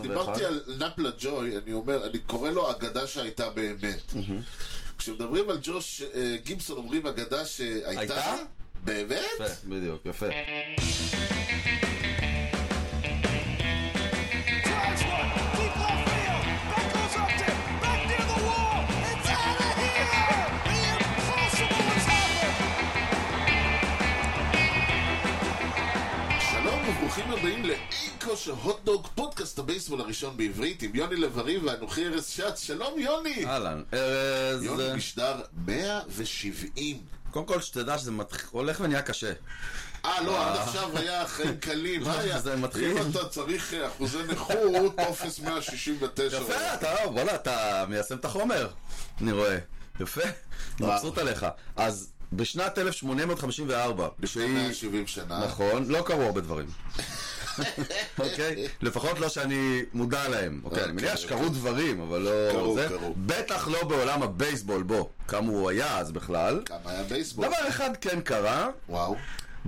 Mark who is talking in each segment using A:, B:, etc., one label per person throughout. A: דיברתי על נפלה ג'וי, אני אומר, אני קורא לו אגדה שהייתה באמת. כשמדברים על ג'וש אה, גיבסון אומרים אגדה שהייתה?
B: הייתה?
A: באמת?
B: יפה, בדיוק, יפה.
C: Drives one, deep left field. That goes up there, back near the wall. It's out of here. The impossible has happened.
A: שלום וברוכים הבאים לאי כושר הוטדוג, פודקאסט הבייסבול הראשון בעברית עם יוני לב-ארי ואנוכי ארז שץ. שלום יוני!
B: אהלן, ארז,
A: יוני משדר 170.
B: קודם כל שתדע שזה מתח- הולך ונהיה קשה.
A: אה, לא, עד עכשיו היה חיים קלים. מה היה?
B: זה מתחיל.
A: אם אתה צריך אה, אחוזי נכות, טופס 169.
B: יפה, אתה, וואלה, אתה מיישם את החומר, אני רואה. יפה, מבסוט עליך. אז בשנת 1854,
A: לפני
B: שהיא...
A: 170 שנה.
B: נכון, לא קרו הרבה דברים. אוקיי? לפחות לא שאני מודע להם. אוקיי, אני
A: אוקיי,
B: מניח שקרו דברים, אבל לא...
A: קרו,
B: זה.
A: קרו.
B: בטח לא בעולם הבייסבול, בו. כמה הוא היה אז בכלל.
A: כמה היה בייסבול?
B: דבר אחד כן קרה,
A: וואו.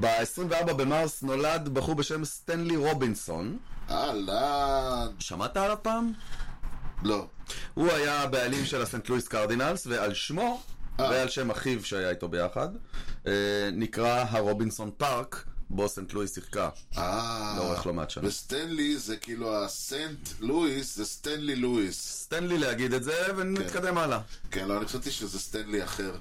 B: ב-24 במרס נולד בחור בשם סטנלי רובינסון.
A: אהלן.
B: שמעת עליו פעם?
A: לא.
B: הוא היה הבעלים של הסנט לואיס קרדינלס, ועל שמו,
A: אה.
B: ועל שם אחיו שהיה איתו ביחד, אה, נקרא הרובינסון פארק, בו סנט לואיס שיחקה.
A: אה.
B: לאורך לא מעט שנים.
A: וסטנלי זה כאילו הסנט לואיס, זה סטנלי לואיס.
B: אז תן לי להגיד את זה, ונתקדם הלאה.
A: כן, לא, אני חשבתי שזה סטנלי אחר,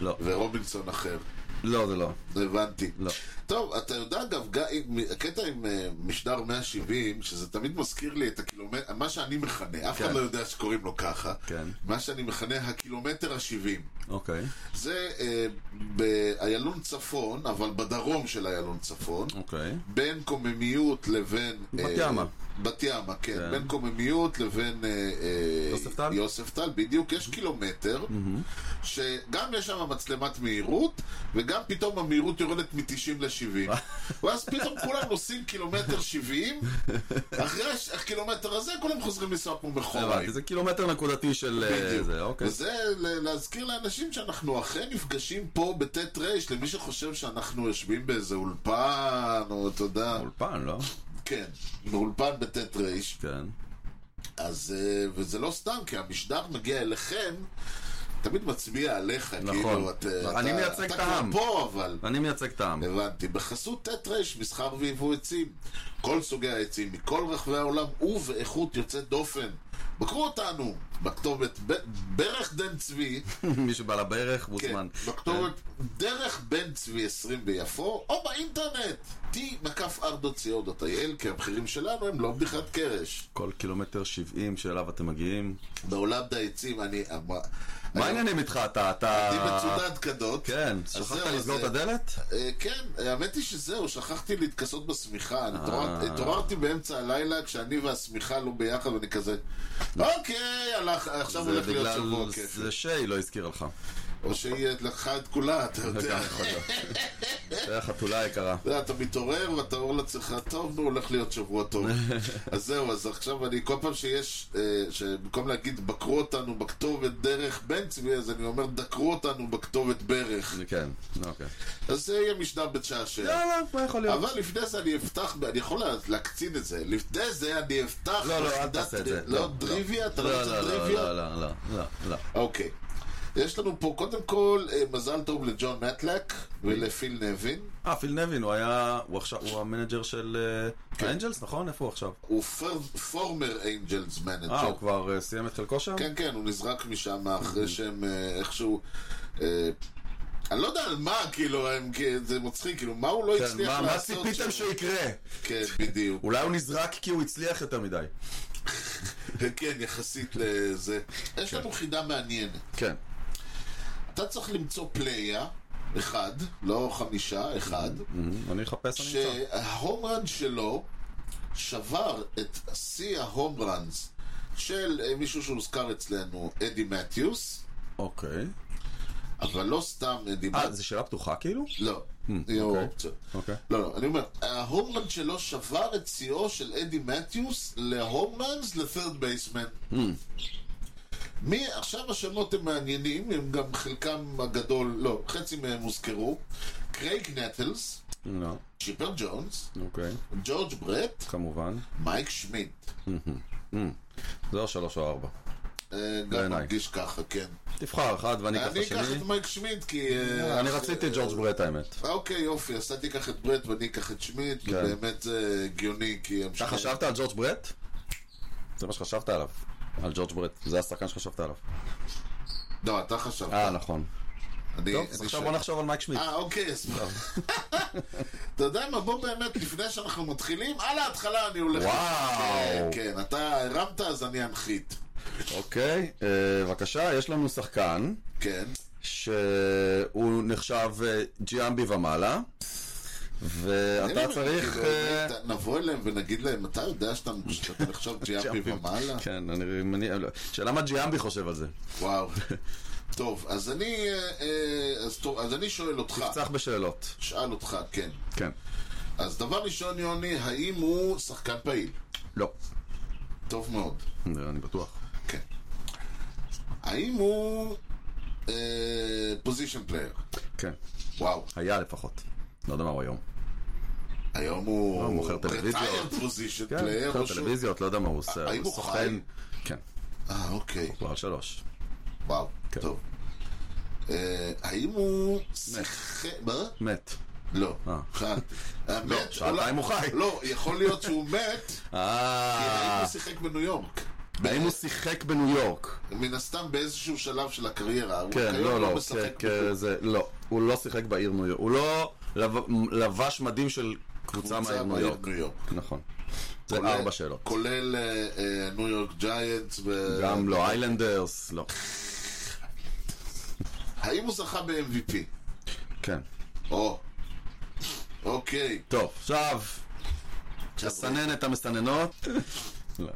B: לא,
A: ורובינסון אחר.
B: לא, זה לא.
A: הבנתי.
B: לא.
A: טוב, אתה יודע אגב, ג- עם- הקטע עם אה, משדר 170, שזה תמיד מזכיר לי את הקילומטר, מה שאני מכנה, אף אחד
B: כן.
A: לא יודע שקוראים לו ככה,
B: כן.
A: מה שאני מכנה הקילומטר ה-70.
B: אוקיי,
A: זה אה, באיילון צפון, אבל בדרום של איילון צפון,
B: אוקיי.
A: בין קוממיות לבין...
B: בת
A: אה,
B: ימה.
A: בת ימה, כן.
B: כן.
A: בין קוממיות לבין... אה, אה,
B: יוספטל?
A: יוספטל, בדיוק. יש קילומטר, שגם יש שם מצלמת מהירות, וגם פתאום המהירות יורדת מ-90 ל-70. ואז פתאום כולם נוסעים קילומטר 70, אחרי הש- הקילומטר הזה כולם חוזרים לנסוע כמו מכוריים.
B: הבנתי, זה קילומטר נקודתי של... אה,
A: בדיוק.
B: זה, אוקיי.
A: וזה ל- להזכיר לאנשים שאנחנו אכן נפגשים פה בט' ר', למי שחושב שאנחנו יושבים באיזה אולפן, או אתה יודע...
B: אולפן, לא?
A: כן, באולפן בט' ר',
B: כן.
A: אז, אה, וזה לא סתם, כי המשדר מגיע אליכם, תמיד מצביע עליך,
B: נכון.
A: כאילו, את, אה,
B: אני
A: אתה,
B: מייצג
A: אתה
B: את העם.
A: כבר פה, אבל,
B: אני מייצג את העם.
A: הבנתי, בחסות ט' ר', מסחר ויבוא עצים, כל סוגי העצים מכל רחבי העולם, ובאיכות יוצאת דופן. בקרו אותנו, בכתובת ב- ברך דן צבי,
B: מי שבא לברך,
A: כן,
B: מוזמן.
A: בכתובת דרך בן צבי 20 ביפו, או באינטרנט, t.r.co.il, כי המחירים שלנו הם לא בדיחת קרש.
B: כל קילומטר 70 שאליו אתם מגיעים.
A: בעולם העצים, אני... אמר- היום
B: מה העניינים איתך? אתה... אתה...
A: אני מצודת כדות.
B: כן,
A: אז
B: שכחת
A: זהו,
B: לסגור
A: אז,
B: את הדלת?
A: אה, כן, האמת היא שזהו, שכחתי להתכסות בשמיכה. אני
B: אה.
A: התעורר- התעוררתי באמצע הלילה כשאני והשמיכה לא ביחד, ואני כזה... אוקיי, הלך- עכשיו
B: לא. זה
A: הולך להיות
B: בגלל...
A: שבוע כיף.
B: זה שיי לא הזכירה לך.
A: או שהיא לקחה את כולה, אתה
B: זה
A: יודע.
B: גם יכול להיות. זה החתולה היקרה.
A: אתה יודע, אתה מתעורר ואתה אומר לעצמך, טוב, נו, הולך להיות שבוע טוב. אז זהו, אז עכשיו אני, כל פעם שיש, אה, שבמקום להגיד, בקרו אותנו בכתובת דרך בן צבי, אז אני אומר, דקרו אותנו בכתובת ברך.
B: זה כן, אוקיי.
A: אז זה יהיה משנה בתשעשע.
B: יאללה, מה יכול להיות?
A: אבל לפני זה אני אפתח, ב- אני יכול לה- להקצין את זה, לפני זה אני אפתח...
B: לא, לא, אל
A: בחידת-
B: תעשה את זה.
A: לא, דריוויה? אתה לא רוצה דריוויה?
B: לא, לא, לא, לא, לא.
A: אוקיי. יש לנו פה, קודם כל, אה, מזל טוב לג'ון מטלק ולפיל נבין.
B: אה, פיל נבין, הוא היה... הוא עכשיו... הוא המנג'ר של... אה,
A: כן.
B: האנג'לס, נכון? איפה הוא עכשיו?
A: הוא פורמר איינג'לס מנג'ר.
B: אה, הוא כבר Mhm. אה, סיים את חלקו שם?
A: כן, כן, הוא נזרק משם אחרי שהם אה, איכשהו... אה, אני לא יודע על מה, כאילו, הם, כי זה מצחיק, כאילו, מה הוא לא
B: כן,
A: הצליח
B: מה- מה
A: לעשות?
B: ציפיתם
A: שהוא-
B: שיקרה?
A: כן, בדיוק.
B: אולי הוא נזרק כי הוא הצליח יותר מדי.
A: כן, יחסית לזה. כן. יש לנו חידה מעניינת.
B: כן.
A: אתה צריך למצוא פלאיה, אחד, לא חמישה, אחד,
B: אני אחפש, אני אמצא.
A: שההומרן שלו שבר את שיא ההומרנס של אה, מישהו שהוזכר אצלנו, אדי מתיוס,
B: אוקיי.
A: אבל לא סתם אדי
B: אה,
A: מתיוס.
B: זו שאלה פתוחה כאילו?
A: לא, יהיו
B: אוקיי.
A: אופציות.
B: אוקיי.
A: לא, לא, אני אומר, ההומרן שלו שבר את שיאו של אדי מתיוס להומרנס לת'רד בייסמן.
B: Hmm.
A: מי, עכשיו השמות הם מעניינים, הם גם חלקם הגדול, לא, חצי מהם הוזכרו. קרייג נטלס,
B: לא.
A: צ'יפר ג'ונס,
B: אוקיי.
A: ג'ורג' ברט,
B: כמובן.
A: מייק שמיט.
B: זה או שלוש או ארבע.
A: אה, גם
B: בעיניי.
A: מרגיש ככה, כן.
B: תבחר אחד ואני אקח את
A: אני אקח
B: השני.
A: את מייק שמיט, כי... אה,
B: אני
A: אה,
B: רציתי את ג'ורג' ברט האמת.
A: אה, אוקיי, יופי, אז אתה תיקח את ברט ואני אקח את שמיט, ובאמת זה הגיוני, כי...
B: כן. אתה חשבת על ג'ורג' ברט? זה מה שחשבת עליו. על ג'ורג' ברט. זה השחקן שחשבת עליו.
A: לא, אתה חשבת.
B: אה, נכון.
A: אוקיי, אני-
B: טוב,
A: אני
B: אז עכשיו
A: שואל.
B: בוא נחשוב על מייק שמיט.
A: אה, אוקיי, אז... אתה יודע מה, בוא באמת, לפני שאנחנו מתחילים, על ההתחלה אני הולך...
B: וואו.
A: כן, אתה הרמת, אז אני אנחית.
B: אוקיי, אה, בבקשה, יש לנו שחקן
A: כן.
B: שהוא נחשב אה, ג'יאמבי ומעלה, ואתה
A: אני-
B: צריך...
A: כאילו,
B: אה,
A: אתה- נבוא אליהם ונגיד להם, אתה יודע שאתה שאתה נחשב ג'יאפי ומעלה?
B: כן, אני מניח... לא, שאלה מה ג'יאמבי חושב על זה.
A: וואו. טוב, אז אני... אה, אה, אז טוב, אז אני שואל אותך.
B: צריך בשאלות.
A: שאל אותך, כן.
B: כן.
A: אז דבר ראשון, יוני, האם הוא שחקן פעיל?
B: לא.
A: טוב מאוד.
B: אני בטוח.
A: כן. האם הוא אה, פוזיישן פלייר?
B: כן.
A: וואו,
B: היה לפחות. לא יודע מה הוא היום.
A: היום הוא...
B: אה, הוא מוכר טלוויזיות.
A: פוזיישן
B: כן,
A: פלייר.
B: בסדר, טלוויזיות, לא יודע מה הוא עושה.
A: אה, האם הוא
B: סוכן.
A: חי?
B: כן,
A: אה, אוקיי,
B: כבר שלוש.
A: וואו,
B: כן.
A: טוב. אה, האם הוא שיחק... מה?
B: מת.
A: לא.
B: אה.
A: שאלתי. אה,
B: לא,
A: מת?
B: שעתיים הוא חי.
A: לא, יכול להיות שהוא מת, כי האם
B: אה...
A: הוא שיחק בניו יורק?
B: האם הוא שיחק בניו יורק?
A: מן הסתם באיזשהו שלב של הקריירה. אוקיי, הוא
B: כן,
A: כיום
B: לא, לא,
A: משחק
B: כן, כן,
A: בחו"ל.
B: זה, לא. הוא לא שיחק בעיר ניו יורק. הוא לא לב- לבש מדים של קבוצה מהעיר ניו
A: בעיר
B: יורק.
A: ניו יורק.
B: נכון. זה
A: כולל-
B: ארבע שאלות.
A: כולל אה, אה, ניו יורק ג'יינטס. ו-
B: גם לא איילנדרס, לא.
A: האם הוא זכה ב-MVP?
B: כן.
A: או. אוקיי.
B: טוב, עכשיו, תסנן את המסננות. לא.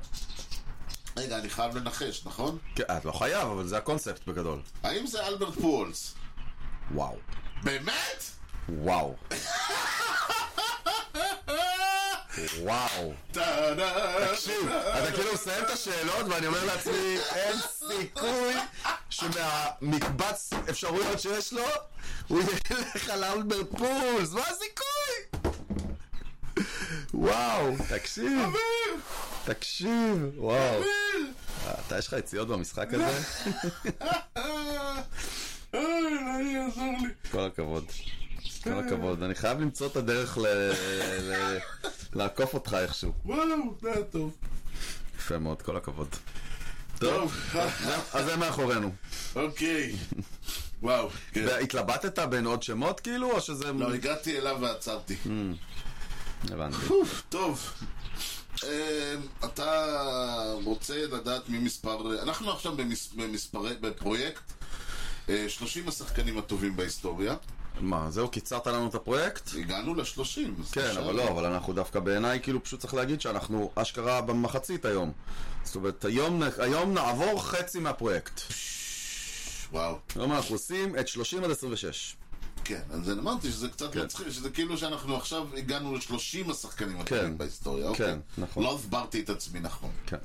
A: רגע, אני חייב לנחש, נכון?
B: כן, את לא חייב, אבל זה הקונספט בגדול.
A: האם זה אלברט פולס?
B: וואו.
A: באמת?
B: וואו. וואו.
A: טה-דה.
B: תקשיב, אתה כאילו מסיים את השאלות, ואני אומר לעצמי, אין סיכוי שמהמקבץ אפשרויות שיש לו, הוא ילך על אלברט פולס, מה הסיכוי? וואו, תקשיב, תקשיב, וואו. אתה, יש לך יציאות במשחק הזה?
A: אה, אלוהי יעזור אה, לי.
B: כל הכבוד. כל הכבוד. אני חייב למצוא את הדרך ל- ל- לעקוף אותך איכשהו.
A: וואו, זה היה טוב.
B: יפה מאוד, כל הכבוד.
A: טוב,
B: טוב, אז זה מאחורינו.
A: אוקיי. וואו, כן.
B: התלבטת בין עוד שמות כאילו, או שזה...
A: לא, הגעתי אליו ועצרתי.
B: הבנתי.
A: טוב. אמ, אתה רוצה לדעת מי מספר... אנחנו עכשיו במס- במספרי... בפרויקט אה, 30 השחקנים הטובים בהיסטוריה.
B: מה, זהו, קיצרת לנו את הפרויקט?
A: הגענו ל-30. אז
B: כן,
A: עכשיו-
B: אבל לא, אבל אנחנו דווקא בעיניי, כאילו, פשוט צריך להגיד שאנחנו אשכרה במחצית היום. זאת אומרת, היום, נ- היום נעבור חצי מהפרויקט.
A: וואו.
B: היום אנחנו עושים את 30 עד 26.
A: כן, אז אני אמרתי שזה קצת
B: כן.
A: מצחיק, שזה כאילו שאנחנו עכשיו הגענו ל-30 השחקנים הטובים
B: כן.
A: בהיסטוריה. אוקיי.
B: כן, נכון.
A: לא הסברתי את עצמי נכון.
B: כן.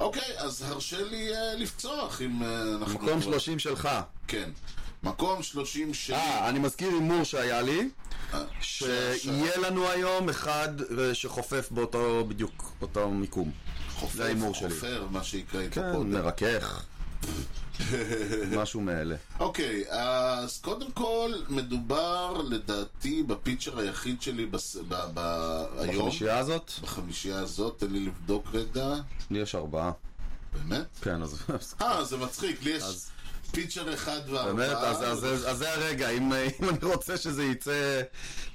A: אוקיי, אז הרשה לי אה, לפצוח אם אה, אנחנו...
B: מקום
A: כבר-
B: 30 שלך.
A: כן. מקום 30 שלי.
B: אה, אני מזכיר הימור שהיה לי,
A: אה,
B: שיהיה לנו היום אחד אה, שחופף באותו, בדיוק, אותו מיקום.
A: חופר,
B: זה ההימור שלי.
A: חופר, מה שהקראת
B: כן,
A: קודם.
B: מרכך. משהו מאלה.
A: אוקיי, אז קודם כל, מדובר לדעתי בפיצ'ר היחיד שלי בס... ב... ב... היום,
B: בחמישייה הזאת?
A: בחמישייה הזאת, תן לי לבדוק רגע,
B: לי יש ארבעה.
A: באמת?
B: כן, אז... אז-
A: אה, זה מצחיק, לי יש
B: אז-
A: פיצ'ר אחד
B: באמת,
A: וארבעה.
B: אז- אז אז- אז זה הרגע, אם אם אני רוצה שזה יצא,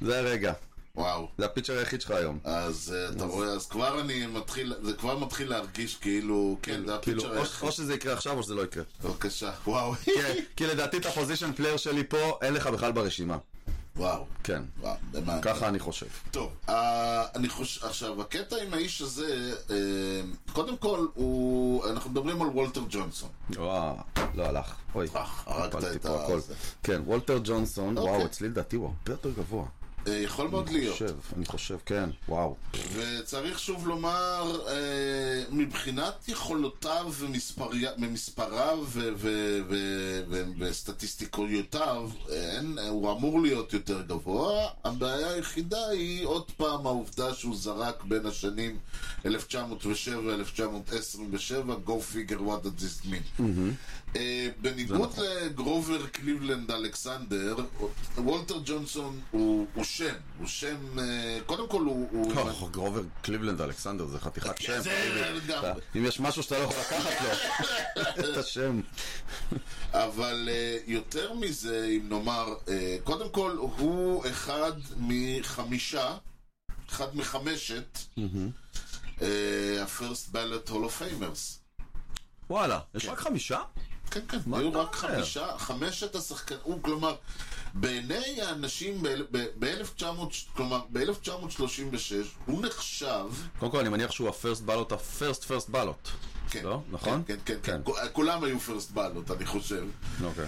B: זה הרגע.
A: וואו.
B: זה הפיצ'ר היחיד שלך היום.
A: אז אה, אתה רואה, אז כבר אני מתחיל, זה כבר מתחיל להרגיש כאילו, כן, זה
B: כאילו,
A: הפיצ'ר
B: או-
A: היחיד.
B: או שזה יקרה עכשיו או שזה לא יקרה.
A: בבקשה, וואו.
B: כן, כי לדעתי את הפוזיישן פלייר שלי פה, אין לך בכלל ברשימה.
A: וואו.
B: כן,
A: וואו, למען.
B: ככה אני חושב.
A: טוב, אה, אני חושב, עכשיו, הקטע עם האיש הזה, אה, קודם כל, הוא, אנחנו מדברים על וולטר ג'ונסון.
B: וואו, לא הלך. אוי,
A: אה, הרגת
B: הפלתי
A: את
B: פה
A: ה-
B: הכל.
A: זה.
B: כן, וולטר ג'ונסון,
A: אוקיי.
B: וואו, אצלי לדעתי הוא הרבה יותר גבוה.
A: אה, יכול מאוד להיות.
B: חושב, אני חושב, כן, וואו.
A: וצריך שוב לומר, אה, מבחינת יכולותיו ומספרי- ומספריו ו- ו- ו- ו- וסטטיסטיקויותיו, אין- הוא אמור להיות יותר גבוה. הבעיה היחידה היא עוד פעם העובדה שהוא זרק בין השנים 1907-1927, go figure what does this mean. אה, בניגוד לגרובר קליבלנד אלכסנדר, וולטר ג'ונסון הוא הוא שם, הוא שם, אה, קודם כל הוא- הוא...
B: אוח, לא, גרובר קליבלנד אלכסנדר זה חתיכת שם.
A: זה לגמרי.
B: אתה- אם יש משהו שאתה לא יכול לקחת לו, את השם. כן.
A: אבל אה, יותר מזה, אם נאמר, אה, קודם כל, הוא אחד מחמישה, אחד מחמשת, אה, ה-first ballot hall of famers.
B: וואלה, יש רק חמישה?
A: כן, כן,
B: מה
A: היו
B: אתה
A: רק
B: אומר?
A: חמישה, חמשת השחקנים, כלומר, בעיני האנשים ב-1936, כלומר, ב-1936, הוא נחשב,
B: קודם כל, אני מניח שהוא הפרסט בלוט, הפרסט פרסט בלוט.
A: כן,
B: לא? נכון?
A: כן, כן, כן, כן, כולם היו first ballot, אני חושב.
B: אוקיי.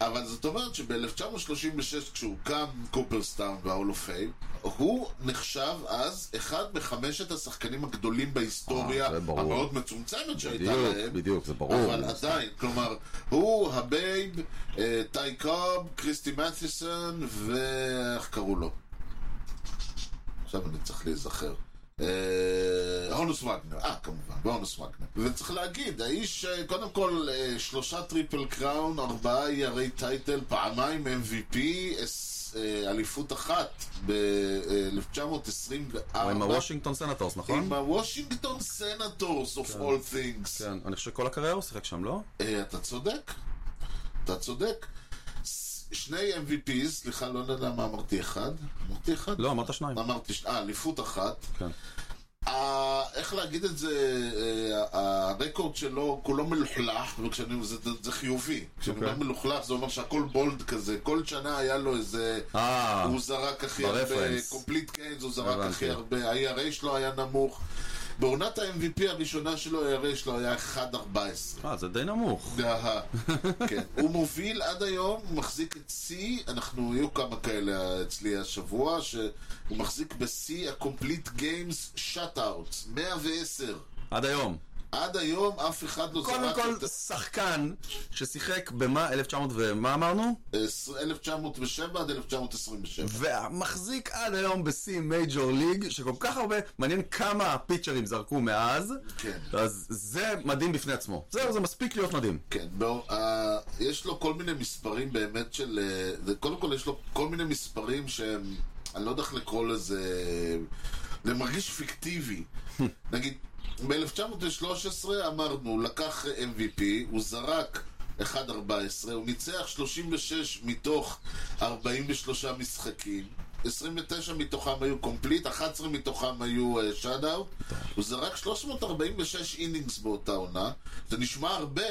A: אבל זאת אומרת שב-1936, כשהוקם קופרסטאון וההול אוף פיים, הוא נחשב אז אחד מחמשת השחקנים הגדולים בהיסטוריה
B: אה, זה ברור.
A: המאוד מצומצמת שהייתה
B: בדיוק,
A: להם.
B: בדיוק, זה ברור.
A: אה, אבל עדיין, כלומר, הוא, הבייב, אה, טי קוב, קריסטי מתיסון, ואיך קראו לו? עכשיו אני צריך להיזכר. אה, הונוס וגנר, אה כמובן, והונוס וגנר. וצריך להגיד, האיש, אה, קודם כל, אה, שלושה טריפל קראון, ארבעה ירי טייטל, פעמיים MVP, אס- אה, אליפות אחת אה,
B: הוא עם
A: ב-1924.
B: הוושינגטון סנטורס, נכון?
A: אה, עם הוושינגטון סנטורס of all things.
B: כן, אני חושב שכל הקריירה הוא שיחק שם, לא?
A: אה, אתה צודק, אתה צודק. ס- שני MVPs, סליחה, לא יודע למה אמרתי אחד. אמרתי אחד?
B: לא, אמרת שניים.
A: אמרתי, ש- אה, אליפות אחת.
B: כן.
A: ה- איך להגיד את זה, אה, הרקורד שלו כולו מלוכלך, וכשאני, זה, זה- זה חיובי. כשאני
B: אוקיי.
A: אומר מלוכלך זה אומר שהכל בולד כזה, כל שנה היה לו איזה...
B: אה,
A: הוא זרק הכי הרבה,
B: ברפרנס.
A: קומפליט קיינס, הוא זרק
B: הבנתי.
A: הכי הרבה, ה-ERA שלו היה נמוך. בעונת ה-MVP הראשונה שלו, ה-ERA שלו היה 1.14.
B: אה, זה די נמוך.
A: אהה. כן. הוא מוביל עד היום, הוא מחזיק את שיא, אנחנו, היו כמה כאלה אצלי השבוע, שהוא מחזיק בשיא ה-complete games shutouts, 110.
B: עד היום.
A: עד היום אף אחד לא
B: קודם
A: זרק
B: כל,
A: את
B: שחקן ששיחק במה, 1900 ומה אמרנו?
A: אה, 1907 עד 1927.
B: ומחזיק עד היום בשיא מייג'ור ליג, שכל כך הרבה, מעניין כמה פיצ'רים זרקו מאז.
A: כן.
B: אז זה מדהים בפני עצמו. זהו, זה מספיק להיות מדהים.
A: כן, בוא, אה, יש לו כל מיני מספרים באמת של... אה, זה- קודם כל יש לו כל מיני מספרים שהם, אני לא יודע איך לקרוא לזה, זה מרגיש פיקטיבי. נגיד, ב-1913 אמרנו, לקח MVP, הוא זרק 1.14, הוא ניצח 36 מתוך 43 משחקים. 29 מתוכם היו קומפליט, 11 מתוכם היו אה, שאט-אאוט. הוא זרק 346 אינינגס באותה עונה. זה נשמע הרבה,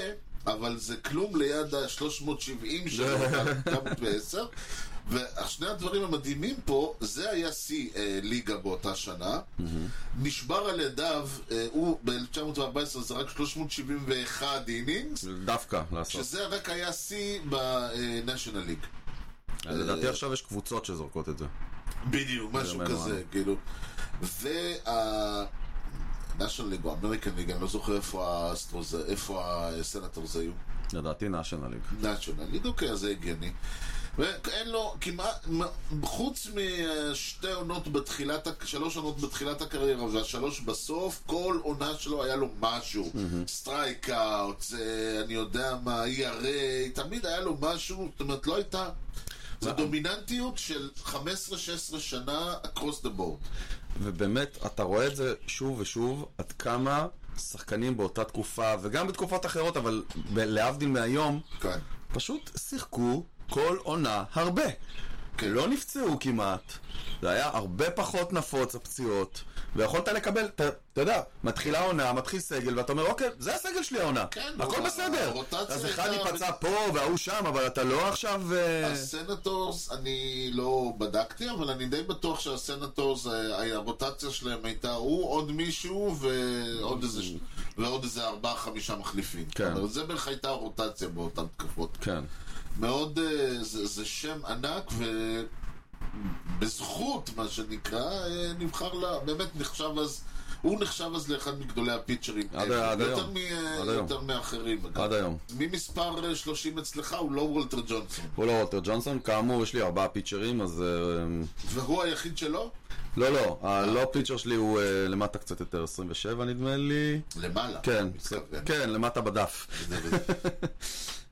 A: אבל זה כלום ליד ה-370 שלו, 910. ושני הדברים המדהימים פה, זה היה שיא אה, ליגה באותה שנה. נשבר על ידיו, אה, הוא ב-1914 זרק 371
B: לא.
A: אינינגס,
B: דווקא לעשות.
A: שזה רק היה שיא ב-National League.
B: לדעתי עכשיו יש קבוצות שזורקות את זה.
A: בדיוק, משהו
B: מעניין
A: כזה,
B: מאוד.
A: כאילו. וה... national League או אמריקן ליג, אני לא זוכר איפה האסטרוס, איפה הסנטורס היו.
B: לדעתי נאשונל ליג.
A: national league, אוקיי, אז זה הגיוני. ואין לו כמעט, מ- חוץ משתי עונות בתחילת, הק- שלוש עונות בתחילת הקריירה והשלוש בסוף, כל עונה שלו היה לו משהו. סטרייק אאוט, אני יודע מה, ERA, תמיד היה לו משהו, זאת אומרת, לא הייתה... זו דומיננטיות של 15-16 שנה across the board.
B: ובאמת, אתה רואה את זה שוב ושוב, עד כמה שחקנים באותה תקופה, וגם בתקופות אחרות, אבל ב- להבדיל מהיום,
A: כן.
B: פשוט שיחקו כל עונה הרבה.
A: כן.
B: לא נפצעו כמעט, זה היה הרבה פחות נפוץ הפציעות, ויכולת לקבל, אתה אתה יודע, מתחילה העונה, מתחיל סגל, ואתה אומר, אוקיי, זה הסגל שלי העונה,
A: כן,
B: הכל
A: אבל
B: בסדר.
A: הרוטציה
B: אז אחד
A: הייתה-
B: ייפצע פה וההוא שם, אבל אתה לא עכשיו... אה,
A: הסנטורס, אני לא בדקתי, אבל אני די בטוח שהסנטורס, אה, הרוטציה שלהם הייתה הוא, עוד מישהו ועוד איזה, ש- ועוד איזה ארבעה, חמישה מחליפים.
B: כן.
A: אבל זה בערך הייתה הרוטציה באותן תקופות.
B: כן.
A: מאוד, אה, זה, זה שם ענק, ו... בזכות, מה שנקרא, אה, נבחר ל... באמת נחשב אז... הוא נחשב אז לאחד מגדולי הפיצ'רים.
B: עד-
A: אה,
B: עד
A: יותר
B: היום.
A: מ- אה,
B: עד היום.
A: יותר מאחרים, אגב.
B: עד היום.
A: ממספר אה, 30 אצלך הוא לא וולטר ג'ונסון.
B: הוא לא רוטר ג'ונסון, כאמור יש לי ארבעה פיצ'רים, אז... אה,
A: והוא היחיד שלו?
B: לא, לא,
A: אה,
B: הלא
A: אוקיי.
B: פיצ'ר שלי הוא אה, למטה קצת יותר, 27 נדמה לי.
A: למעלה.
B: כן,
A: מתכוון.
B: כן, למטה בדף.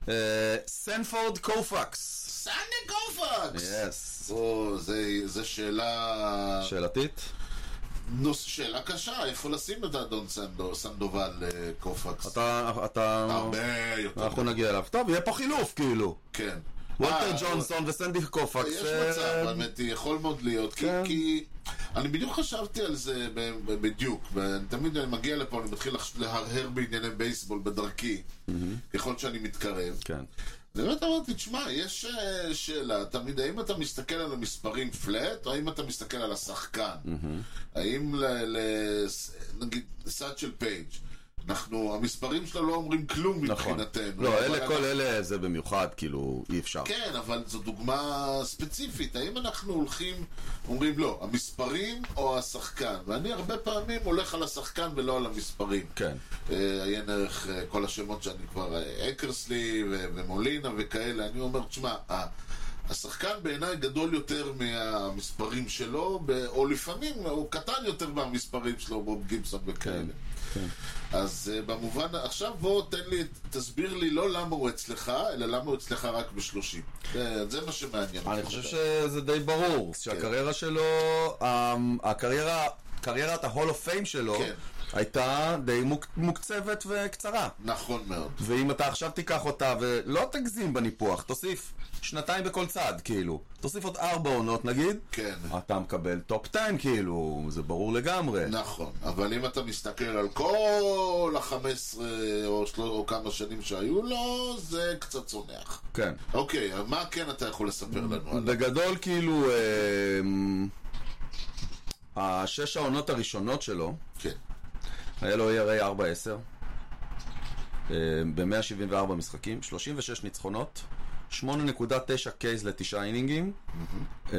B: אה, סנפורד קופקס.
A: סאני גופקס!
B: יס.
A: או, אה, זה- זה שאלה...
B: שאלתית?
A: נוס, שאלה קשה, איפה לשים את האדון סנדו, סנדובל אה, קופקס?
B: אתה... אתה...
A: הרבה יותר.
B: אנחנו נגיע אליו. טוב, יהיה פה חילוף כאילו.
A: כן.
B: וולטר
A: אה,
B: ג'ונסון וסנדי קופקס.
A: יש
B: אה,
A: מצב, האמת היא, יכול מאוד להיות. כי-
B: כן.
A: כי אני בדיוק חשבתי על זה ב- ב- בדיוק. ואני תמיד אני מגיע לפה, אני מתחיל לחש- להרהר בענייני בייסבול בדרכי, ככל שאני מתקרב.
B: כן.
A: באמת אמרתי, תשמע, יש אה, שאלה תמיד, האם אתה מסתכל על המספרים פלט, או האם אתה מסתכל על השחקן? האם ל... ל- ס- נגיד, סאט של פייג', אנחנו, המספרים שלו לא אומרים כלום
B: נכון.
A: מבחינתנו.
B: לא,
A: אבל
B: אלה,
A: אנחנו-
B: כל אלה זה במיוחד, כאילו, אי אפשר.
A: כן, אבל זו דוגמה ספציפית. האם אנחנו הולכים, אומרים לא, המספרים או השחקן? ואני הרבה פעמים הולך על השחקן ולא על המספרים.
B: כן.
A: אה, עיין ערך אה, כל השמות שאני כבר, אה, אקרסלי ו- ומולינה וכאלה, אני אומר, תשמע, ה- השחקן בעיניי גדול יותר מהמספרים שלו, ב- או לפעמים הוא קטן יותר מהמספרים שלו, בוב גיבסון
B: כן,
A: וכאלה. אז uh, במובן, עכשיו בוא תן לי, תסביר לי לא למה הוא אצלך, אלא למה הוא אצלך רק בשלושים. זה, זה מה שמעניין.
B: אני חושב שזה די ברור,
A: כן.
B: שהקריירה שלו, המ- הקריירה, קריירת ה-Hall of Fame שלו,
A: כן.
B: הייתה די מוק- מוקצבת וקצרה.
A: נכון מאוד.
B: ואם אתה עכשיו תיקח אותה ולא תגזים בניפוח, תוסיף שנתיים בכל צד, כאילו. תוסיף עוד ארבע עונות נגיד,
A: כן.
B: אתה מקבל טופ 10, כאילו, זה ברור לגמרי.
A: נכון, אבל אם אתה מסתכל על כל ה-15 או, של... או כמה שנים שהיו לו, זה קצת צונח.
B: כן.
A: אוקיי, אז מה כן אתה יכול לספר לנו עליו?
B: בגדול, כאילו, אה, השש העונות הראשונות שלו,
A: כן.
B: היה לו E ERA 4-10 ב-174 משחקים, 36 ניצחונות, 8.9 קייז ל-9 אינינגים אה,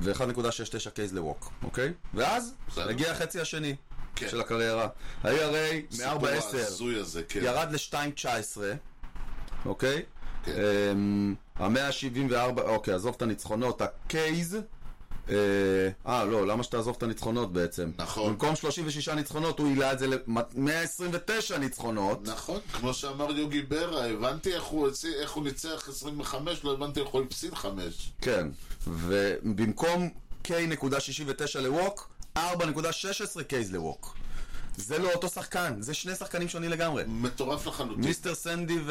B: ו-1.69 קייז לווק, אוקיי? ואז
A: בסדר.
B: הגיע החצי השני
A: כן.
B: של הקריירה. ה-ERA
A: הסיפור
B: מ-4-10
A: ההזוי הזה, כן.
B: ירד ל-2.19, אוקיי? אמ,
A: כן.
B: ה-174, אוקיי, עזוב את הניצחונות, הקייז. אה, אה, לא, למה שתעזוב את הניצחונות בעצם?
A: נכון.
B: במקום 36 ניצחונות, הוא העלה את זה ל-129 ניצחונות.
A: נכון, כמו שאמר יוגי ברה, הבנתי איך הוא, הצי- איך הוא ניצח 25, לא הבנתי איך הוא הפסיד 5.
B: כן. ובמקום K.69 לווק, 4.16 קייז לווק. זה לא אותו שחקן, זה שני שחקנים שונים לגמרי.
A: מטורף לחלוטין.
B: מיסטר סנדי ו...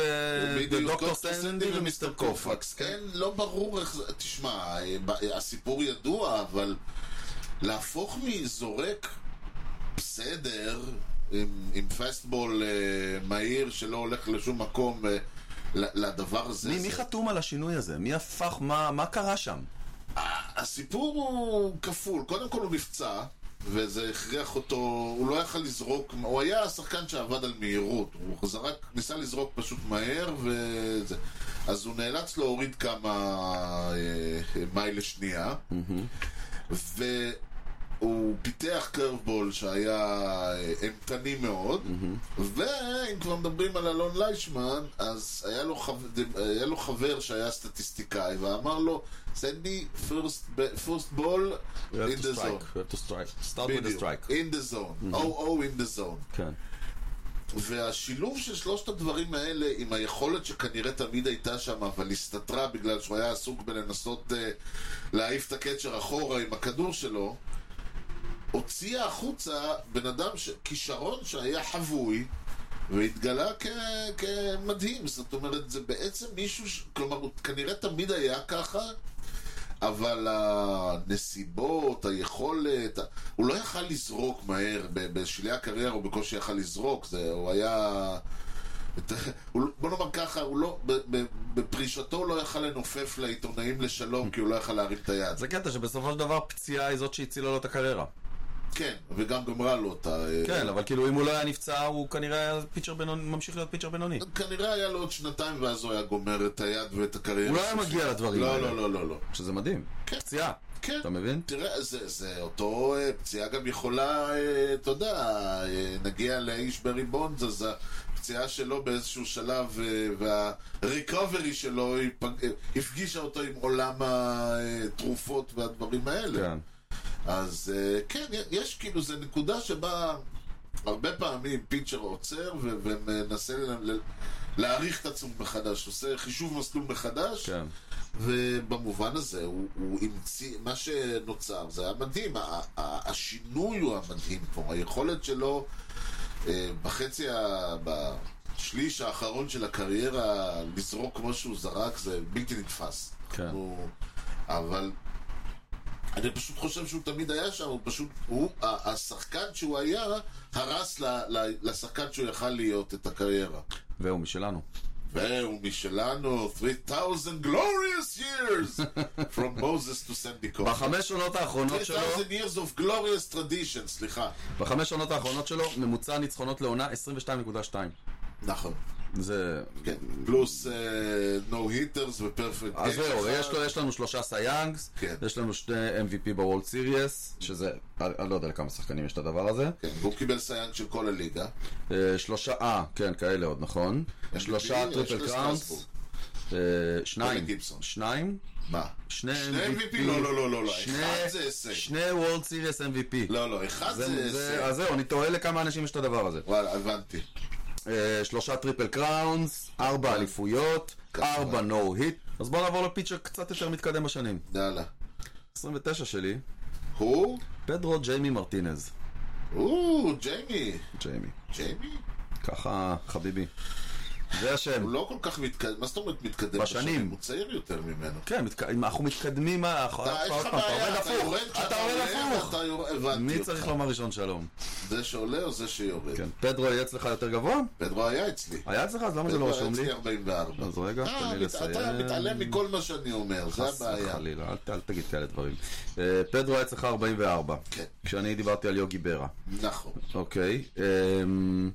A: בדיוק,
B: דוקטור
A: דוקטור סנדי ומיסטר קופקס. כן, לא ברור איך זה... תשמע, אה, ב- אה, הסיפור ידוע, אבל להפוך מזורק בסדר, עם, עם פסטבול אה, מהיר שלא הולך לשום מקום, אה, ל- לדבר הזה...
B: מי, מי
A: זה-
B: חתום על השינוי הזה? מי הפך? מה, מה קרה שם?
A: הסיפור הוא כפול. קודם כל הוא נפצע, וזה הכריח אותו, הוא לא יכל לזרוק, הוא היה השחקן שעבד על מהירות. הוא זרק, ניסה לזרוק פשוט מהר, וזה. אז הוא נאלץ להוריד כמה אה, מייל לשנייה. והוא פיתח קרבבול שהיה אה, אימתני מאוד, ואם כבר מדברים על אלון ליישמן, אז היה לו, חו... היה לו חבר שהיה סטטיסטיקאי, ואמר לו, send me first, first ball in the zone.
B: Start with the
A: בדיוק.
B: strike. Mm-hmm.
A: In the zone. או-או in the zone.
B: כן.
A: והשילוב של שלושת הדברים האלה עם היכולת שכנראה תמיד הייתה שם אבל הסתתרה בגלל שהוא היה עסוק בלנסות uh, להעיף את הקצ'ר אחורה עם הכדור שלו הוציאה החוצה בן אדם, ש... כישרון שהיה חבוי והתגלה כ... כמדהים זאת אומרת זה בעצם מישהו, ש... כלומר הוא כנראה תמיד היה ככה אבל הנסיבות, היכולת, ה- הוא לא יכל לזרוק מהר, ב- בשלהי הקריירה הוא בקושי יכל לזרוק, זה, הוא היה... את- הוא, לא- בוא נאמר ככה, הוא לא, ב- ב- בפרישתו הוא לא יכל לנופף לעיתונאים לשלום כי הוא לא יכל להרים את היד.
B: זה קטע שבסופו של דבר פציעה היא זאת שהצילה לו את הקריירה.
A: כן, וגם גמרה לו אותה. אה,
B: כן, אבל כאילו אם הוא לא היה נפצע, הוא כנראה היה פיצ'ר בינוני, ממשיך להיות פיצ'ר בינוני.
A: כנראה היה לו עוד שנתיים ואז הוא היה גומר את היד ואת הקריירה.
B: הוא לא היה
A: הסופית.
B: מגיע לדברים
A: לא,
B: האלה.
A: לא, לא, לא, לא.
B: שזה מדהים.
A: כן.
B: פציעה.
A: כן.
B: אתה מבין?
A: תראה, זה, זה אותו אה, פציעה גם יכולה, אה, אתה יודע, אה, נגיע לאיש ברי בונדס, אז הפציעה שלו באיזשהו שלב אה, והריקוברי שלו ייפג- אה, הפגישה אותו עם עולם התרופות והדברים האלה.
B: כן.
A: אז אה, כן, יש כאילו, זו נקודה שבה הרבה פעמים פיצ'ר עוצר ו- ומנסה ל- ל- להעריך את עצמו מחדש, עושה חישוב מסלול מחדש.
B: כן.
A: ובמובן הזה הוא, הוא המציא, מה שנוצר זה היה מדהים, ה- ה- השינוי הוא המדהים פה, היכולת שלו אה, בחצי, ה- בשליש האחרון של הקריירה לזרוק כמו שהוא זרק זה בלתי נתפס.
B: כן.
A: הוא, אבל אני פשוט חושב שהוא תמיד היה שם, הוא פשוט, הוא, ה- השחקן שהוא היה הרס ל, ל, לשחקן שהוא יכל להיות את הקריירה.
B: והוא משלנו.
A: והוא משלנו, 3,000 glorious years from Moses to Sandy Cohen.
B: בחמש עונות
A: כן,
B: האחרונות שלו,
A: 3,000 years of glorious tradition, סליחה.
B: בחמש עונות האחרונות שלו, ממוצע ניצחונות לעונה 22.2.
A: נכון.
B: זה...
A: כן. פלוס אה, no hitters ופרפקט.
B: אז זהו, יש לו- יש לנו שלושה סייאנגס,
A: כן.
B: יש לנו שני MVP בוולד סיריאס, שזה, אני אני לא יודע לכמה שחקנים יש את הדבר הזה.
A: כן, והוא קיבל סייאנג של כל הליגה.
B: אה, שלושה, אה, כן, כאלה עוד, נכון. שלושה
A: יש
B: טריפל
A: לסטרסבורג.
B: קראונס. אה, שניים.
A: ולגיבסון.
B: שניים?
A: מה?
B: שני
A: שני MVP?
B: MVP?
A: לא, לא, לא, לא, לא.
B: שני-
A: אחד זה הישג.
B: שני וולד סיריאס MVP.
A: לא, לא, אחד זה
B: זה- זה- אז
A: הישג.
B: זהו, אני תוהה לכמה אנשים יש את הדבר הזה.
A: וואלה, הבנתי.
B: אה, שלושה טריפל קראונס,
A: כן.
B: ארבע אליפויות, ארבע נו היט. אז בואו נעבור לפיצ'ר קצת יותר מתקדם בשנים.
A: יאללה.
B: 29 שלי,
A: הוא?
B: פדרו ג'יימי מרטינז.
A: הוא, ג'יימי.
B: ג'יימי.
A: ג'יימי?
B: ככה, חביבי. זה השם.
A: הוא לא כל כך מתקדם. מה זאת אומרת מתקדם?
B: בשנים.
A: הוא צעיר יותר ממנו.
B: כן, מתק- אנחנו מתקדמים, מה- אנחנו-
A: אתה, אה, יש
B: עוד
A: לך
B: פעם, אתה
A: בעיה,
B: עובד
A: אתה
B: הפוך,
A: יורד
B: אתה
A: כשאתה
B: עובד
A: עולה
B: הפוך.
A: ואתה יורד, הבנתי
B: מי
A: אותך.
B: צריך לומר ראשון שלום?
A: זה שעולה או זה שיורד?
B: כן, פדרו יהיה אצלך יותר גבוה?
A: פדרו היה אצלי.
B: היה אצלך? אז למה זה
A: פדרו
B: לא
A: היה
B: רשום לי?
A: אצלי 44.
B: אז רגע,
A: אתה
B: תן לי
A: מת- אתה
B: לסיים.
A: מתעלם מכל מה שאני אומר, זה
B: חס
A: הבעיה.
B: וחלילה, אל ת- אל תגיד כאלה דברים. אה, פדרו היה אצלך 44.
A: כן.
B: כשאני דיברתי על יוגי ברה.
A: נכון.
B: אוקיי. אמ,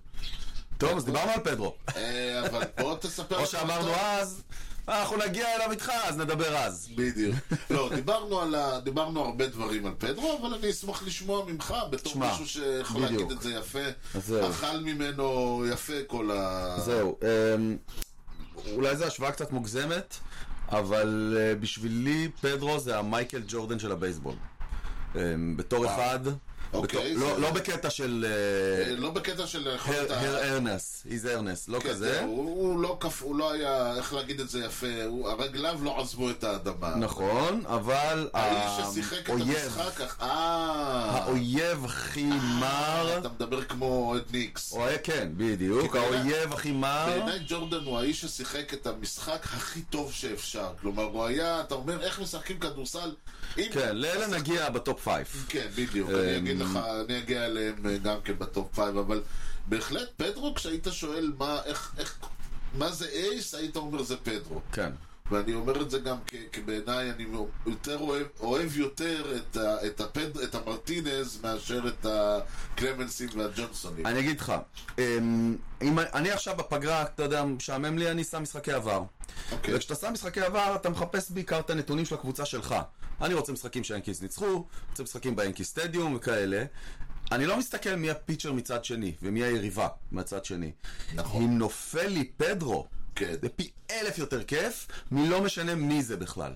B: טוב, אז דיברנו על פדרו.
A: אה, אבל בוא תספר...
B: כמו
A: לנו
B: שאמרנו
A: אותו.
B: אז, "אה, אנחנו נגיע אליו איתך, אז נדבר אז.
A: בדיוק. לא, דיברנו על ה... דיברנו הרבה דברים על פדרו, אבל אני אשמח לשמוע ממך, בתור
B: תשמע,
A: מישהו שיכול להגיד
B: בדיוק.
A: את זה יפה.
B: אז זהו.
A: אכל ממנו יפה כל ה...
B: זהו, אמ, אולי זו השוואה קצת מוגזמת, אבל אה, בשבילי פדרו זה המייקל ג'ורדן של הבייסבול. אמ, בתור אחד,
A: אוקיי,
B: בתור-
A: זה-
B: לא- לא בקטע של אה,
A: אה, לא בקטע של לאכול את
B: הר-
A: ה...
B: הר ארנס, איז ארנס, לא
A: כן,
B: כזה.
A: זהו, הוא, הוא לא כפ... הוא לא היה, איך להגיד את זה יפה, הוא, הרגליו לא עזבו את האדמה.
B: נכון, אבל
A: האיש ששיחק את
B: האויב,
A: המשחק, אך- אה,
B: האויב הכי מר,
A: אתה מדבר כמו אוהד ניקס.
B: או- כן, בדיוק,
A: כי בעיניי-
B: האויב הכי מר,
A: בעיניי ג'ורדן הוא האיש ששיחק את המשחק הכי טוב שאפשר. כלומר, הוא היה, אתה אומר, איך משחקים כדורסל? אם...
B: כן, אמ. לאלה נגיע בטופ פייף.
A: כן, בדיוק, אני אגיד לך, אני אגיע אליהם אה, גם כן בטופ פייב, אבל בהחלט, פדרו, כשהיית שואל מה, איך, איך, מה זה אייס, היית אומר זה פדרו.
B: כן,
A: ואני אומר את זה גם כי, כי בעיניי אני יותר אוהב, אוהב יותר את, ה, את, הפד, את המרטינז מאשר את הקלמנסים והג'ונסונים.
B: אני אגיד לך, אמ, אם אני- אני עכשיו בפגרה, אתה יודע, משעמם לי, אני שם משחקי עבר.
A: אוקיי.
B: וכשאתה שם משחקי עבר, אתה מחפש בעיקר את הנתונים של הקבוצה שלך. אני רוצה משחקים שהיאנקיז ניצחו, רוצה משחקים ביאנקיז סטדיום וכאלה. אני לא מסתכל מי הפיצ'ר מצד שני, ומי היריבה מצד שני.
A: נכון.
B: אם נופל לי פדרו,
A: כן.
B: זה פי אלף יותר כיף, מלא משנה מי זה בכלל.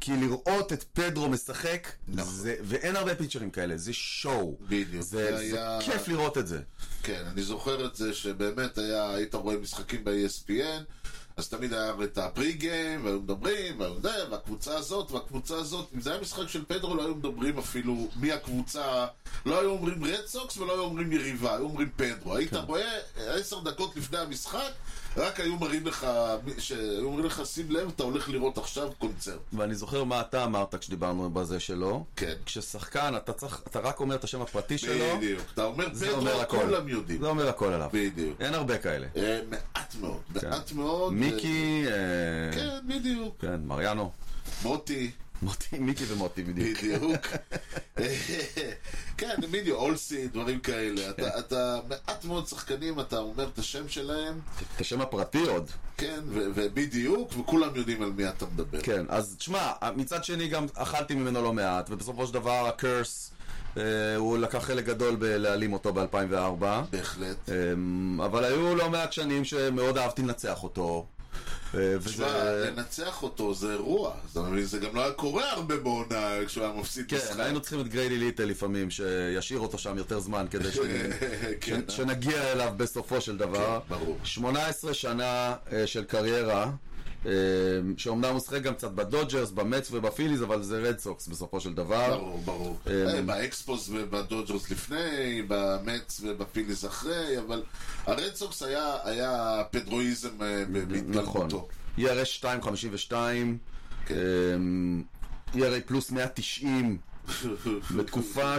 B: כי לראות את פדרו משחק, זה, ואין הרבה פיצ'רים כאלה, זה שואו.
A: נכון. בדיוק.
B: זה,
A: זה
B: זה
A: היה-
B: כיף לראות את זה.
A: כן, אני זוכר את זה שבאמת היה, היית רואה משחקים ב-ESPN, אז תמיד היה את הפרי גיים, והיו מדברים, והיו זה, והקבוצה הזאת, והקבוצה הזאת. אם זה היה משחק של פדרו, לא היו מדברים אפילו מי הקבוצה, לא היו אומרים רד סוקס ולא היו אומרים יריבה, היו אומרים פדרו.
B: כן.
A: היית רואה אה, עשר דקות לפני המשחק, רק היו מראים לך, שהיו אומרים לך, שים לב, אתה הולך לראות עכשיו קונצרט.
B: ואני זוכר מה אתה אמרת כשדיברנו בזה שלו.
A: כן.
B: כששחקן, אתה, צריך, אתה רק אומר את השם הפרטי שלו,
A: בדיוק. אתה אומר
B: זה אומר
A: פדרו,
B: הכל. לא.
A: כולם יודעים.
B: זה אומר הכל עליו.
A: בדיוק.
B: אין הרבה כאלה.
A: אה, מעט מאוד, מעט מאוד.
B: כן. מיקי, אה,
A: אה, כן, בדיוק.
B: כן, מריאנו,
A: מוטי.
B: מוטי, מיקי ומוטי בדיוק.
A: בדיוק. כן, מידיו אולסי, דברים כאלה. אתה, אתה מעט מאוד שחקנים, אתה אומר את השם שלהם,
B: את השם הפרטי עוד.
A: כן, ו- ובדיוק, וכולם יודעים על מי אתה מדבר.
B: כן, אז תשמע, מצד שני גם אכלתי ממנו לא מעט, ובסופו של דבר הקרס, אה, הוא לקח חלק גדול בלהעלים אותו ב-2004.
A: בהחלט.
B: אה, אבל היו לא מעט שנים שמאוד אהבתי לנצח אותו. אה,
A: תשמע,
B: וזה...
A: לנצח אותו זה אירוע. זאת אומרת, זה גם לא היה קורה הרבה בעונה כשהוא היה מפסיד
B: כן,
A: משחק.
B: היינו צריכים את גריילי ליטל לפעמים, שישאיר אותו שם יותר זמן כדי ש...
A: כן,
B: ש- שנגיע אליו בסופו של דבר.
A: כן, ברור.
B: 18 שנה אה, של קריירה, אה, שאומנם הוא שחק גם קצת בדודג'רס, במץ ובפיליז, אבל זה רד סוקס בסופו של דבר.
A: ברור, ברור.
B: אמ,
A: אה, באקספוס ובדודג'רס לפני, במץ ובפיליס אחרי, אבל הרד סוקס היה- היה פדרואיזם אה, ב-
B: נכון.
A: בהתגלמותו.
B: ERS 2.52,
A: כן.
B: אמ, ERA פלוס
A: כן.
B: 190, בתקופה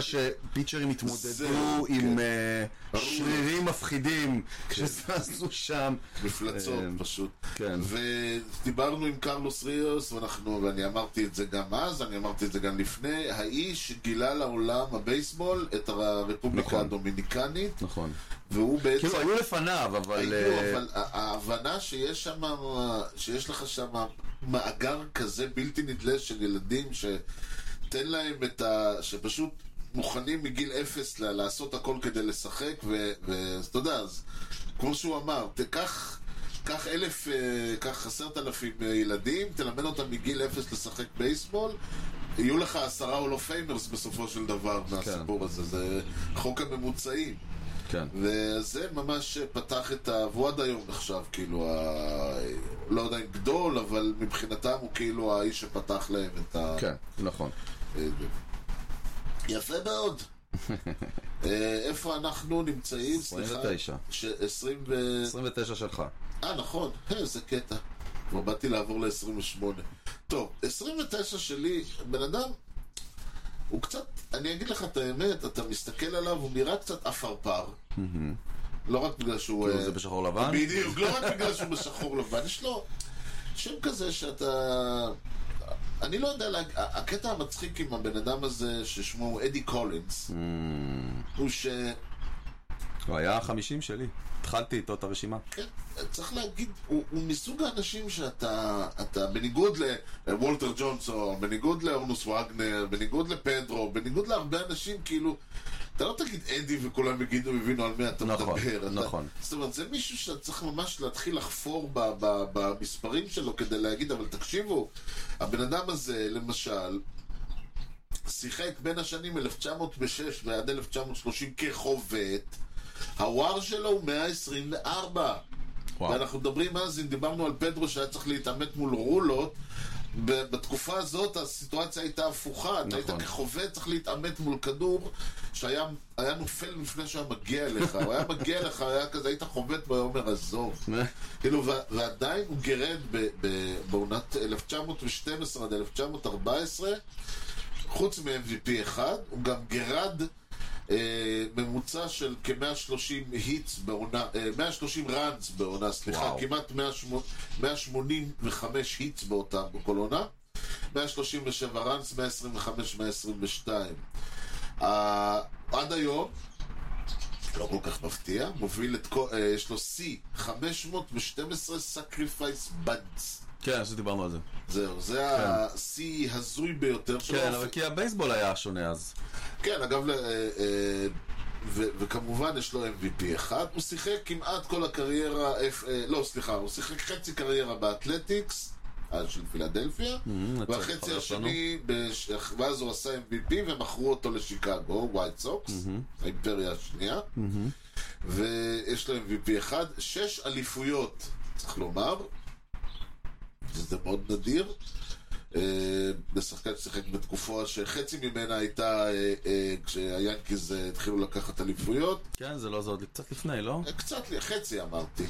A: זה,
B: שפיצ'רים התמודדו עם אה,
A: כן. ברור. כן.
B: שרירים מפחידים שזזו שם.
A: מפלצות
B: אמ,
A: פשוט.
B: כן.
A: ודיברנו עם קרלוס ריוס, ואנחנו, ואני אמרתי את זה גם אז, אני אמרתי את זה גם לפני, האיש גילה לעולם הבייסבול את הרפובליקה
B: נכון.
A: הדומיניקנית,
B: נכון.
A: והוא בעצם...
B: כאילו, היו לפניו,
A: היו,
B: אבל... אה,
A: לא, אבל ה- ההבנה שיש שם, שיש לך שם מאגר כזה בלתי נדלה של ילדים שתן להם את ה... שפשוט מוכנים מגיל אפס ל- לעשות הכל כדי לשחק, ו- ואתה יודע, אז כמו שהוא אמר, תיקח... קח אלף, אה, קח עשרת אלפים אה, ילדים, תלמד אותם מגיל אפס לשחק בייסבול, יהיו לך עשרה הולו פיימרס בסופו של דבר מהסיפור הזה, זה חוק הממוצעים.
B: כן.
A: וזה ממש פתח את ה... והוא עד היום נחשב כאילו, ה... לא יודע אם גדול, אבל מבחינתם הוא כאילו האיש שפתח להם את ה...
B: כן, נכון.
A: יפה מאוד. אה, איפה אנחנו נמצאים? סליחה.
B: 29.
A: ש- 20 ו...
B: 29 שלך.
A: אה, נכון. אה, איזה קטע. כבר באתי לעבור ל-28. טוב, 29 שלי, בן אדם, הוא קצת, אני אגיד לך את האמת, אתה מסתכל עליו, הוא נראה קצת עפרפר. לא רק בגלל שהוא...
B: כאילו,
A: אה,
B: זה בשחור לבן?
A: בדיוק, לא רק בגלל שהוא בשחור לבן, יש לו שם כזה שאתה... אני לא יודע, להג- הקטע המצחיק עם הבן אדם הזה ששמו הוא אדי קולינס, הוא ש...
B: הוא היה ה-50 שלי. התחלתי איתו את הרשימה.
A: כן, צריך להגיד, הוא, הוא מסוג האנשים שאתה, אתה בניגוד לוולטר ג'ונסון, בניגוד לאורנוס וגנר, בניגוד לפדרו, בניגוד להרבה אנשים, כאילו, אתה לא תגיד אדי וכולם יגידו, הבינו על מי אתה
B: נכון,
A: מדבר. אתה,
B: נכון.
A: זאת אומרת, זה מישהו שאתה צריך ממש להתחיל לחפור ב, ב, במספרים שלו כדי להגיד, אבל תקשיבו, הבן אדם הזה, למשל, שיחק בין השנים 1906 ועד 1930 כחובט, הוואר שלו הוא 124.
B: וואו.
A: ואנחנו מדברים אז, אם דיברנו על פדרו שהיה צריך להתעמת מול רולות, ב- בתקופה הזאת הסיטואציה הייתה הפוכה. אתה היית
B: נכון.
A: כחובט צריך להתעמת מול כדור שהיה היה נופל לפני שהיה מגיע אליך. הוא היה מגיע אליך, היה כזה, היית חובט והוא היה אומר,
B: נכון.
A: עזוב. כאילו, ו- ועדיין הוא גרד ב- ב- בעונת 1912 עד 1914, חוץ מ-MVP אחד, הוא גם גרד אה, ממוצע של כ-130 היטס בעונה, אה, 130 ראנס בעונה, סליחה,
B: וואו.
A: כמעט 180, 185 היטס באותה, בכל עונה, 137 ראנס, 125, 122. אה, עד היום, לא כל כך מפתיע, מוביל את כל... אה, יש לו שיא, 512 sacrifice buds.
B: כן, שדיברנו על זה.
A: זהו, זה השיא הזוי ביותר שלו.
B: כן, אבל כי הבייסבול היה שונה אז.
A: כן, אגב, ל- אה, אה, ו- וכמובן יש לו MVP אחד. הוא שיחק כמעט כל הקריירה, F- אה, לא, סליחה, הוא שיחק חצי קריירה באתלטיקס. אז של פילדלפיה,
B: Hmm. אתה
A: והחצי
B: חבר
A: השני, בש... ואז הוא עשה MVP ומכרו אותו לשיקגו, ווייט סוקס, האימפריה השנייה, ויש לו MVP אחד, שש אליפויות, צריך לומר, שזה מאוד נדיר, אה, בשחקן ששיחק בתקופה שחצי ממנה הייתה אה, אה, כשהיאנקיז אה, התחילו לקחת אליפויות,
B: כן, זה לא זה עוד קצת לפני, לא?
A: אה, קצת, לי- חצי אמרתי.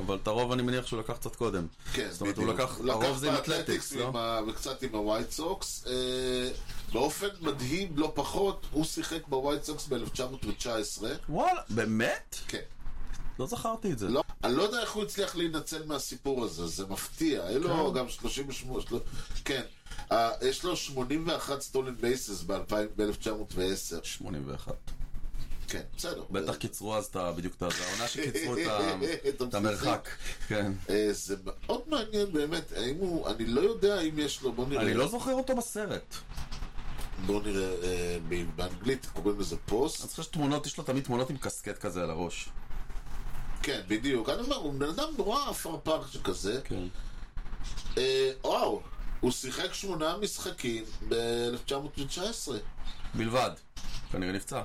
B: אבל את הרוב אני מניח שהוא לקח קצת קודם.
A: כן,
B: זאת אומרת, הוא לקח, הרוב זה עם אתלטיקס, לא?
A: ועם ה- וקצת עם הווייט סוקס. אה, באופן מדהים, לא פחות, הוא שיחק בווייט סוקס ב-1919.
B: וואלה, באמת?
A: כן.
B: לא זכרתי את זה.
A: לא, אני לא יודע איך הוא הצליח להינצל מהסיפור הזה, זה מפתיע. היו לו גם 38... של- לא- כן. אה, יש לו 81 סטולן בייסס ב-1910.
B: 81.
A: כן, בסדר.
B: בטח קיצרו אז את ה- בדיוק את ה- זה העונה שקיצרו את
A: את
B: ה- את המרחק. כן.
A: אה, זה מאוד מעניין באמת, האם הוא, אני לא יודע אם יש לו, בוא נראה.
B: אני לא זוכר אותו בסרט.
A: בוא נראה, אה, ב- באנגלית קוראים לזה פוסט.
B: אני זוכר שתמונות, יש לו תמיד תמונות עם קסקט כזה על הראש.
A: כן, בדיוק. אני אומר, הוא בן אדם נורא עפרפר שכזה. אה, וואו, הוא שיחק שמונה משחקים ב-1919.
B: בלבד. כנראה נפצע.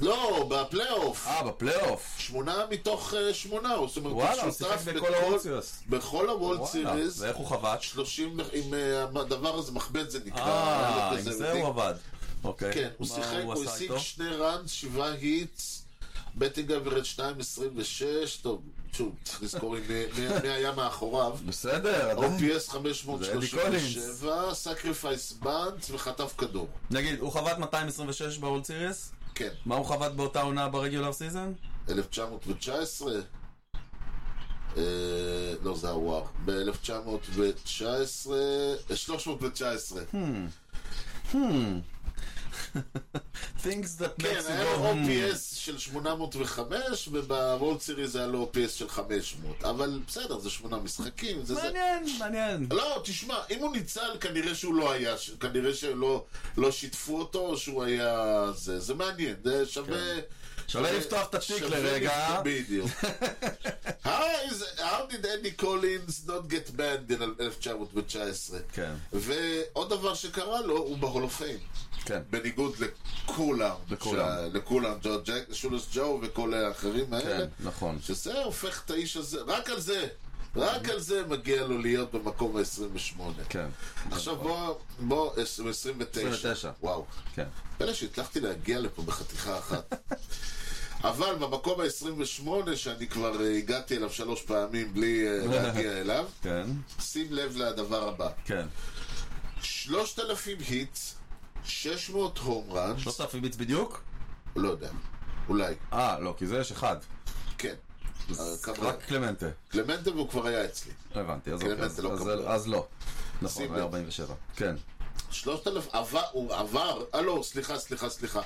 A: לא, בפלייאוף.
B: אה, בפלייאוף.
A: שמונה מתוך אה, שמונה, זאת אומרת,
B: וואלה, הוא
A: שותף
B: שיחק בכל
A: בכל-
B: הוולד סיריס.
A: בכל הוולד
B: וואלה,
A: סיריס,
B: ואיך הוא חבש?
A: 30, ו- עם אה, הדבר הזה, מחבט זה נקרא. היה
B: אה,
A: לו
B: עם
A: כזה,
B: זה הוא עבד. אוקיי.
A: כן, הוא
B: מה
A: שיחק, הוא
B: עשה
A: השיג
B: איתו?
A: שני ראנס, שבעה היטס, בטינג אברד 2.26, טוב, שוב, צריך לזכור עם מי- מי מי היה מאחוריו.
B: בסדר, עדיין.
A: OPS
B: זה אדי קולינס.
A: 537, סקריפייס בנץ וחטף כדור.
B: נגיד, הוא חבט 226 בהולד סיריס?
A: כן,
B: מה הוא חבט באותה עונה ברגולר סיזן?
A: 1919, אה, לא זה הוואר, ב-1919, אה, 319.
B: Hmm. Things that
A: כן,
B: makes
A: היה
B: you
A: לו
B: go.
A: OPS של 805, ובוולד סיריז היה לו OPS של 500. אבל בסדר, זה שמונה משחקים, זה זה.
B: "Hmm." מעניין, מעניין.
A: לא, תשמע, אם הוא ניצל, כנראה שהוא לא היה, ש- כנראה שלא לא שיתפו אותו, או שהוא היה... זה, זה מעניין, זה שווה...
B: שווה לפתוח את התיק
A: שווה
B: לרגע.
A: לפתוח- בדיוק. How is- How did Andy Collins not get banned in 1919?
B: כן,
A: ועוד דבר שקרה לו, הוא בהול אוף פיים.
B: כן.
A: בניגוד לכולם.
B: לכולם.
A: שה- לכולם, ג'ו- ג'ק- שולס ג'ו וכל האחרים האלה.
B: כן, נכון.
A: שזה הופך את האיש הזה, רק על זה, רק על זה מגיע לו להיות במקום ה-28.
B: כן.
A: עכשיו בוא, בוא, עש- הוא 29.
B: 29.
A: וואו.
B: כן.
A: פלא שהצלחתי להגיע לפה בחתיכה אחת. אבל במקום ה-28, שאני כבר אה, הגעתי אליו שלוש פעמים בלי אה, להגיע אליו,
B: כן.
A: שים לב לדבר הבא.
B: כן.
A: 3,000 היטס, 600 הום ראנס,
B: 3,000 ביץ בדיוק?
A: לא יודע, אולי,
B: אה, לא, כי זה יש אחד.
A: כן. אה, כמה-
B: רק קלמנטה.
A: קלמנטה והוא כבר היה אצלי.
B: הבנתי, אז
A: קלמנטה
B: אוקיי, אז-
A: לא
B: אז-
A: קבלה.
B: אז לא. נכון,
A: שים
B: היה
A: לב.
B: 47. כן.
A: שלושת אלף, עבר, הוא עבר, אה לא, סליחה, סליחה, סליחה.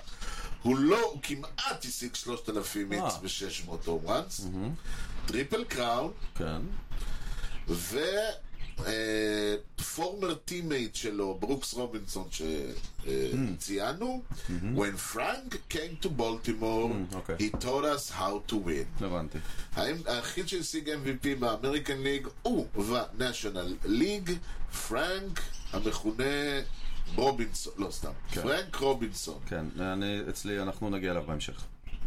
A: הוא לא, הוא כמעט השיג שלושת אלפים
B: אה.
A: איץ ושש מאות הום ראנס. טריפל קראון,
B: כן.
A: ופורמר טימייט אה, שלו, ברוקס רובינסון שציינו, When Frank came to Baltimore,
B: אוקיי.
A: he taught us how to win.
B: לא הבנתי.
A: האם- היחיד שהשיג MVP באמריקן ליג הוא ובנשיונל ליג, פרנק המכונה רובינסון, לא סתם,
B: כן.
A: פרנק רובינסון.
B: כן, אני, אצלי, אנחנו נגיע אליו בהמשך.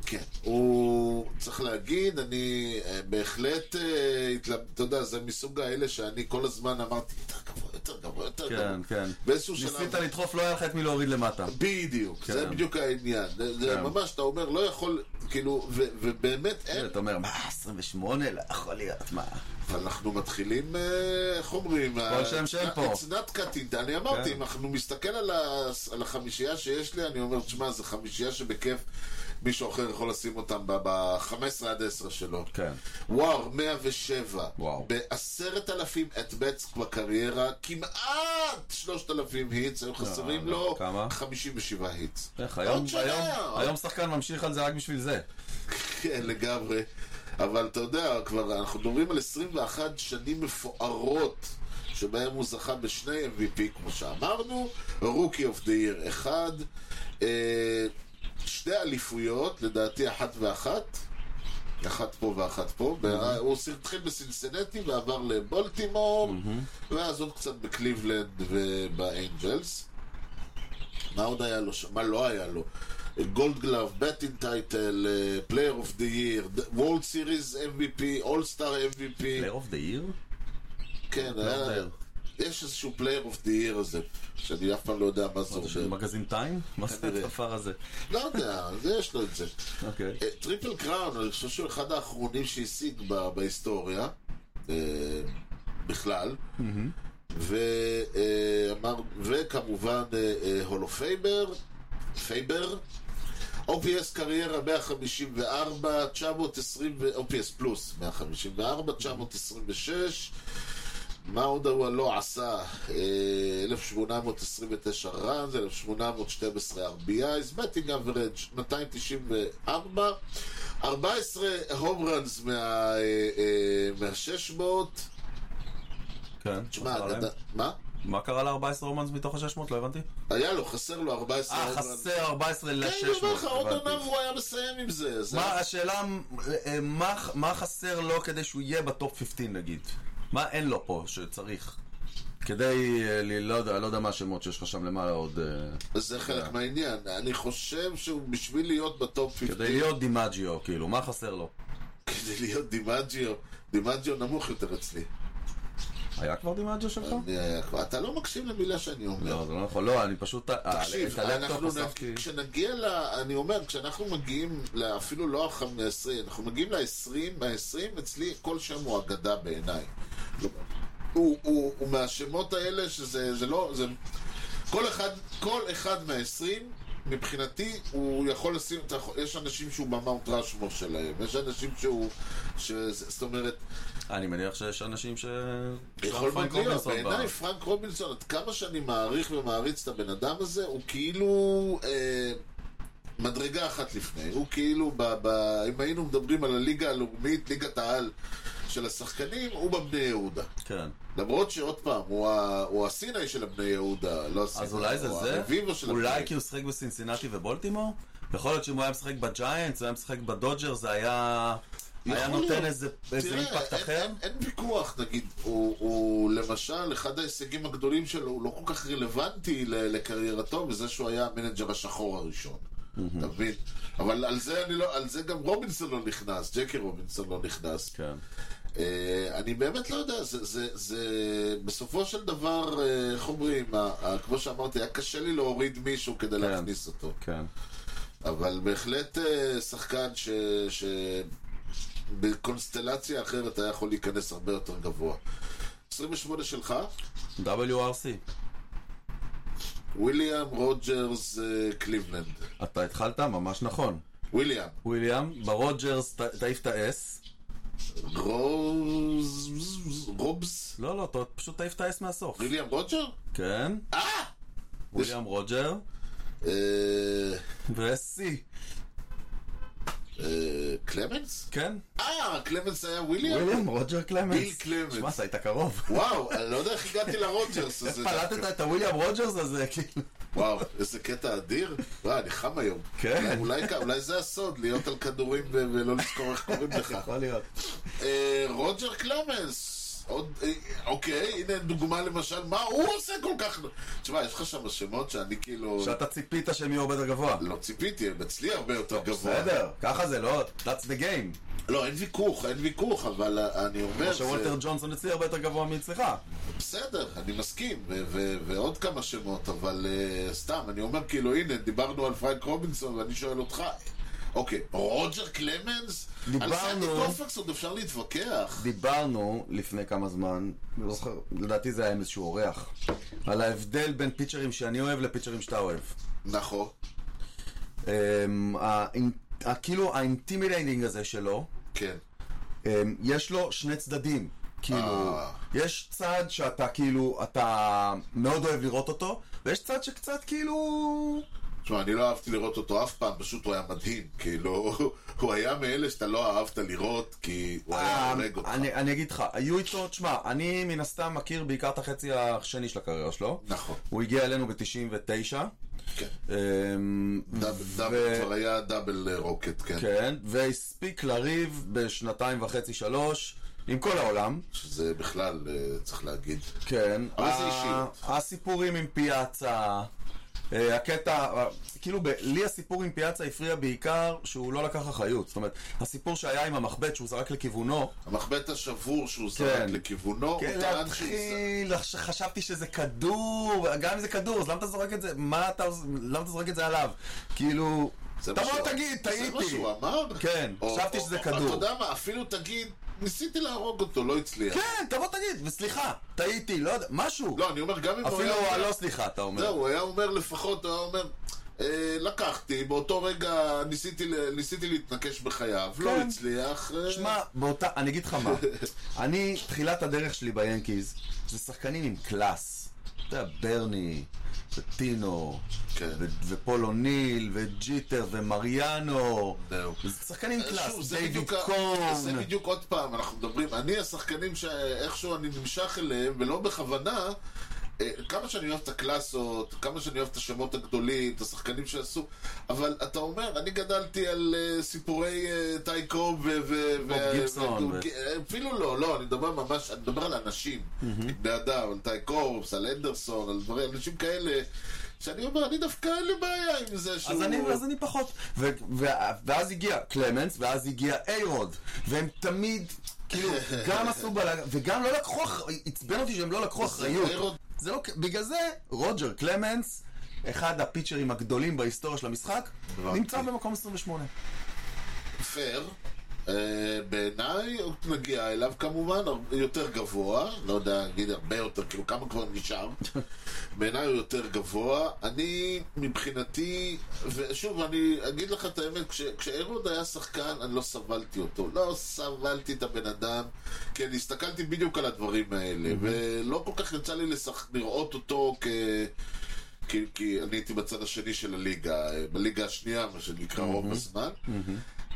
A: כן, הוא, צריך להגיד, אני אה, בהחלט, אה, התלב- אתה יודע, זה מסוג האלה שאני כל הזמן אמרתי, יותר גבוה, יותר גבוה, יותר גבוה.
B: כן, כן.
A: באיזשהו
B: ניסית
A: שלב...
B: לדחוף, לא היה לך את מי להוריד למטה.
A: בדיוק, זה
B: כן.
A: בדיוק העניין. זה זה
B: כן.
A: ממש, אתה אומר, לא יכול, כאילו, ו- ובאמת אין,
B: אתה אומר, מה, 28? לא יכול להיות, מה?
A: אבל אנחנו מתחילים, אה, איך אומרים? ה-
B: שם שם פה.
A: It's not cutting, down. אני אמרתי,
B: כן.
A: אם אנחנו מסתכל על ה- על החמישייה שיש לי, אני אומר, תשמע, זו חמישייה שבכיף מישהו אחר יכול לשים אותם ב-15 עד 10 שלו.
B: כן.
A: וואו, 107.
B: וואו.
A: בעשרת אלפים את בטס בקריירה, כמעט 3,000 היטס, היו חסרים
B: לא,
A: לו
B: כמה?
A: 57 היטס.
B: איך, היום,
A: עוד שנה,
B: היום,
A: עוד
B: היום שחקן ממשיך על זה רק בשביל זה.
A: כן, לגמרי. אבל אתה יודע, כבר אנחנו מדברים על 21 שנים מפוארות שבהם הוא זכה בשני MVP, כמו שאמרנו, רוקי אוף דה עיר אחד, אה, שתי אליפויות, לדעתי אחת ואחת, אחת פה ואחת פה, mm-hmm. הוא התחיל בסינסנטי ועבר לבולטימור, mm-hmm. ואז עוד קצת בקליבלנד ובאנג'לס. מה עוד היה לו שם? מה לא היה לו? גולד גלאב, בטינג טייטל, אה, פלייר אוף דה ייר, וולד סיריס MVP, אולסטאר MVP,
B: פלייר אוף דה עיר?
A: אה. כן,
B: לא
A: היה...
B: אומר.
A: יש איזשהו פלייר אוף דה ייר הזה, שאני אף פעם לא יודע מה זה
B: של
A: אומר.
B: מגזין טיים? מה זה
A: כנראה.
B: הדבר הזה?
A: לא יודע, זה יש לו את זה.
B: אוקיי.
A: אה, טריפל קראון, אני חושב שהוא אחד האחרונים שהשיג ב- בהיסטוריה, אה, בכלל. ו- אה, אמר- וכמובן אה, אה, הולו פייבר, פייבר. OPS קריירה 154, 920, ו- OPS פלוס 154, 926, מה עוד הוא לא עשה? אה, 1,829 ראנז, 1,812 RBI's, בטינג אברג' 294, 14 הום ראנז אה, מה-600.
D: כן.
A: תשמע,
D: חזר להם.
A: אגדה- מה?
D: מה קרה ל-14 רומנס מתוך ה-600? לא הבנתי.
A: היה לו, חסר לו 14
D: אה,
A: home runs.
D: חסר 14 ל-600.
A: כן, אני אומר לך, עוד עונה והוא היה מסיים עם זה. זה
D: מה השאלה, אה, מה, מה חסר לו כדי שהוא יהיה בטופ 15 נגיד? מה אין לו פה שצריך?
B: כדי, אה, לי- לא יודע, לא יודע מה השמות שיש לך שם למעלה עוד... אה,
A: זה חלק מהעניין. אני חושב שהוא בשביל להיות בטופ 15,
B: כדי להיות דימג'יו, כאילו, מה חסר לו?
A: כדי להיות דימג'יו, דימג'יו נמוך יותר אצלי.
B: היה כבר דימג'יו שלך?
A: אני היה כבר- אתה לא מקשיב למילה שאני אומר.
B: לא, זה לא נכון. לא, אני פשוט...
A: תקשיב,
B: אה, את הלפטופ
A: אנחנו
B: אספתי.
A: נ- כשנגיע ל... אני אומר, כשאנחנו מגיעים, ל- אפילו לא ה-15, אנחנו מגיעים ל-20, ה-20 אצלי כל שם הוא אגדה בעיניי. הוא- הוא הוא מהשמות האלה שזה זה לא... זה- כל אחד, כל אחד מהעשרים, מבחינתי, הוא יכול לשים, אתה יכול- יש אנשים שהוא במאונט רשמו שלהם, יש אנשים שהוא, שזה- זאת אומרת,
D: אני מניח שיש אנשים ש...
A: יכול
D: פרנק
A: מאוד להיות,
D: רובינסון
A: בעיניי
D: בא.
A: פרנק רובינסון, עד כמה שאני מעריך ומעריץ את הבן אדם הזה, הוא כאילו אה, מדרגה אחת לפני, הוא כאילו, ב, ב, אם היינו מדברים על הליגה הלאומית, ליגת העל של השחקנים, הוא בבני יהודה.
D: כן.
A: למרות שעוד פעם, הוא, ה, הוא הסיני של הבני יהודה, לא הסיני,
D: אז אולי זה
A: הוא
D: זה?
A: הרביבו של הבני
D: אולי כי הוא שיחק בסינסינטי ובולטימור? יכול להיות שאם הוא היה משחק בג'יינטס, הוא היה משחק בדודג'ר, זה היה... היה
A: יכול להיות.
D: נותן איזה איזה
A: תראה,
D: אימפקט
A: אין-
D: אחר?
A: אין- אין ויכוח, נגיד, הוא- הוא למשל, אחד ההישגים הגדולים שלו הוא לא כל כך רלוונטי ל- לקריירתו, בזה שהוא היה המנג'ר השחור הראשון. אתה מבין? אבל על זה, אני לא, על זה גם רובינסון לא נכנס, ג'קי רובינסון לא נכנס.
D: כן.
A: אה, אני באמת לא יודע, זה, זה, זה בסופו של דבר, אה, איך אומרים, ה- ה- כמו שאמרתי, היה קשה לי להוריד מישהו כדי להכניס אותו.
B: כן.
A: אבל בהחלט אה, שחקן ש... ש... בקונסטלציה אחרת היה יכול להיכנס הרבה יותר גבוה. 28 שלך,
D: WRC.
A: וויליאם רוג'רס אה, קליבלנד.
B: אתה התחלת ממש נכון.
A: וויליאם,
D: וויליאם, ברוג'רס ת- תעיף את האס.
A: רוז... רובס?
D: לא, לא, אתה פשוט תעיף את האס מהסוף.
A: וויליאם רוג'ר?
D: כן. וויליאם רוג'ר.
A: אה,
D: ו-C.
A: אה, קלמנס?
D: כן.
A: אה, קלמנס היה וויליאם?
B: וויליאם רוג'ר קלמנס.
A: ביל קלמנס.
B: שמע, אתה היית קרוב.
A: וואו, אני לא יודע איך הגעתי לרוג'רס הזה.
B: פלטת את הוויליאם רוג'רס הזה, כאילו.
A: וואו, איזה קטע אדיר. וואי, אני חם היום.
B: כן.
A: אולי, אולי- אולי זה הסוד, להיות על כדורים ו- ולא לזכור איך קוראים לך.
B: יכול להיות.
A: אה, רוג'ר קלמנס. עוד, אה, אוקיי, הנה דוגמה למשל, מה הוא עושה כל כך... תשמע, יש לך שם שמות שאני כאילו...
B: שאתה ציפית שהם יהיו הרבה יותר גבוה.
A: לא ציפיתי, הם אצלי הרבה יותר גבוה.
B: בסדר, ככה זה, לא? That's the game.
A: לא, אין ויכוח, אין ויכוח, אבל אה, אני אומר...
B: כמו שוולטר
A: זה-
B: ג'ונסון אצלי הרבה יותר גבוה מאצלך.
A: בסדר, אני מסכים, ו- ו- ועוד כמה שמות, אבל אה, סתם, אני אומר כאילו, הנה, דיברנו על פרנק רובינסון, ואני שואל אותך, אוקיי, רוג'ר קלמנס? על סנדי
B: דיברנו-
A: קופקס עוד אפשר להתווכח.
B: דיברנו לפני כמה זמן, לא זוכר, לדעתי זה היה עם איזשהו אורח, על ההבדל בין פיצ'רים שאני אוהב לפיצ'רים שאתה אוהב.
A: נכון.
B: אמ, האינ- ה- כאילו האינטימידייטינג הזה שלו,
A: כן.
B: אמ, יש לו שני צדדים. כאילו,
A: אה.
B: יש צד שאתה כאילו, אתה מאוד אוהב לראות אותו, ויש צד שקצת כאילו...
A: תשמע, אני לא אהבתי לראות אותו אף פעם, פשוט הוא היה מדהים. כאילו, הוא היה מאלה שאתה לא אהבת לראות, כי הוא היה
B: אה,
A: הורג אותך.
B: אני אני אגיד לך, היו איתו, תשמע, אני מן הסתם מכיר בעיקר את החצי השני של הקריירה שלו.
A: נכון.
B: הוא הגיע אלינו ב-99.
A: כן.
B: אמ,
A: דאב-
B: ו-
A: דאב- כבר היה דאבל אה, רוקט, כן.
B: כן, והספיק לריב בשנתיים וחצי, שלוש, עם כל העולם.
A: שזה בכלל, אה, צריך להגיד.
B: כן.
A: אבל זה
B: ה-
A: אישיות.
B: הסיפורים עם פיאצה, אה, הקטע, אה, כאילו, ב- לי הסיפור עם פיאצה הפריע בעיקר שהוא לא לקח אחריות. זאת אומרת, הסיפור שהיה עם המחבט שהוא זרק לכיוונו,
A: המחבט השבור שהוא
B: כן.
A: זרק לכיוונו, הוא
B: כן,
A: טען שהוא...
B: להתחיל, לח- חשבתי שזה כדור, גם אם זה כדור, אז למה אתה זורק את זה, מה אתה, למה אתה זורק את זה עליו? כאילו,
A: זה מה
B: תבוא
A: שהוא-
B: תגיד,
A: זה מה
B: טעיתי.
A: שהוא אמר?
B: כן,
A: או-
B: חשבתי
A: או-
B: שזה
A: או-
B: כדור.
A: אתה יודע מה, אפילו תגיד, ניסיתי להרוג אותו, לא הצליח.
B: כן, תבוא תגיד, וסליחה, טעיתי, לא יודע, משהו.
A: לא, אני אומר, גם אם הוא
B: אפילו
A: היה...
B: הלא סליחה, אתה אומר.
A: זהו, הוא היה אומר לפחות, הוא היה אומר... אה, לקחתי, באותו רגע ניסיתי, ל- ניסיתי להתנקש בחייו, לא
B: כן.
A: הצליח. אה,
B: שמע, באותה, אני אגיד לך מה, אני, תחילת הדרך שלי ביאנקיז, זה שחקנים עם קלאס. אתה יודע, ברני, וטינו,
A: כן.
B: ו- ופול אוניל, וג'יטר, ומריאנו.
A: זהו. אה,
B: זה שחקנים עם
A: שוב,
B: קלאס,
A: זה
B: דיוויד
A: בדיוק ה- זה
B: קורן.
A: בדיוק עוד פעם, אנחנו מדברים, אני השחקנים שאיכשהו אני נמשך אליהם, ולא בכוונה, אה, כמה שאני אוהב את הקלאסות, כמה שאני אוהב את השמות הגדולים, את השחקנים שעשו, אבל אתה אומר, אני גדלתי על אה, סיפורי אה, טי קוב ו... ו- ו-
B: גיבסון,
A: ו-
B: ו-
A: ג- אפילו לא, לא, אני מדבר ממש, אני מדבר על אנשים, בני אדם, על טי קורפס, על אנדרסון, על דברים, אנשים כאלה, שאני אומר, אני דווקא אין לי בעיה עם זה שהוא...
B: אז אני, אז אני פחות. ו- ו- ואז הגיע קלמנס, ואז הגיע איירוד, והם תמיד, כאילו, גם עשו בלאגן, וגם לא לקחו, אח- עצבן אותי שהם לא לקחו אחריות.
A: איירוד-
B: זה לא, בגלל זה, רוג'ר קלמנס, אחד הפיצ'רים הגדולים בהיסטוריה של המשחק,
A: הבנתי.
B: נמצא במקום 28.
A: פייר. אה, בעיניי, עוד נגיע אליו כמובן, הר- יותר גבוה, לא יודע, נגיד הרבה יותר, כאילו כמה כבר נשאר. בעיניי הוא יותר גבוה. אני, מבחינתי, ושוב, אני אגיד לך את האמת, כש- כשאירוד היה שחקן, אני לא סבלתי אותו. לא סבלתי את הבן אדם, כי אני הסתכלתי בדיוק על הדברים האלה, ולא כל כך יצא לי לשח... לראות אותו כ... כי, כי אני הייתי בצד השני של הליגה, אה, בליגה השנייה, מה שנקרא, רוב הזמן.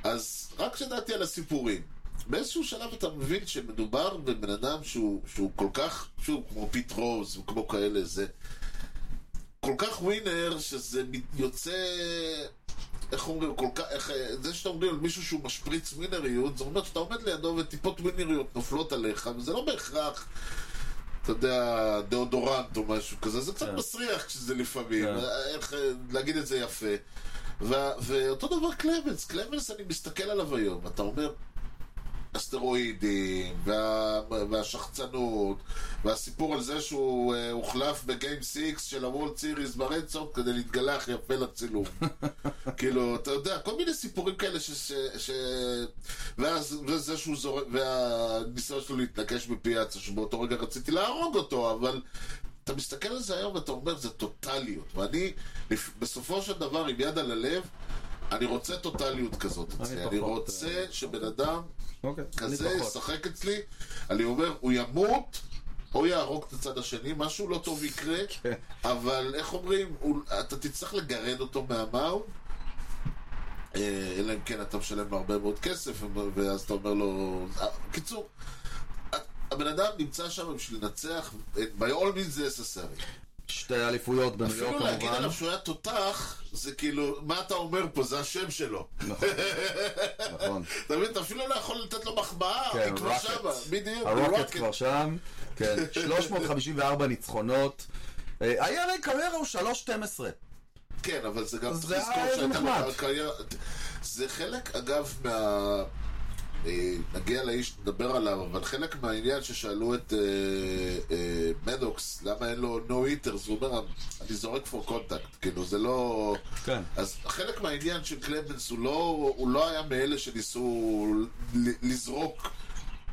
A: אז רק כשדעתי על הסיפורים. באיזשהו שלב אתה מבין שמדובר בבן אדם שהוא, שהוא כל כך, שוב, כמו פיט רוז וכמו כאלה, זה כל כך ווינר, שזה מת- יוצא, איך אומרים, כל כך, איך, אה, זה שאתה אומרים על מישהו שהוא משפריץ ווינריות, זה אומר שאתה עומד לידו וטיפות ווינריות נופלות עליך, וזה לא בהכרח, אתה יודע, דאודורנט או משהו כזה, זה קצת מסריח כשזה לפעמים,
B: כן.
A: איך אה, להגיד את זה יפה. ו- ואותו דבר קלמנס, קלמנס אני מסתכל עליו היום, אתה אומר, הסטרואידים, וה, והשחצנות, והסיפור על זה שהוא אה, הוחלף בגיים 6 של הוולד סיריס ברדסון כדי להתגלח יפה לצילום. כאילו, אתה יודע, כל מיני סיפורים כאלה ש... ש, ש ואז, וזה שהוא זורק, והניסיון שלו להתנקש בפיאצה, שבאותו רגע רציתי להרוג אותו, אבל... אתה מסתכל על זה היום ואתה אומר, זה טוטליות. ואני, לפ- בסופו של דבר, עם יד על הלב, אני רוצה טוטליות כזאת אצלי. אני
B: פחות,
A: רוצה שבן אדם
B: אוקיי,
A: כזה ישחק אצלי, אני אומר, הוא ימות, או יהרוג את הצד השני, משהו לא טוב יקרה,
B: כן.
A: אבל איך אומרים, הוא- אתה תצטרך לגרד אותו מהמאונד, אה, אלא אם כן אתה משלם לו הרבה מאוד כסף, ואז אתה אומר לו... אה, קיצור, הבן אדם נמצא שם בשביל לנצח, by all means זה necessary.
B: שתי אליפויות בניו יורק
A: אפילו להגיד
B: לא, כמובן.
A: עליו שהוא היה תותח, זה כאילו, מה אתה אומר פה, זה השם שלו.
B: נכון.
A: אתה מבין, אתה אפילו לא יכול לתת לו מחמאה,
B: כן,
A: היא כבר
B: rocket.
A: שמה, בדיוק,
B: הרוקט
A: rocket.
B: כבר שם, כן, 354 ניצחונות. אה, היה לי קריירה הוא 3-12.
A: כן, אבל זה גם
B: אז
A: צריך
B: זה
A: לזכור
B: היה
A: שהייתה
B: נחמד.
A: לך קריירה... זה חלק, אגב, מה... אה, נגיע לאיש, נדבר עליו, אבל חלק מהעניין ששאלו את אה, אה, מדוקס, למה אין לו no hitters, הוא אומר, אני זורק for contact, כאילו, זה לא...
B: כן.
A: אז חלק מהעניין של קלמנס, הוא לא, הוא לא היה מאלה שניסו ל- לזרוק.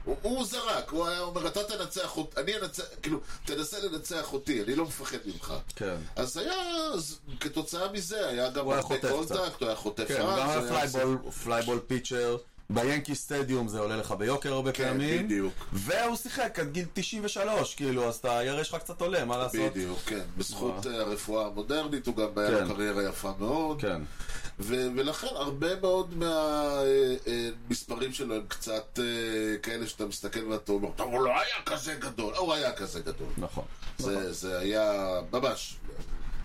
A: הוא, הוא זרק, הוא היה אומר, אתה תנצח אותי, אני אנצח, כאילו, תנסה לנצח אותי, אני לא מפחד ממך.
B: כן.
A: אז היה, אז כתוצאה מזה, היה גם
B: היה
A: הרבה
B: חוטף
A: קונטקט, הוא היה חוטף
B: כן,
A: רץ,
B: הוא גם
A: הוא
B: היה
A: היה עושה-
B: פלייבול, פלייבול פיצ'ר. ביאנקי סטדיום זה עולה לך ביוקר הרבה
A: כן,
B: פעמים.
A: בדיוק.
B: והוא שיחק עד גיל 93, כאילו, אז אתה, הירש שלך קצת עולה, מה לעשות?
A: בדיוק, כן. בזכות אה, הרפואה המודרנית, הוא גם היה
B: כן.
A: לו קריירה יפה מאוד.
B: כן.
A: ו- ולכן הרבה מאוד מהמספרים שלו הם קצת אה, כאלה שאתה מסתכל ואתה אומר, "טוב, הוא לא היה כזה גדול, הוא היה כזה גדול.
B: נכון.
A: זה- זה היה ממש.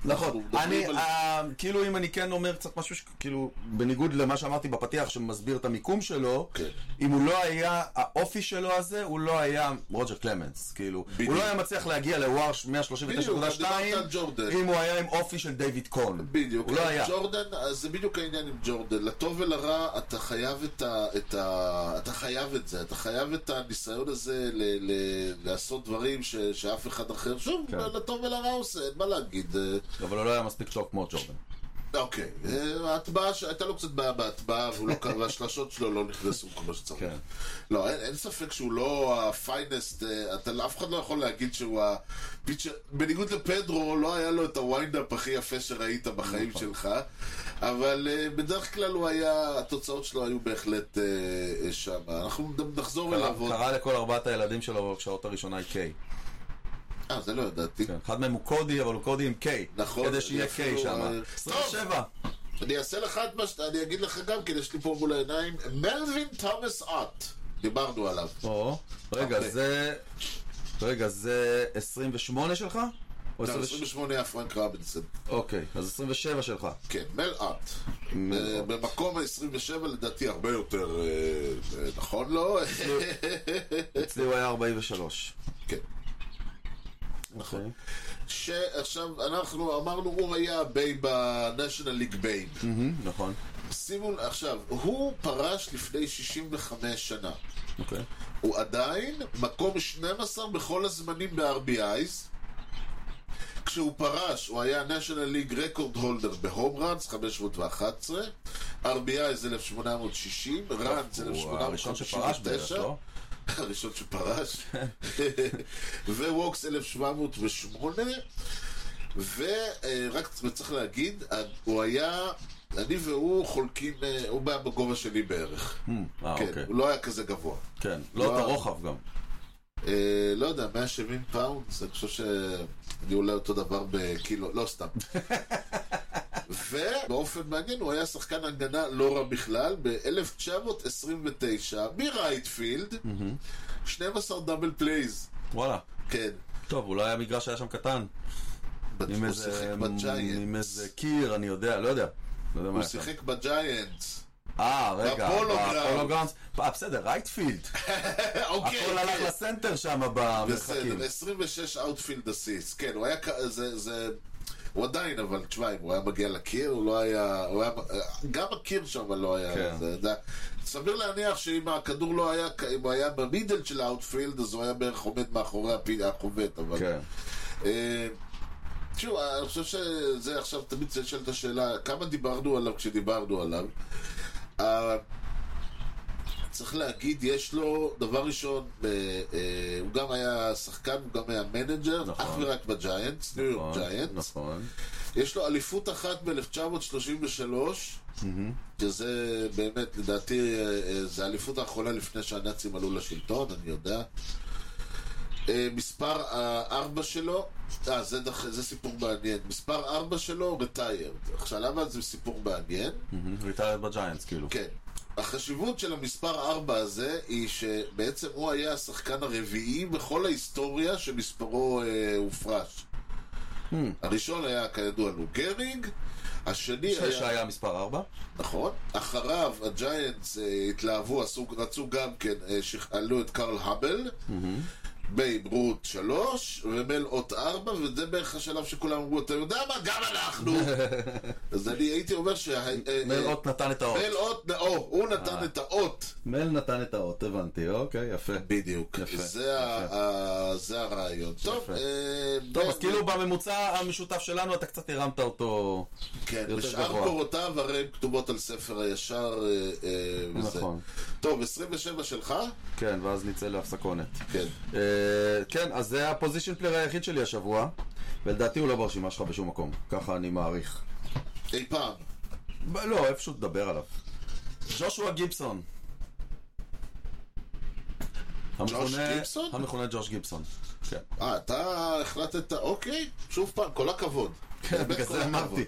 A: אנחנו
B: נכון, אני,
A: מדברים על-
B: אה, כאילו אם אני כן אומר קצת משהו, ש- כאילו, בניגוד למה שאמרתי בפתיח שמסביר את המיקום שלו,
A: כן.
B: אם הוא לא היה, האופי שלו הזה, הוא לא היה רוג'ר קלמנס, כאילו,
A: בדיוק.
B: הוא לא היה מצליח להגיע
A: בדיוק,
B: לוואר
A: אתה
B: 139.2,
A: דיברת על ג'ורדן.
B: אם הוא היה עם אופי של דיוויד קון.
A: בדיוק. אה,
B: הוא לא היה.
A: ג'ורדן, אז זה בדיוק העניין עם ג'ורדן. לטוב ולרע, אתה חייב את, ה, את, ה, אתה חייב את זה. אתה חייב את הניסיון הזה ל, ל, לעשות דברים ש, שאף אחד אחר, שוב,
B: כן.
A: לטוב ולרע עושה, אין מה להגיד. אה,
B: אבל הוא לא היה מספיק טוב כמו ג'ורדן.
A: אוקיי. אה, ההטבעה, ש- הייתה לו קצת בעיה בהטבעה, והוא לא קרא, והשלשות שלו לא נכנסו כמו שצריך.
B: כן.
A: לא, אין, אין ספק שהוא לא הפיינסט, אה, אתה, אף אחד לא יכול להגיד שהוא הפיצ'ר, בניגוד לפדרו, לא היה לו את הוויינדאפ הכי יפה שראית בחיים שלך, אבל אה, בדרך כלל הוא היה, התוצאות שלו היו בהחלט אה, אה, שם. אנחנו גם נחזור אליו עוד.
B: קרא לכל ארבעת הילדים שלו בשעות הראשונה היא קיי.
A: אה, זה לא ידעתי.
B: כן, אחד מהם הוא קודי, אבל הוא קודי עם קיי.
A: נכון,
B: כדי שיהיה
A: אני
B: קיי
A: אפילו,
B: שם.
A: אה,
B: 27.
A: אני אעשה לך את מה ש... אני אגיד לך גם, כי יש לי פה מול העיניים. מלווין תומאס אט. דיברנו עליו.
B: או, רגע,
A: אוקיי.
B: זה... רגע, זה 28 שלך? או
A: לא,
B: 28?
A: 28 היה פרנק רבינסון.
B: אוקיי, אז 27 שלך.
A: כן, מל אט.
B: מל
A: אה,
B: אט.
A: במקום ה-27 לדעתי הרבה יותר אה, אה, נכון לו.
B: אצלי הוא היה 43.
A: כן.
B: נכון.
A: שעכשיו, אנחנו אמרנו, הוא היה ביי בניישנל ליג ביי.
B: נכון,
A: שימו, עכשיו, הוא פרש לפני 65 שנה.
B: אוקיי.
A: הוא עדיין מקום 12 בכל הזמנים ב-RBI's. כשהוא פרש, הוא היה national league record holder בהום ראנס, 511, RBI's 1860, ראנס
B: הוא הראשון שפרש בערך,
A: 1859,
B: לא?
A: הראשון שפרש, וווקס 1708, ורק צריך להגיד, הוא היה, אני והוא חולקים, אה, הוא היה בגובה שלי בערך.
B: אה,
A: כן,
B: אוקיי.
A: הוא לא היה כזה גבוה.
B: כן. לא את
A: לא.
B: הרוחב גם.
A: אה, לא יודע, 170 פאונד, אני חושב ש... אני אולי אותו דבר בקילו, לא סתם. ובאופן מעניין הוא היה שחקן הגנה לא רע בכלל ב-1929 מרייטפילד, 12 דאבל פלייז,
B: וואלה.
A: כן.
B: טוב, אולי המגרש היה שם קטן. עם
A: הוא
B: איזה...
A: שיחק
B: עם
A: בג'יינטס.
B: איזה קיר, אני יודע, לא יודע. לא יודע מה
A: הוא
B: היה שם.
A: שיחק בג'יינטס.
B: אה, רגע.
A: בפולוגראונד.
B: בפולוגראונד. אה, בסדר, רייטפילד. הכל הלך
A: אוקיי.
B: לסנטר שם במשחקים.
A: בסדר, 26 אאוטפילד אסיס, כן, הוא היה, כ- זה, זה, הוא עדיין, אבל תשמע, אם הוא היה מגיע לקיר, הוא לא היה, הוא היה, גם הקיר שם לא היה,
B: כן.
A: זה, זה, סביר להניח שאם הכדור לא היה, אם הוא היה במידל של האאוטפילד, אז הוא היה בערך עומד מאחורי הפי- החובט, אבל...
B: כן.
A: אה, תשמעו, אני חושב שזה עכשיו, תמיד צריך לשאול את השאלה, כמה דיברנו עליו כשדיברנו עליו. אה, צריך להגיד, יש לו, דבר ראשון, אה, אה, הוא גם היה שחקן, הוא גם היה מנג'ר,
B: נכון.
A: אך ורק בג'יינטס, ניו יורק
B: נכון,
A: ג'יינטס.
B: נכון.
A: יש לו אליפות אחת ב-1933, שזה באמת, לדעתי, אה, אה, זה האליפות האחרונה לפני שהנאצים עלו לשלטון, אני יודע. אה, מספר אה, ארבע שלו, אה, זה, דח- זה סיפור מעניין. מספר ארבע שלו, retired. עכשיו, למה זה סיפור מעניין?
B: הוא התערב בג'יינטס, כאילו.
A: כן. החשיבות של המספר 4 הזה היא שבעצם הוא היה השחקן הרביעי בכל ההיסטוריה שמספרו אה, הופרש.
B: Hmm.
A: הראשון היה כידוע לו גרינג, השני
B: שש
A: היה...
B: היה מספר 4.
A: נכון. אחריו הג'יינטס אה, התלהבו, עשו, רצו גם כן, אה, שעלו את קרל האבל,
B: Mm-hmm.
A: בייב רות 3, ומל אות 4, וזה בערך השלב שכולם אמרו, אתה יודע מה? גם אנחנו! אז אני הייתי אומר שה... אה, אה,
B: מל אות נתן את האות.
A: מל אות, או, הוא נתן
B: אה.
A: את האות.
B: מל נתן את האות, הבנתי, אוקיי, יפה.
A: בדיוק.
B: יפה,
A: זה ה-
B: יפה.
A: ה- זה הרעיון. טוב, אה,
B: טוב,
A: ב-
B: אז כאילו בממוצע המשותף שלנו אתה קצת הרמת אותו.
A: כן,
B: יותר
A: ושאר
B: גבוה.
A: קורותיו הרי הן כתובות על ספר הישר אה, אה, וזה.
B: נכון.
A: טוב, 27 שלך?
B: כן, ואז נצא להפסקונת.
A: כן.
B: אה, כן, אז זה הפוזיישן פלייר היחיד שלי השבוע, ולדעתי הוא לא ברשימה שלך בשום מקום, ככה אני מעריך.
A: אי פעם.
B: ב- לא, איפשהו תדבר עליו. ג'ושוע גיבסון. המכונה-
A: גיבסון?
B: המכונה ג'וש גיבסון. כן.
A: אה, אתה החלטת, אוקיי, שוב פעם, כל הכבוד. באמת
B: כן, בגלל
A: כן, כל
B: זה
A: הכבוד.
B: אמרתי.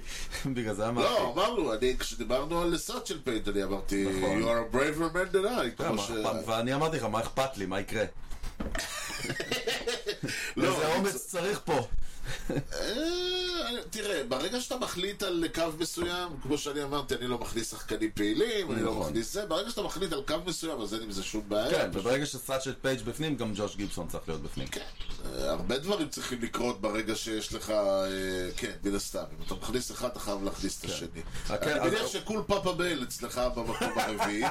B: בגלל זה אמרתי.
A: לא, אמרנו, אני, כשדיברנו על סאצ'ל פייט, אני אמרתי,
B: נכון.
A: you are a braver man than I,
B: כן,
A: כמו
B: מה
A: ש...
B: אכפת- ואני אמרתי לך, מה אכפת לי, מה יקרה?
A: לא,
B: איזה
A: אני
B: אומץ צריך פה.
A: אה, תראה, ברגע שאתה מחליט על קו מסוים, כמו שאני אמרתי, אני לא מכניס שחקנים פעילים, אני לא
B: נכון.
A: מכניס זה, ברגע שאתה מחליט על קו מסוים, אז אין עם זה שום בעיה.
B: כן, וברגע שסאצ'ל פייג' בפנים, גם ג'וש גיבסון צריך להיות בפנים.
A: כן. אה, הרבה דברים צריכים לקרות ברגע שיש לך, אה, כן, מן הסתם. אם אתה מכניס אחד, אתה חייב להכניס את השני.
B: אה, כן,
A: אני
B: אז- כן.
A: מניח שכול פאפה בייל אצלך במקום הרביעי.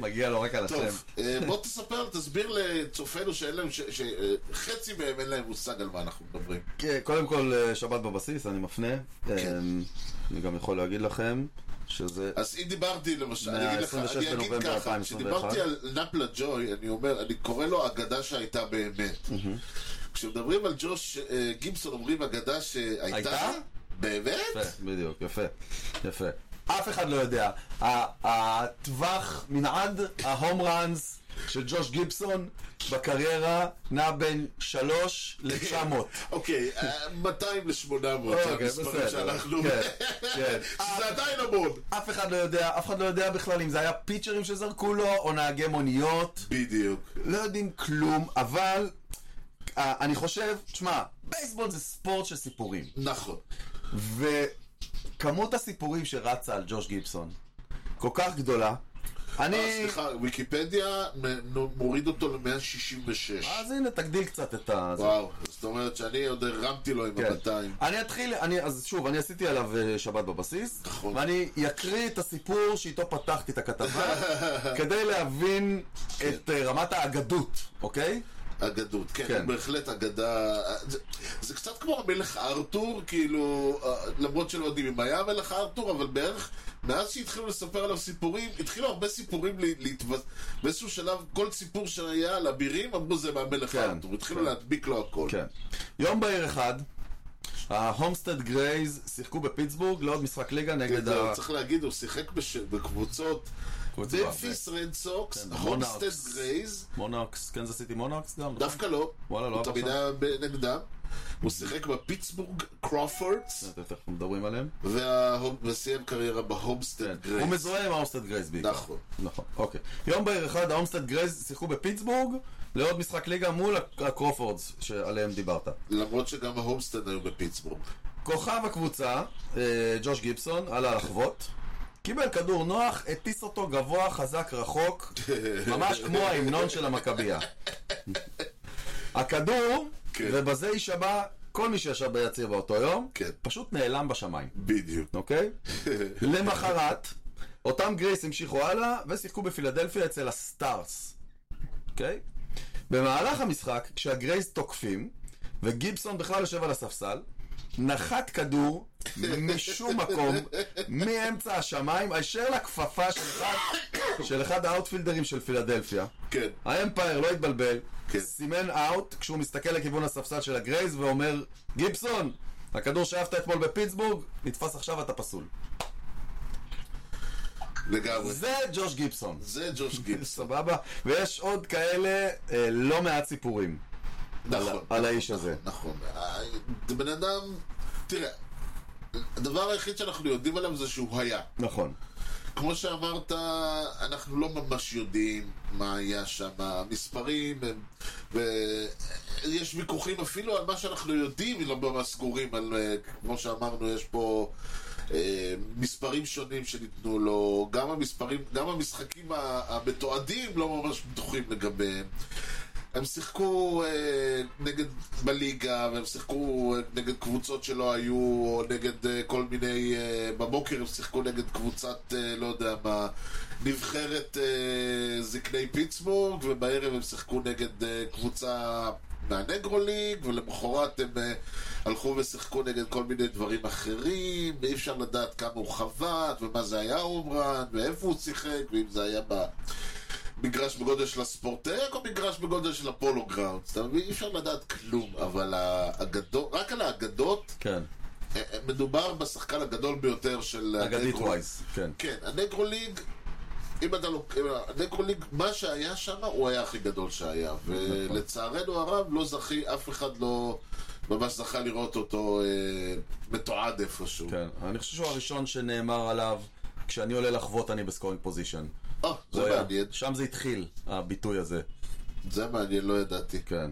B: מגיע לו רק על השם.
A: כן. טוב, אה, בוא תספר, תסביר לצופינו שאין להם, ש- ש- אה, חצי מהם אין להם מושג על מה אנחנו מדברים.
B: כן, קודם כל, אה, שבת בבסיס, אני מפנה.
A: כן.
B: אמ, אני גם יכול להגיד לכם שזה...
A: אז אם דיברתי למשל, אני אגיד לך,
B: מה-26
A: אני אגיד
B: בנובמבר
A: ככה,
B: 2021.
A: כשדיברתי על נפלה ג'וי, אני אומר, אני קורא לו אגדה שהייתה באמת. כשמדברים על ג'וש אה, גיבסון אומרים אגדה שהייתה?
B: הייתה?
A: באמת?
B: יפה, בדיוק, יפה, יפה. אף אחד לא יודע. ה- הטווח, מנעד ההום ראנס של ג'וש גיבסון בקריירה נע בין 3 ל-900.
A: אוקיי, אה, 200 ל-800,
B: אוקיי,
A: המספרים
B: בסדר.
A: שאנחנו...
B: כן, כן.
A: זה עדיין המון.
B: אף אחד לא יודע, אף אחד לא יודע בכלל אם זה היה פיצ'רים שזרקו לו, או נהגי מוניות.
A: בדיוק.
B: לא יודעים כלום, אבל אה, אני חושב, תשמע, בייסבול זה ספורט של סיפורים.
A: נכון.
B: וכמות הסיפורים שרצה על ג'וש גיבסון כל כך גדולה.
A: אה,
B: אני...
A: סליחה, ויקיפדיה מ- נו- מוריד אותו ל-166.
B: אז הנה, תגדיל קצת את ה... זה.
A: וואו, זאת אומרת שאני עוד הרמתי לו עם
B: כן.
A: ה-200.
B: אני אתחיל, אני, אז שוב, אני עשיתי עליו אה, שבת בבסיס,
A: נכון.
B: ואני אקריא את הסיפור שאיתו פתחתי את הכתבה, כדי להבין
A: כן.
B: את אה, רמת האגדות, אוקיי?
A: אגדות, כן,
B: כן.
A: כן. בהחלט אגדה. זה, זה קצת כמו המלך ארתור, כאילו, אה, למרות שלא יודעים אם היה המלך ארתור, אבל בערך מאז שהתחילו לספר עליו סיפורים, התחילו הרבה סיפורים לה- להתבס... באיזשהו שלב, כל סיפור שהיה על אבירים, אמרו זה מהמלך
B: כן,
A: ארתור, התחילו
B: כן.
A: להדביק לו הכל.
B: כן. יום בהיר אחד, ההומסטד גרייז שיחקו בפיטסבורג לעוד משחק ליגה נגד
A: כן, זהו,
B: ה...
A: צריך להגיד, הוא שיחק בש... בקבוצות
B: קבוצה,
A: דמפיס רד סוקס,
B: כן,
A: הומסטד
B: מונארקס.
A: גרייז,
B: מונוקס, קנזס סיטי מונוקס גם?
A: דווקא לא,
B: וואלה, לא
A: הוא
B: אף
A: תמיד
B: אחד.
A: היה נגדם, הוא שיחק בפיטסבורג קרופורדס,
B: תכף מדברים עליהם.
A: וההום- וסיים קריירה בהומסטד גרייס.
B: הוא מזוהה עם ההומסטד גרייז בעיקר.
A: כן, נכון.
B: נכון, אוקיי. יום בהיר אחד ההומסטד גרייז שיחקו בפיטסבורג לעוד משחק ליגה מול הקרופורדס שעליהם דיברת.
A: למרות שגם ההומסטד היו בפיטסבורג.
B: כוכב הקבוצה, אה, ג'וש גיבסון, עלה לחוות, קיבל כדור נוח, הטיס אותו גבוה, חזק, רחוק, ממש כמו ההמנון של המכבייה. הכדור,
A: כן.
B: ובזה יישבע כל מי שישב ביציר באותו יום,
A: כן.
B: פשוט נעלם בשמיים,
A: בדיוק.
B: אוקיי? למחרת, אותם גרייס המשיכו הלאה ושיחקו בפילדלפיה אצל הסטארס, אוקיי? במהלך המשחק, כשהגרייס תוקפים, וגיבסון בכלל יושב על הספסל, נחת כדור משום מקום, מאמצע השמיים, הישר לכפפה של אחד, של אחד האאוטפילדרים של פילדלפיה.
A: כן.
B: האמפייר לא התבלבל,
A: כן.
B: סימן אאוט כשהוא מסתכל לכיוון הספסל של הגרייז ואומר, גיבסון, הכדור שאהבת אתמול בפיטסבורג, נתפס עכשיו, אתה פסול.
A: לגמרי.
B: זה ג'וש גיבסון.
A: זה ג'וש גיבס.
B: סבבה? ויש עוד כאלה אה, לא מעט סיפורים
A: נכון.
B: על האיש הזה.
A: נכון. אה, זה בן אדם... תראה, הדבר היחיד שאנחנו יודעים עליו זה שהוא היה.
B: נכון.
A: כמו שאמרת, אנחנו לא ממש יודעים מה היה שם, המספרים, הם- ויש ויכוחים אפילו על מה שאנחנו יודעים, לא ממש סגורים, על, אה, כמו שאמרנו, יש פה אה, מספרים שונים שניתנו לו, גם המספרים, גם המשחקים ה- המתועדים לא ממש בטוחים לגביהם. הם שיחקו אה, נגד בליגה, והם שיחקו אה, נגד קבוצות שלא היו, או נגד אה, כל מיני... אה, בבוקר הם שיחקו נגד קבוצת, אה, לא יודע מה, נבחרת אה, זקני פיטסבורג, ובערב הם שיחקו נגד אה, קבוצה מהנגרו ליג, ולמחרת הם אה, הלכו ושיחקו נגד כל מיני דברים אחרים, ואי אפשר לדעת כמה הוא חבט, ומה זה היה אומרן, ואיפה הוא שיחק, ואם זה היה ב... מגרש בגודל של הספורטק או מגרש בגודל של הפולו גראונד? אתה מבין? אי אפשר לדעת כלום, אבל האגדות, רק על האגדות,
B: כן.
A: אה, אה, מדובר בשחקן הגדול ביותר של...
B: אגדית
A: הנגרו-
B: ווייז. כן.
A: כן, הנגרו ליג, אם אתה לוקח... הנגרו ליג, מה שהיה שם, הוא היה הכי גדול שהיה. ולצערנו הרב, לא זכי, אף אחד לא ממש זכה לראות אותו אה, מתועד איפשהו.
B: כן. אני חושב שהוא הראשון שנאמר עליו, כשאני עולה לחוות אני בסקורינג פוזיישן.
A: אה,
B: לא
A: זה מעניין,
B: שם זה התחיל, הביטוי הזה.
A: זה מעניין, לא ידעתי.
B: כן.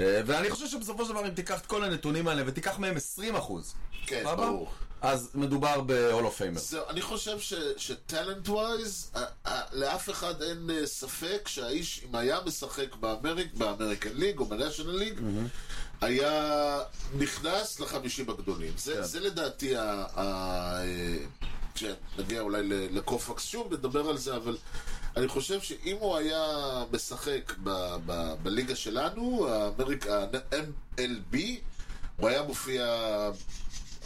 B: אה, ואני חושב שבסופו של דבר, אם תיקח את כל הנתונים האלה ותיקח מהם 20 אחוז,
A: כן, ברור.
B: אז מדובר ב-all of famer.
A: זהו, אני חושב שטלנט ווייז, לאף אחד אין אה, ספק שהאיש, אם היה משחק באמריק, באמריקן ליג או בניישנל ליג, היה נכנס לחמישים הגדולים. זה, זה לדעתי ה... ה- אה, כשנגיע אולי ל- לקופקס שוב, נדבר על זה, אבל אני חושב שאם הוא היה משחק ב- ב- בליגה שלנו, האמריק- ה-MLB, הוא היה מופיע,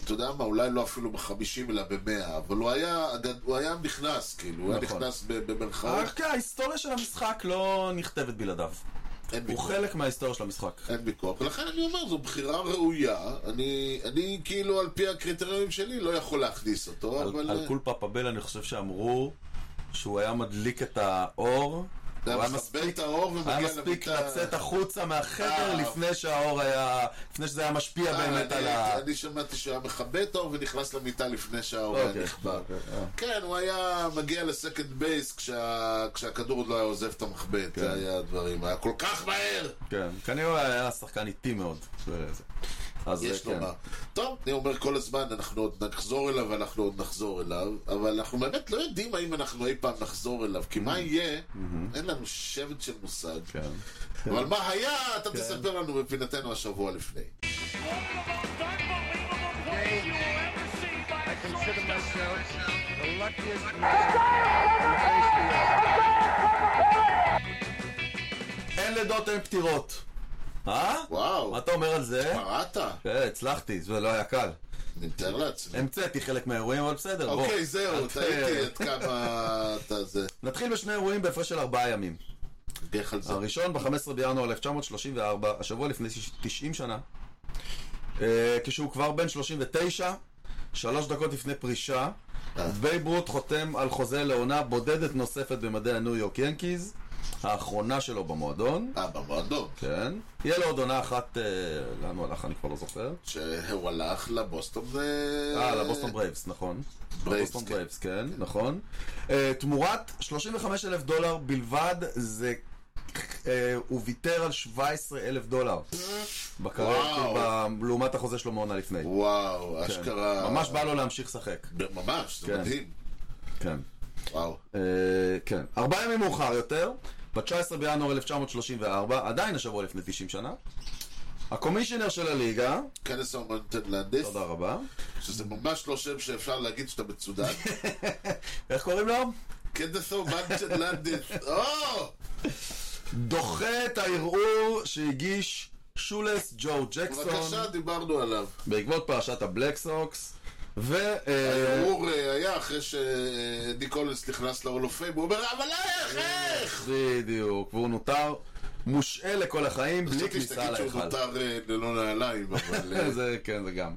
A: אתה יודע מה, אולי לא אפילו בחמישים אלא במאה, אבל הוא היה, הוא היה נכנס, כאילו, הוא היה
B: נכון.
A: נכנס ב- במרכאות,
B: רק ההיסטוריה של המשחק לא נכתבת בלעדיו.
A: אין
B: הוא
A: ויכוח.
B: חלק מההיסטוריה של המשחק.
A: אין ויכוח. ולכן אני אומר, זו בחירה ראויה. אני, אני כאילו, על פי הקריטריונים שלי, לא יכול להכניס אותו,
B: על-
A: אבל...
B: על
A: אה,
B: קול פאפאבל אני חושב שאמרו שהוא היה מדליק את האור.
A: אתה
B: הוא היה
A: מסבן
B: מספיק-
A: את האור
B: היה
A: ומגיע
B: מספיק לצאת החוצה מהחדר
A: אה.
B: לפני שהאור היה, לפני שזה היה משפיע
A: אה,
B: באמת
A: אני-
B: על ה...
A: אני שמעתי שהוא היה מכבה את האור ונכנס למיטה לפני שהאור היה
B: אוקיי,
A: נכבה.
B: אוקיי, אה.
A: כן, הוא היה מגיע לסקנד בייס כשה- כשהכדור עוד לא היה עוזב את המחבט. זה היה הדברים. היה כל כך מהר!
B: כן, כנראה הוא היה שחקן איטי מאוד. וזה. אז
A: יש
B: כן.
A: לומר. טוב, אני אומר כל הזמן, אנחנו עוד נחזור אליו, אנחנו עוד נחזור אליו, אבל אנחנו באמת לא יודעים האם אנחנו אי פעם נחזור אליו, כי מה יהיה, אין לנו שבט של מושג.
B: כן.
A: אבל מה היה, אתה תספר לנו בפינתנו השבוע לפני.
E: I consider myself the luckiest man.
B: אין לידות, אין פטירות. אה? מה
A: וואו,
B: אתה אומר על זה?
A: קראת?
B: כן, הצלחתי, זה לא היה קל.
A: אני מתאר לעצמי.
B: המצאתי חלק מהאירועים, אבל בסדר, בוא.
A: אוקיי, זהו,
B: את-
A: טעיתי עד כמה אתה זה.
B: נתחיל בשני אירועים בהפרש של ארבעה ימים.
A: נגיח על זה.
B: הראשון ב-15 בינואר 1934, השבוע לפני 90 שנה, אה, כשהוא כבר בן 39, שלוש דקות לפני פרישה, בייב רות חותם על חוזה לעונה בודדת נוספת במדעי הניו יורק ינקיז, האחרונה שלו במועדון,
A: אה, במועדון.
B: כן. יהיה לו עוד עונה אחת, אה, לאן הוא הלך? אני כבר לא זוכר.
A: שהוא הלך לבוסטון ו...
B: אה, לבוסטון ברייבס, נכון.
A: ברייבס,
B: לבוסטון
A: כן.
B: ברייבס, כן, נכון. אה, תמורת 35 אלף דולר בלבד, זה... אה, הוא ויתר על 17 אלף דולר. בקריירה,
A: וואו.
B: כאילו, ב- לעומת החוזה שלו מעונה לפני.
A: וואו,
B: כן.
A: אשכרה...
B: ממש בא לו להמשיך לשחק.
A: ממש, זה
B: כן.
A: מדהים.
B: כן.
A: וואו.
B: אה, כן. ארבעה ימים מאוחר יותר, ב-19 בינואר 1934, עדיין השבוע לפני 90 שנה, הקומישיונר של הליגה,
A: כנס האומנטן להנדס,
B: תודה רבה,
A: שזה ממש לא שם שאפשר להגיד שאתה מצודד.
B: איך קוראים לו?
A: כנס האומנטן להנדס, או!
B: דוחה את הערעור שהגיש שולס ג'ו ג'קסון
A: בבקשה, דיברנו עליו.
B: בעקבות פרשת הבלק סוקס ו... אה,
A: הערעור אה, היה אחרי שניקולס נכנס ל-all of fame, הוא אומר, אבל איך,
B: אה,
A: איך?
B: בדיוק, והוא נותר מושעה לכל החיים בלי
A: חשבתי
B: כניסה
A: שתגיד שהוא
B: להיכל.
A: נותר אה, ללא נעליים, אבל אה,
B: זה כן, זה גם.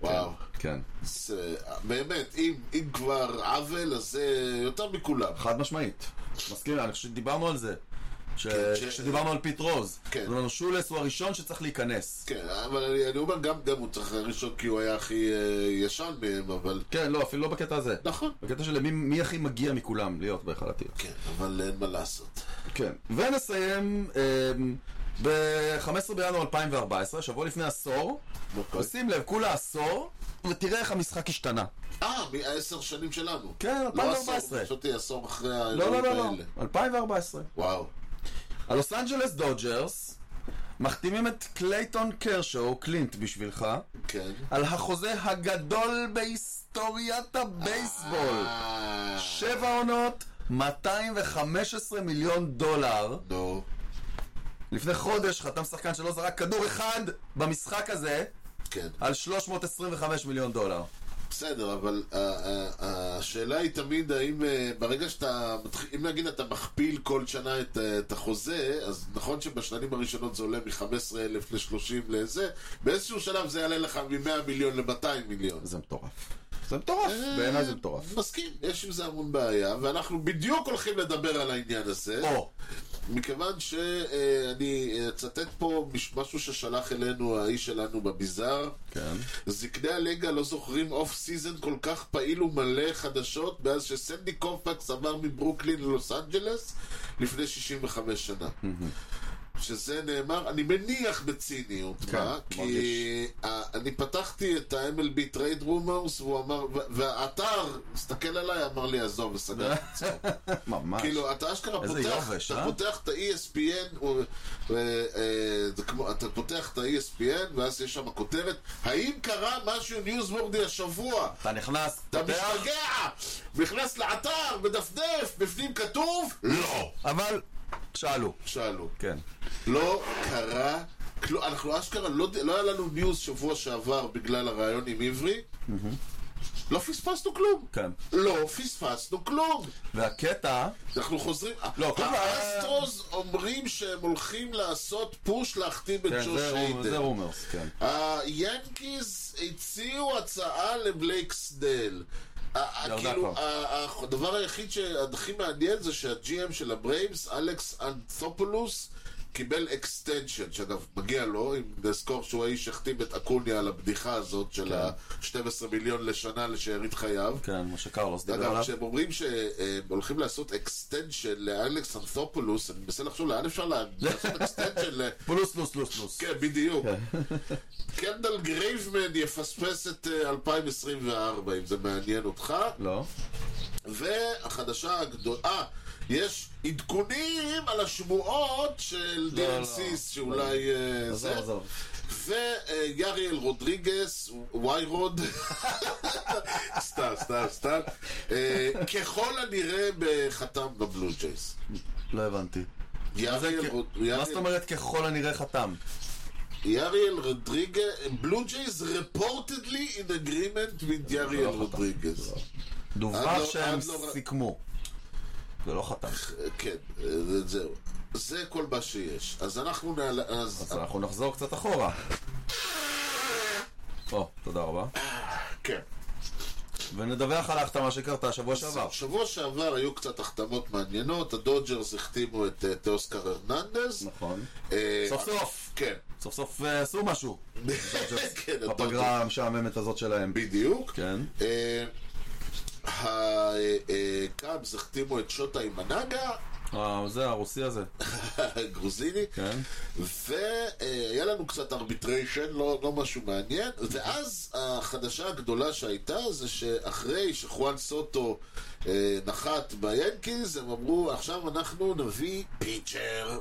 A: וואו.
B: כן.
A: זה, אה, באמת, אם אם כבר עוול, אז זה יותר מכולם.
B: חד משמעית. מסכים, אני חושב שדיברנו על זה. ש-
A: כן, ש-
B: כשדיברנו על פיט רוז.
A: כן.
B: זאת אומרת, שולס הוא הראשון שצריך להיכנס.
A: כן, אבל אני אני אומר, גם גם הוא צריך ראשון כי הוא היה הכי אה, ישן מהם, אבל...
B: כן, לא, אפילו לא בקטע הזה.
A: נכון.
B: בקטע של מי- מי הכי מגיע מכולם להיות בהיכל הטירה.
A: כן, אבל אין מה לעשות.
B: כן, ונסיים ב-15 בינואר 2014, שבוע לפני עשור,
A: אוקיי.
B: ושים לב, כולה עשור, ותראה איך המשחק השתנה.
A: אה, מהעשר שנים שלנו.
B: כן,
A: לא
B: 2014.
A: עשור, חשבתי עשור אחרי
B: לא, לא,
A: האירועים
B: לא, לא,
A: האלה.
B: 2014.
A: וואו.
B: הלוס אנג'לס דודג'רס מחתימים את קלייטון קרשו, קלינט בשבילך,
A: כן.
B: על החוזה הגדול בהיסטוריית הבייסבול.
A: אה,
B: שבע עונות, 215 מיליון דולר.
A: נו.
B: לפני חודש חתם שחקן שלא זרק כדור אחד במשחק הזה,
A: כן.
B: על 325 מיליון דולר.
A: בסדר, אבל אה, אה, אה, השאלה היא תמיד האם אה, ברגע שאתה, מתח- אם נגיד אתה מכפיל כל שנה את אה, את החוזה, אז נכון שבשנים הראשונות זה עולה מ-15,000 ל-30 לזה, באיזשהו שלב זה יעלה לך מ-100 מיליון ל-200 מיליון.
B: זה מטורף. זה מטורף.
A: אה.
B: בעיניי זה מטורף.
A: מסכים, יש עם זה המון בעיה, ואנחנו בדיוק הולכים לדבר על העניין הזה.
B: או,
A: מכיוון שאני אצטט פה מש- משהו ששלח אלינו האיש שלנו בביזאר.
B: כן.
A: זקני הליגה לא זוכרים אוף סיזן כל כך פעיל ומלא חדשות מאז שסנדי קופקס עבר מברוקלין ללוס אנג'לס לפני 65 שנה. שזה נאמר, אני מניח בציניות,
B: כן,
A: מה? כי
B: מרגיש.
A: ה- אני פתחתי את ה-MLB Trade Rumors, והוא אמר, ו- והאתר, הסתכל עליי, אמר לי, עזוב, וסגר את עצמו.
B: ממש.
A: כאילו, אתה אשכרה
B: איזה
A: פותח,
B: יובש,
A: אתה
B: אה?
A: פותח את ה-ESPN, הוא- אה, אה, זה כמו- אתה פותח את ה-ESPN, ואז יש שם כותרת, האם קרה משהו ניוזוורדי השבוע?
B: אתה נכנס,
A: אתה
B: פותח,
A: משתגע! נכנס לאתר, מדפדף, בפנים כתוב, לא!
B: אבל שאלו.
A: שאלו.
B: כן.
A: לא קרה כלום. אנחנו אשכרה, לא, לא היה לנו ניוז שבוע שעבר בגלל הרעיון עם עברי. לא פספסנו כלום.
B: כן.
A: לא פספסנו כלום.
B: והקטע,
A: אנחנו חוזרים...
B: לא, כלום.
A: האסטרוז אומרים שהם הולכים לעשות פוש להחתים את
B: כן,
A: ג'וש
B: זה רומ- זה
A: היידן.
B: רומרס, כן.
A: היאנקיז הציעו הצעה לבלייק סנל. ה- ה-
B: ירדה
A: כאילו,
B: כבר.
A: ה- ה- הדבר היחיד שהכי מעניין זה שהג'י.אם של הברייבס, אלכס אנתופולוס, קיבל אקסטנשן, שאגב, מגיע לו, אם נזכור שהוא האיש שהחתים את אקוניה על הבדיחה הזאת של ה-12 מיליון לשנה לשארית חייו.
B: כן, מה שקרלוס דיבר
A: אגב,
B: עליו.
A: כשהם אומרים שהם הולכים לעשות אקסטנשן לאלכס אנתופולוס, אני מנסה לחשוב לאן אפשר לה- לעשות אקסטנשן ל...
B: פלוס, פלוס, פלוס, פלוס.
A: כן, בדיוק. קנדל גרייבמן יפספס את אה, 2024, אם זה מעניין אותך.
B: לא?
A: והחדשה הגדולה... אה, יש עדכונים על השמועות של
B: לא,
A: דילן סיס, שאולי... אה,
B: עזוב,
A: זה.
B: עזוב.
A: ויאריאל רודריגס, וואי רוד, סתם, סתם, סתם, אה, ככל הנראה בחתם בבלו ג'ייס.
B: לא הבנתי. מה זה
A: יאריאל
B: כ-
A: רוד-
B: מה זאת
A: יאריאל-
B: אומרת ככל הנראה חתם?
A: יאריאל רודריגז, בלו ג'ייז רפורטדלי אין אגרימנט עם
B: לא,
A: יאריאל רודריגז. עד
B: דווח
A: לא-
B: שהם
A: עד לא-
B: סיכמו. זה לא חתם.
A: אה, כן, אה, זה- זהו. זה כל מה שיש. אז אנחנו נעל... אז...
B: אז אנחנו נחזור קצת אחורה. או, תודה רבה.
A: כן.
B: ונדווח על ההחתמה שקרתה שבוע שעבר.
A: שבוע שעבר היו קצת החתמות מעניינות, הדודג'רס החתימו את אה, תאוסקר הרננדז.
B: נכון.
A: אה,
B: סוף סוף.
A: כן.
B: סוף סוף אה, עשו משהו.
A: כן, הדודג'רס.
B: בפגרה המשעממת הזאת שלהם.
A: בדיוק. אה,
B: כן.
A: הקאבס אה, החתימו את שוטה עם הנגה,
B: אה, זה הרוסי הזה.
A: גרוזיני.
B: כן.
A: והיה לנו קצת ארביטריישן, לא, לא משהו מעניין, ואז החדשה הגדולה שהייתה זה שאחרי שחואן סוטו אה, נחת ביאנקיז, הם אמרו, עכשיו אנחנו נביא פיצ'ר.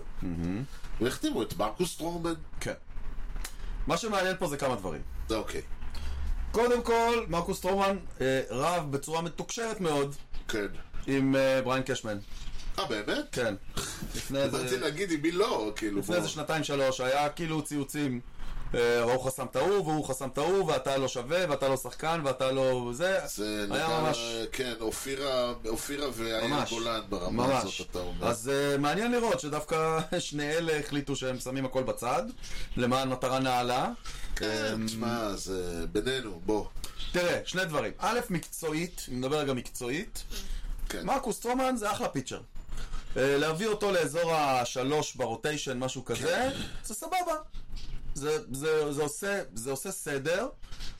A: והחתימו את מרקוס טרומן.
B: כן. מה שמעניין פה זה כמה דברים.
A: זה אוקיי.
B: קודם כל, מרקוס טרומן אה, רב בצורה מתוקשרת מאוד
A: כן.
B: עם אה, בריין קשמן.
A: אה, באמת?
B: כן. לפני איזה-
A: באתי להגיד עם מי לא, כאילו.
B: לפני איזה
A: בוא.
B: שנתיים שלוש היה כאילו ציוצים. אה, ההוא חסם את ההוא, והוא חסם את ההוא, ואתה לא שווה, ואתה לא שחקן, ואתה לא... זה...
A: זה
B: היה
A: לגמרי-
B: ממש...
A: כן, אופירה, אופירה והעיר
B: ממש.
A: גולן ברמה
B: ממש.
A: הזאת, אתה אומר.
B: אז אה, מעניין לראות שדווקא שני אלה החליטו שהם שמים הכל בצד, למען מטרה נעלה. אמ-
A: כן, תשמע, זה בינינו, בוא.
B: תראה, שני דברים. א', מקצועית, אם נדבר רגע מקצועית,
A: כן.
B: מרקוס טרומן זה אחלה פיצ'ר. אה, להביא אותו לאזור השלוש ברוטיישן, משהו
A: כן.
B: כזה, זה סבבה. זה, זה, זה, עושה, זה עושה סדר,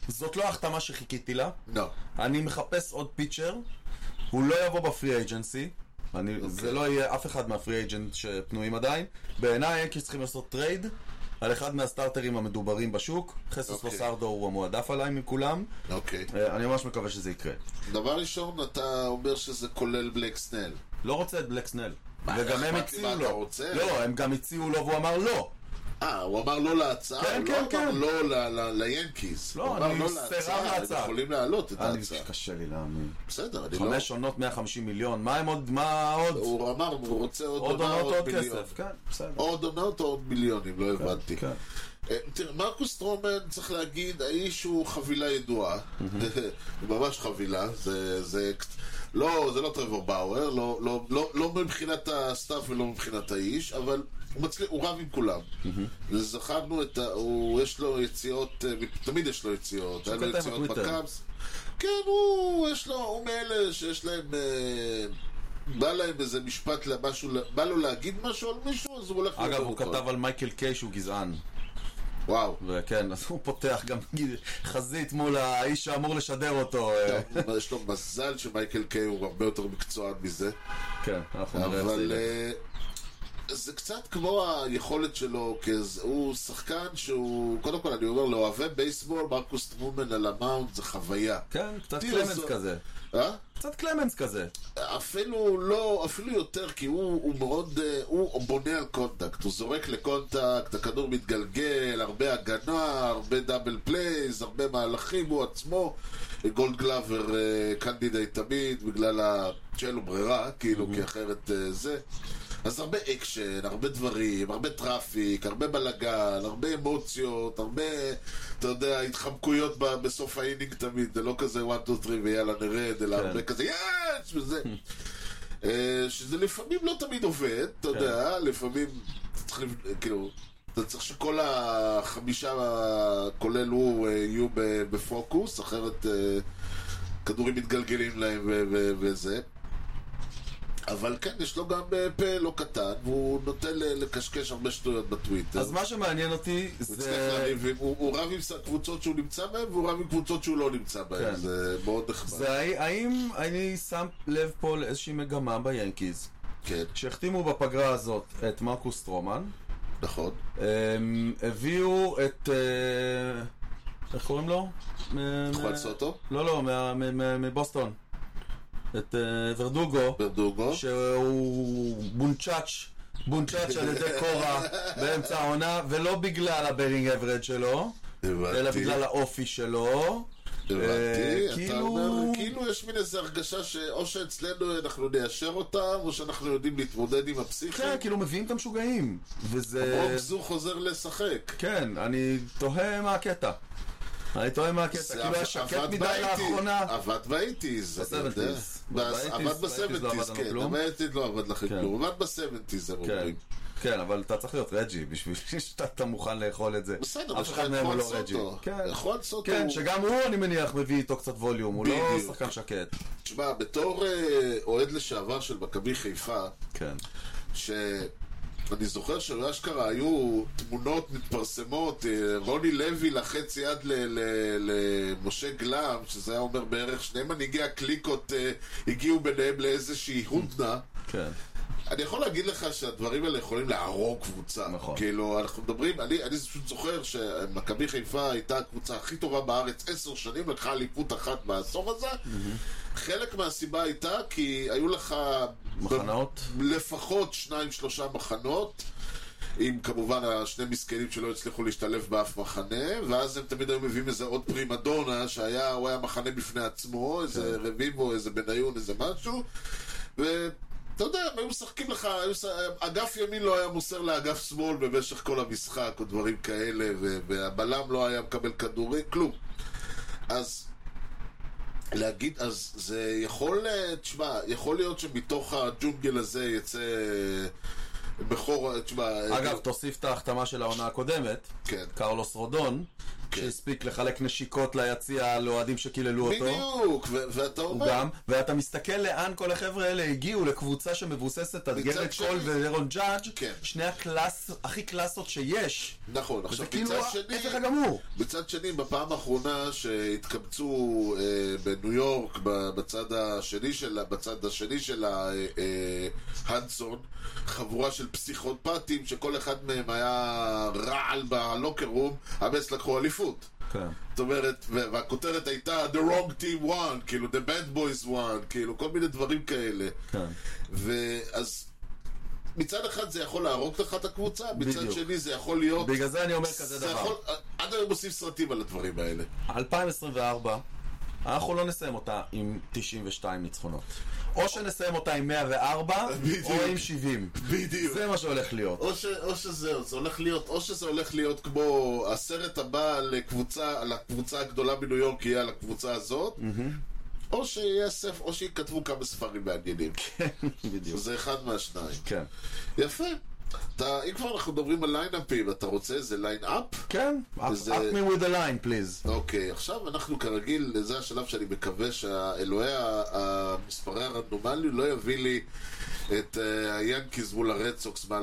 B: זאת לא ההחתמה שחיכיתי לה.
A: לא.
B: אני מחפש עוד פיצ'ר, הוא לא יבוא בפרי אייג'נסי. אני, okay. זה לא יהיה אף אחד מהפרי אייג'נט שפנויים עדיין. בעיניי היאנקיס צריכים לעשות טרייד על אחד מהסטארטרים המדוברים בשוק. חסוס
A: אוקיי.
B: לוסרדו הוא המועדף עליי מכולם.
A: אוקיי.
B: אה, אני ממש מקווה שזה יקרה.
A: דבר ראשון, אתה אומר שזה כולל בלק סנל.
B: לא רוצה את בלק סנל. וגם הם
A: אכפת לי מה
B: הציעו
A: אתה
B: לו.
A: רוצה?
B: לא, הם גם הציעו לו והוא אמר לא.
A: אה, הוא אמר לא להצעה,
B: כן,
A: הוא
B: כן,
A: לא אמר
B: כן.
A: לא ל- ל- ליאנקיז.
B: לא,
A: הוא אמר
B: אני
A: לא
B: סירב
A: להצעה, הם
B: להצעה.
A: יכולים להעלות את
B: אני,
A: ההצעה.
B: קשה לי להאמין.
A: בסדר, אני לא...
B: חמש עונות 150 מיליון, מה הם עוד, מה עוד?
A: הוא אמר, הוא רוצה עוד
B: עוד
A: עונה,
B: עונות
A: עוד
B: עוד
A: מיליון.
B: כסף, כן, בסדר.
A: עוד עונות או עוד מיליונים, לא הבנתי.
B: כן.
A: אה, תראה, מרקוס טרומן, צריך להגיד, האיש הוא חבילה ידועה.
B: Mm-hmm.
A: הוא ממש חבילה. זה... זה קצ- לא, זה לא טרוור באואר, לא- לא- לא- לא מבחינת הסטאפ ולא מבחינת האיש, אבל הוא מצליח- הוא רב עם כולם.
B: Mm-hmm.
A: זכרנו את ה... הוא- יש לו יציאות, אה, תמיד יש לו יציאות. היה לו
B: כתב
A: יציאות
B: בטוויטר.
A: בקאבס. כן, הוא, יש לו, הוא מאלה שיש להם... אה, בא להם איזה משפט, למשהו, בא לו להגיד משהו על מישהו, אז הוא הולך...
B: אגב,
A: לדבר
B: הוא
A: אותו.
B: כתב על מייקל קיי שהוא גזען.
A: וואו.
B: וכן, אז הוא פותח גם חזית מול האיש שאמור לשדר אותו. אה,
A: טוב, יש לו מזל שמייקל קיי הוא הרבה יותר מקצוען מזה,
B: כן, אנחנו נראה איך זה
A: אבל
B: ילך.
A: אה, זה קצת כמו היכולת שלו, כי זה- הוא שחקן שהוא, קודם כל אני אומר, לאוהבי בייסבול, מרקוס טרומן על המאונד זה חוויה.
B: כן, קצת
A: תראה,
B: קלמנס
A: זו-
B: כזה.
A: אה?
B: קצת קלמנס כזה.
A: אפילו לא, אפילו יותר, כי הוא, הוא מאוד, אה, הוא בונה על קונטקט, הוא זורק לקונטקט, הכדור מתגלגל, הרבה הגנה, הרבה דאבל פלייז, הרבה מהלכים, הוא עצמו גולד גלאבר אה, קנדידייט תמיד, בגלל ה... שאין לו ברירה, כאילו, כי אחרת אה, זה. אז הרבה אקשן, הרבה דברים, הרבה טראפיק, הרבה בלאגן, הרבה אמוציות, הרבה, אתה יודע, התחמקויות ב- בסוף האינינג תמיד, זה לא כזה 1, 2, 3 ויאללה נרד, אלא
B: כן.
A: הרבה כזה יש! וזה. אה, שזה לפעמים לא תמיד עובד,
B: כן.
A: אתה יודע, לפעמים צריך, לב- כאילו, אתה צריך שכל החמישה, כולל הוא, אה, יהיו ב- בפוקוס, אחרת אה, כדורים מתגלגלים להם ו- ו- וזה. אבל כן, יש לו גם אה, פה לא קטן, והוא נוטה ל- לקשקש הרבה שטויות בטוויטר.
B: אז מה שמעניין אותי
A: הוא הצליח
B: זה...
A: לריב עם- הוא הוא רב עם ס- קבוצות שהוא נמצא בהן, והוא רב עם קבוצות שהוא לא נמצא בהן.
B: כן.
A: זה מאוד נחמד.
B: זה האי- האם אני שם לב פה לאיזושהי מגמה ביאנקיז,
A: כן,
B: שהחתימו בפגרה הזאת את מרקוס טרומן,
A: נכון.
B: אמ, הביאו את... אה, איך קוראים לו? מ-
A: נכון,
B: מ-
A: סוטו,
B: לא, לא, מה- מ- מ- מבוסטון. את אה, ורדוגו,
A: ברדוגו.
B: שהוא בונצ'אץ', בונצ'אץ' על ידי קורה באמצע העונה, ולא בגלל הברינג אברד שלו, אלא
A: הבנתי,
B: בגלל האופי שלו. אה,
A: הבנתי. אתה
B: כאילו-
A: אומר, כאילו יש מין איזו הרגשה שאו שאצלנו אה, אנחנו ניישר אותם, או שאנחנו יודעים להתמודד עם
B: כן,
A: הפסיכים.
B: כאילו מביאים את המשוגעים. וזה...
A: רוב זו חוזר לשחק.
B: כן, אני תוהה מה הקטע. אני תוהה מה הקטע.
A: זה
B: כאילו היה שקט
A: עבד
B: מדי
A: באייטיז,
B: לאחרונה.
A: עבד באייטיז, אתה יודע.
B: בסבנטיז.
A: בס-
B: באייטיז-
A: עבד
B: באייטיז לא
A: בסבנטיז,
B: עבד לנו
A: כן.
B: כלום.
A: גם באייטיז לא עבד לכם
B: כן.
A: כלום. עבד בסבנטיז, הם
B: כן.
A: אומרים.
B: כן, אבל אתה צריך להיות רג'י בשביל שאתה מוכן לאכול את זה.
A: בסדר,
B: אף
A: יש לך
B: אחד
A: את
B: מהם הוא
A: חואן
B: לא רג'י.
A: סוטו.
B: כן.
A: חואן סוטו
B: כן,
A: הוא
B: שגם הוא, אני מניח, מביא איתו קצת ווליום. הוא לא
A: בדיוק.
B: שחקן שקט.
A: תשמע, בתור אה, אוהד לשעבר של מכבי חיפה,
B: כן.
A: שאני זוכר שאשכרה היו תמונות מתפרסמות, אה, רוני לוי לחץ יד ל- ל- למשה גלם, שזה היה אומר בערך שני מנהיגי הקליקות אה, הגיעו ביניהם לאיזושהי הודנה.
B: כן.
A: אני יכול להגיד לך שהדברים האלה יכולים להרוג קבוצה.
B: נכון.
A: כאילו, אנחנו מדברים, אני, אני פשוט זוכר שמכבי חיפה הייתה הקבוצה הכי טובה בארץ עשר שנים, לקחה אליפות אחת בעשור הזה. חלק מהסיבה הייתה כי היו לך...
B: מחנות?
A: לפחות שניים שלושה מחנות, עם כמובן השני מסכנים שלא הצליחו להשתלב באף מחנה, ואז הם תמיד היו מביאים איזה עוד פרימדונה, שהיה, הוא היה מחנה בפני עצמו, איזה רביבו, איזה בניון, איזה משהו, ואתה יודע, הם היו משחקים לך, היו, ש- אגף ימין לא היה מוסר לאגף שמאל במשך כל המשחק, או דברים כאלה, ו- והבלם לא היה מקבל כדורים, כלום. אז להגיד, אז זה יכול, אה, תשמע, יכול להיות שמתוך הג'ונגל הזה יצא אה, בכור, אה, תשמע, אה,
B: אגב, תוסיף את ההחתמה של העונה הקודמת,
A: כן.
B: קרלוס רודון, שהספיק לחלק נשיקות ליציע לאוהדים שקיללו אותו.
A: בדיוק, ו- ואתה
B: הוא
A: אומר,
B: גם, ואתה מסתכל לאן כל החבר'ה האלה הגיעו לקבוצה שמבוססת על
A: מצד
B: גרד
A: שני-
B: קול ורון ג'אדג',
A: כן.
B: שני הקלאס, הכי קלאסות שיש.
A: נכון, עכשיו
B: וזה
A: מצד
B: כאילו
A: שני,
B: ההפך הגמור.
A: מצד שני, בפעם האחרונה שהתקבצו אה, בניו יורק, ב- בצד השני של, ה- בצד השני של ה- אה, אה, הנסון, חבורה של פסיכופטים שכל אחד מהם היה רעל בלוקר רום, הבס לקחו אליפות.
B: כן.
A: זאת אומרת, ו- והכותרת הייתה The wrong team won, כאילו The bad boys won, כאילו כל מיני דברים כאלה.
B: כן.
A: ואז מצד אחד זה יכול להרוג לך את הקבוצה, מצד
B: בדיוק.
A: שני זה יכול להיות...
B: בגלל זה אני אומר כזה
A: זה
B: דבר.
A: יכול... עד היום עושים סרטים על הדברים האלה.
B: 2024, אנחנו לא נסיים אותה עם 92 ניצחונות. או שנסיים אותה עם 104,
A: בדיוק.
B: או עם 70.
A: בדיוק.
B: זה מה שהולך להיות.
A: או, ש, או שזהו, זה הולך להיות, או שזה הולך להיות כמו הסרט הבא על קבוצה, על הקבוצה הגדולה בניו יורק יהיה על הקבוצה הזאת, או שיהיה ספר, או שיכתבו כמה ספרים מעניינים.
B: בדיוק.
A: זה אחד מהשניים.
B: כן.
A: יפה. אתה, אם כבר אנחנו מדברים על ליינאפים, אתה רוצה איזה ליינאפ?
B: כן, up
A: זה-
B: up me with the line, please.
A: אוקיי, עכשיו אנחנו כרגיל, זה השלב שאני מקווה שהאלוהי ה- המספרי הרנדומלי לא יביא לי את אה, היאנקיז מול הרדסוקס ב-2023.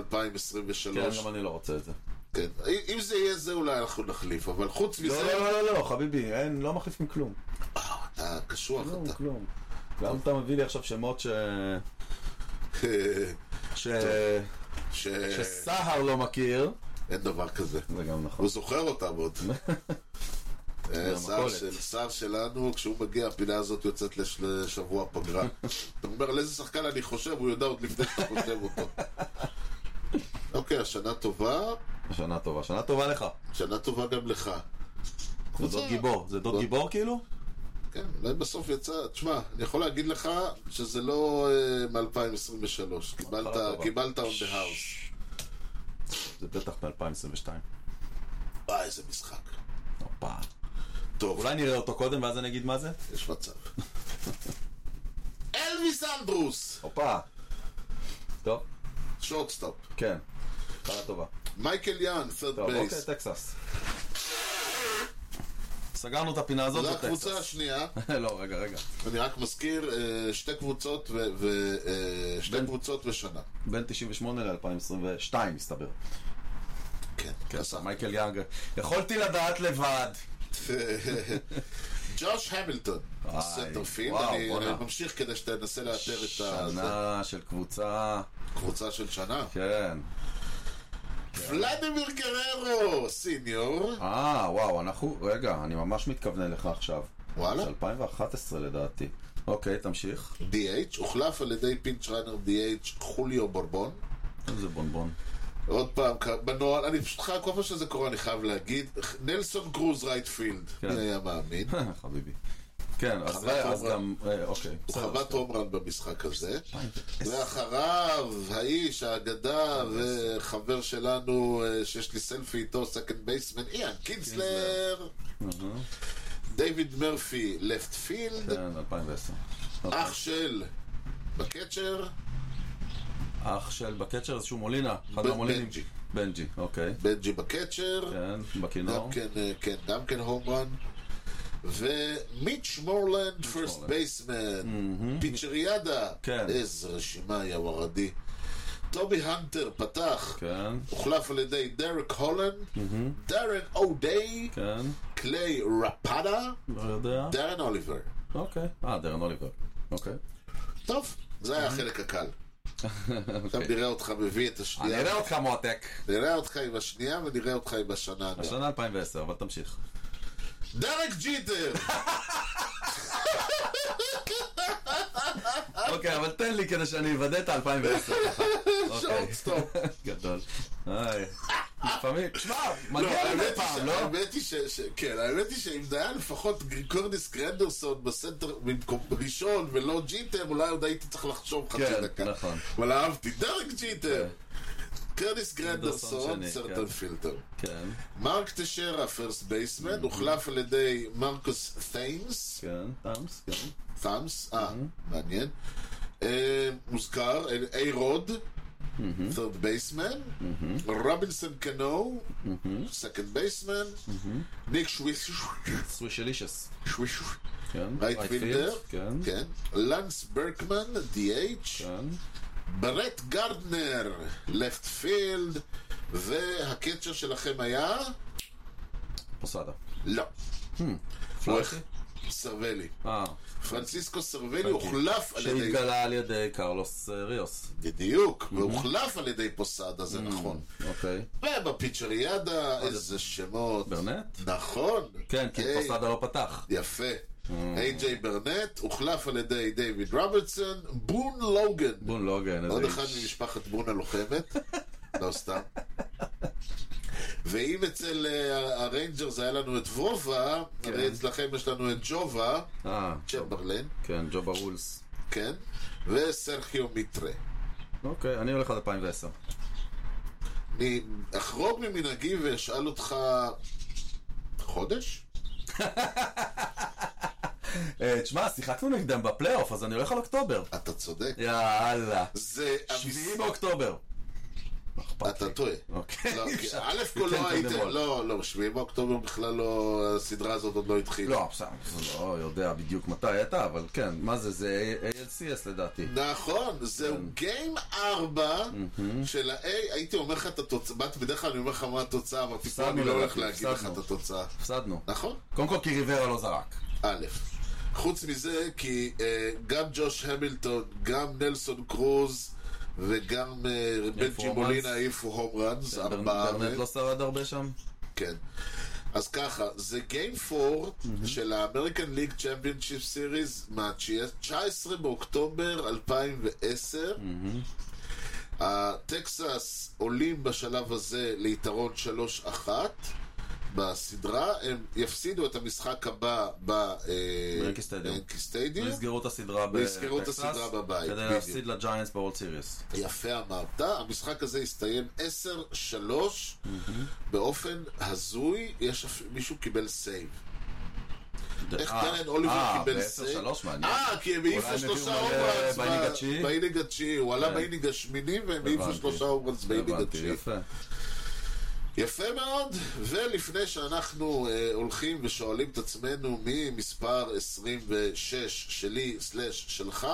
B: כן, גם אני לא רוצה את זה.
A: כן. אם- אם זה יהיה זה, אולי אנחנו נחליף, אבל חוץ מזה...
B: לא, לא, לא, לא, לא, חביבי, אין, לא מחליפים כלום.
A: אה, אתה קשוח,
B: כלום,
A: אתה.
B: לא, כלום. למה אתה מביא לי עכשיו שמות ש...
A: אה,
B: ש...
A: ש...
B: שסהר לא מכיר.
A: אין דבר כזה.
B: זה גם נכון.
A: הוא זוכר אותם עוד. אה, שר
B: המכולת.
A: של- שר שלנו, כשהוא מגיע, הפינה הזאת יוצאת לש- לשבוע פגרה. אתה אומר, על איזה שחקן אני חושב, הוא יודע עוד לפני שאתה חושב אותו. אוקיי, השנה טובה,
B: שנה טובה. שנה טובה לך.
A: שנה טובה גם לך.
B: זה דוד גיבור. זה דוד
A: לא.
B: גיבור כאילו?
A: כן, אולי בסוף יצא, תשמע, אני יכול להגיד לך שזה לא מ-2023, קיבלת,
B: מחלה טובה.
A: קיבלת on the house.
B: זה בטח מ-2022.
A: וואי, איזה משחק.
B: הופה.
A: טוב,
B: אולי נראה אותו קודם ואז אני אגיד מה זה?
A: יש מצב. אלוויס אנדרוס!
B: הופה. טוב,
A: שורטסטופ.
B: כן. התחלה טובה.
A: מייקל יאן, third
B: טוב, אוקיי,
A: base.
B: טקסס. סגרנו את הפינה הזאת
A: זו
B: בטקסס.
A: הקבוצה השנייה,
B: לא, רגע, רגע.
A: אני רק מזכיר, אה, שתי קבוצות ו- ו- אה, שתי
B: בן-
A: קבוצות ושנה.
B: בין 98 ל-2022, מסתבר.
A: כן, כסף.
B: מייקל יאנג. יכולתי לדעת לבד.
A: ג'וש המילטון,
B: וואי,
A: סנטרפילד,
B: וואו,
A: אני
B: בואנה.
A: אני ממשיך כדי שתנסה לאתר את ה-
B: שנה של קבוצה,
A: הקבוצה של שנה.
B: כן.
A: ולדימיר גררו, סיניור.
B: אה, וואו, אנחנו... רגע, אני ממש מתכוונן לך עכשיו.
A: וואלה.
B: זה 2011 לדעתי. אוקיי, תמשיך.
A: DH, הוחלף על ידי פינץ' ראנר DH חוליו בורבון.
B: איזה בונבון.
A: עוד פעם, כ- בנוהל, אני פשוט חייב, כל פעם שזה קורה אני חייב להגיד, נלסון גרוז רייטפילד,
B: כן.
A: מי היה מאמין.
B: חביבי. כן, אז
A: חוות
B: אז
A: רון.
B: גם... אה, אוקיי.
A: הוא
B: בסדר.
A: חוות הום רן במשחק הזה. ואחריו, האיש, האגדה, וחבר שלנו, אה, שיש לי סלפי איתו, סקנד בייסמן, איאן קינסלר. דיוויד מרפי, לפט פילד.
B: כן, 2010.
A: אח של בקצ'ר,
B: אח של בקצ'ר איזשהו מולינה. אחד
A: בן-
B: המולינים.
A: בנג'י.
B: בנג'י, אוקיי.
A: בנג'י בקצ'ר.
B: כן, בכינור.
A: גם כן, אה, כן, גם כן הום רן. ומיץ' מורלנד, פרסט
B: מורלנד.
A: בייסמן, פיצ'ריאדה,
B: כן.
A: איזה רשימה, יא ורדי. טובי הנטר פתח,
B: כן,
A: הוחלף על ידי דרק הולנד, דארן אודיי,
B: כן.
A: קליי רפדה,
B: לא יודע.
A: דארן אוליבר.
B: אוקיי. אה, דרן אוליבר. אוקיי.
A: טוב, זה היה החלק הקל. עכשיו נראה אותך מביא את
B: אוקיי. אני לא-
A: השנייה,
B: אראה אותך מועתק.
A: נראה אותך עם השנייה ונראה אותך עם השנה הבאה.
B: השנה 2010, אבל תמשיך.
A: דרק ג'יטר!
B: אוקיי, אבל תן לי כדי שאני אוודא את ה-2010.
A: שורטסטופ.
B: גדול. היי. לפעמים, תשמע,
A: לא,
B: מגיע
A: האמת
B: לזה
A: היא
B: פעם,
A: ש-
B: לא?
A: האמת היא ש... ש- כן, האמת היא שאם זה היה לפחות קורניס גרנדרסון בסנטר במקום ראשון ולא ג'יטר, אולי עוד הייתי צריך לחשוב חצי
B: כן,
A: דקה.
B: נכון. כן.
A: אבל אהבתי, דרק ג'יטר! קרניס גרנדרסון,
B: שני,
A: סרטן
B: כן.
A: פילטר.
B: כן,
A: מרק טשרה, פרסט בייסמן, הוחלף על ידי מרקוס ת'יימס,
B: כן, טאמס, כן.
A: ת'אמס, אה, מעניין. אה, מוזכר, איי רוד, third בייסמן, רובינסון קנו, second בייסמן, ניק שוויש,
B: סווישלישס.
A: שוויש,
B: כן.
A: רייט פילדר,
B: כן.
A: כן, לנס ברקמן, DH,
B: כן.
A: ברט גרדנר, לפט פילד, והקצ'ר שלכם היה?
B: פוסדה.
A: לא.
B: Hmm,
A: הוא
B: פלאשי?
A: סרבלי.
B: אה.
A: פרנסיסקו סרבלי הוחלף על ידי...
B: שהתגלה על ידי קרלוס אה, ריוס.
A: בדיוק, והוחלף על ידי פוסאדה, זה נכון.
B: אוקיי.
A: ובפיצ'ריאדה, איזה שמות.
B: ברנט?
A: נכון.
B: כן, כי אה.
A: היי,
B: פוסדה לא פתח.
A: יפה. איי-ג'יי ברנט, הוחלף על ידי דיוויד רוברטסון, בון לוגן.
B: בון לא אוקיי, לוגן,
A: עוד
B: איזה
A: אחד ממשפחת בון הלוחמת. לא סתם. ואם אצל אה, הריינג'רס היה לנו את וובה,
B: כן.
A: הרי אצלכם יש לנו את ג'ובה,
B: אה,
A: צ'מברלן,
B: כן, ג'ובה רולס.
A: כן, וסרחיו מיטרה.
B: אוקיי, אני הולך עד 2010.
A: אני אחרוג ממנהגי ואשאל אותך חודש?
B: אה, תשמע, שיחקנו נגדם בפלייאוף, אז אני הולך על אוקטובר.
A: אתה צודק.
B: יאללה.
A: זה... המס-
B: 7 באוקטובר. מה לא אכפת
A: אתה
B: לי?
A: טועה.
B: אוקיי.
A: לא, כי
B: אפשר.
A: א' כל
B: כן,
A: לא הייתם,
B: קודם כל.
A: לא, לא, 7 באוקטובר בכלל לא, הסדרה הזאת עוד לא התחילה.
B: לא, בסדר, לא יודע בדיוק מתי הייתה, אבל כן, מה זה, זה ALCS לדעתי.
A: נכון, זהו
B: כן.
A: גיים 4 של ה-A, הייתי אומר לך את התוצאה, מה- בדרך כלל אני אומר לך מה התוצאה, אבל פתאום אני
B: הפסדנו
A: לא הולך
B: לדעתי,
A: להגיד לך את
B: הפסדנו.
A: התוצאה.
B: הפסדנו.
A: נכון?
B: קודם כל כי ריברה לא זרק.
A: א', חוץ מזה, כי אה, גם ג'וש המילטון, גם נלסון קרוז, וגם אה, בנג'י
B: הום
A: מולינה
B: ראנס?
A: העיפו הום ראנס, ארבעה.
B: ברנט לא שרד הרבה שם?
A: כן. אז ככה, זה גיים 4 של האמריקן ליג צ'מפיונשיפ סיריס מה-19 באוקטובר 2010. הטקסס עולים בשלב הזה ליתרון 3-1 בסדרה, הם יפסידו את המשחק הבא
B: ביאנקי סטדיום.
A: ביאנקי סטדיום.
B: ויסגרו את הסדרה ב-
A: ויסגרו את
B: בטקסס,
A: הסדרה בבית,
B: כדי
A: בדיוק.
B: להפסיד לג'יינטס בוולד סיריוס.
A: יפה אמרת, המשחק הזה הסתיים 10-3 באופן הזוי, יש אפ- מישהו קיבל סייב. איך דרן אוליבר קיבל סייב?
B: אה, ב-10-3 מעניין.
A: אה, כי הם העיפו
B: אולי הם הביאו
A: שלושה
B: מלא
A: אוברנס
B: באינינג
A: ב-
B: התשיעי?
A: באינינג התשיעי, הוא עלה
B: כן.
A: באינינג השמיני והם העיפו
B: הבנתי.
A: שלושה אוברנס באינינג
B: הבנתי,
A: התשיעי.
B: יפה.
A: יפה מאוד, ולפני שאנחנו אה, הולכים ושואלים את עצמנו מי מספר 26 שלי סלש שלך,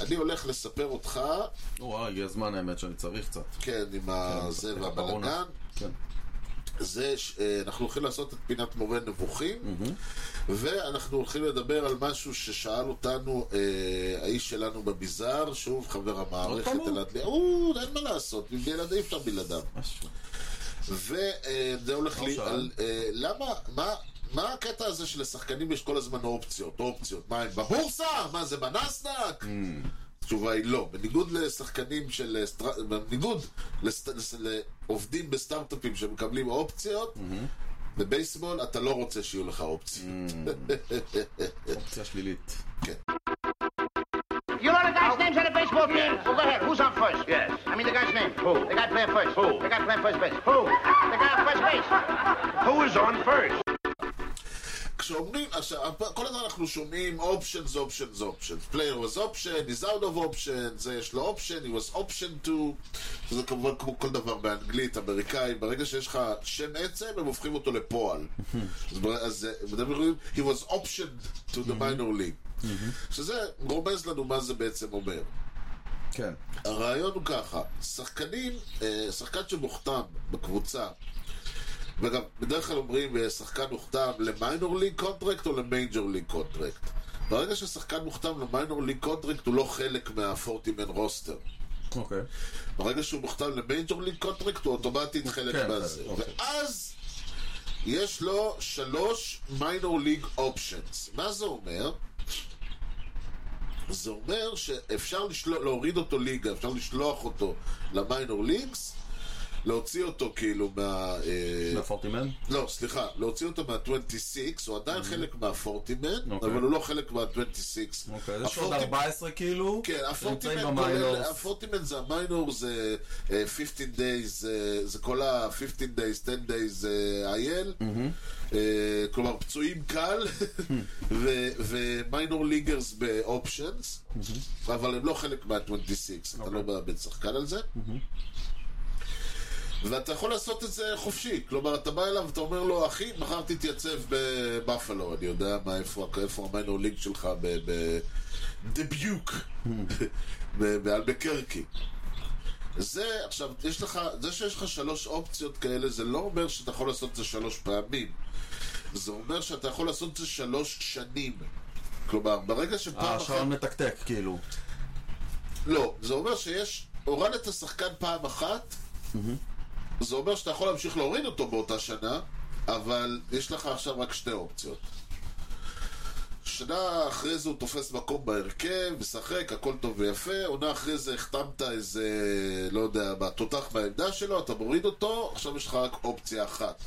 A: אני הולך לספר אותך,
B: נו, וואי, הגיע הזמן האמת שאני צריך קצת.
A: כן, עם הזה
B: בסדר,
A: והבלגן.
B: ברור. כן.
A: זה, ש- אה, אנחנו הולכים לעשות את פינת מורה נבוכים, ואנחנו הולכים לדבר על משהו ששאל אותנו אה, האיש שלנו בביזאר, שוב חבר המערכת,
B: פעם הוא?
A: אלעד לי, הוא, אין מה לעשות, בלעדיו אי אפשר בלעדיו.
B: משהו.
A: וזה הולך
B: לא
A: לי
B: שאל.
A: על, אה, למה, מה... מה הקטע הזה שלשחקנים יש כל הזמן אופציות? אופציות. מה הם בבורסה? מה זה בנסדק? התשובה היא לא. בניגוד לשחקנים של... אה, סטר- בניגוד לסט- לס- לעובדים בסטארט-אפים שמקבלים אופציות, בבייסבול אתה לא רוצה שיהיו לך אופציות.
B: אופציה שלילית.
F: You know the guy's names on the baseball team? Well, go ahead. Who's on first? Yes. I mean the guy's name. Who? The guy playing first. Who? The guy playing first base. Who? The guy on first base. Who is on first?
A: כשאומרים, עכשיו, כל הזמן אנחנו שומעים options, options, options. player was option, he's out of option, זה יש לו option, he was option to. זה כמובן כמו כל דבר באנגלית, אמריקאי, ברגע שיש לך שם עצם, הם הופכים אותו לפועל. אז בר- אז אה, מדברים, he was optioned to the minor league. שזה רומז לנו מה זה בעצם אומר.
B: כן.
A: הרעיון הוא ככה, שחקנים, אה, שחקן שמוכתם בקבוצה, וגם בדרך כלל אומרים אה, שחקן מוכתם למיינור ליג קונטרקט או למייג'ור ליג קונטרקט. ברגע ששחקן מוכתם למיינור ליג קונטרקט הוא לא חלק מהפורטימן רוסטר.
B: אוקיי.
A: ברגע שהוא מוכתם למייג'ור ליג קונטרקט הוא אוטומטית חלק
B: כן,
A: מהזה.
B: אוקיי.
A: ואז יש לו שלוש מיינור ליג אופשנס. מה זה אומר? זה אומר שאפשר לשלוח, להוריד אותו ליגה, אפשר לשלוח אותו למיינור ליגס, להוציא אותו כאילו מה... אה,
B: לפורטימן?
A: לא, סליחה, להוציא אותו מה-26, הוא עדיין חלק מהפורטימן,
B: Mm-hmm. אוקיי.
A: אבל הוא לא חלק מה-26.
B: אוקיי. יש עוד 14 כאילו.
A: כן,
B: שנמצאים
A: הפורטימן
B: במיינורס.
A: הפורטימן זה המיינור, זה אה, 15 days, אה, זה כל ה-15 days, 10 days אה, IL, אה, כלומר פצועים קל, ו- ומיינור ליגרס באופשנס, אבל הם לא חלק מה-26, אתה לא מאבד שחקן על זה. ואתה יכול לעשות את זה חופשי, כלומר אתה בא אליו ואתה אומר לו, אחי, מחר תתייצב בבפלו, אני יודע מה, איפה, איפה המיינור ליג שלך ב- ב- דביוק, ב- באלבקרקי. זה, עכשיו, יש לך, זה שיש לך שלוש אופציות כאלה, זה לא אומר שאתה יכול לעשות את זה שלוש פעמים. זה אומר שאתה יכול לעשות את זה שלוש שנים. כלומר, ברגע שפעם אחת...
B: השעון מתקתק כאילו.
A: לא, זה אומר שיש, הורדת שחקן פעם אחת, זה אומר שאתה יכול להמשיך להוריד אותו באותה שנה, אבל יש לך עכשיו רק שתי אופציות. שנה אחרי זה הוא תופס מקום בהרכב, משחק, הכל טוב ויפה, עונה אחרי זה החתמת איזה, לא יודע, מה, תותח בעמדה שלו, אתה מוריד אותו, עכשיו יש לך רק אופציה אחת.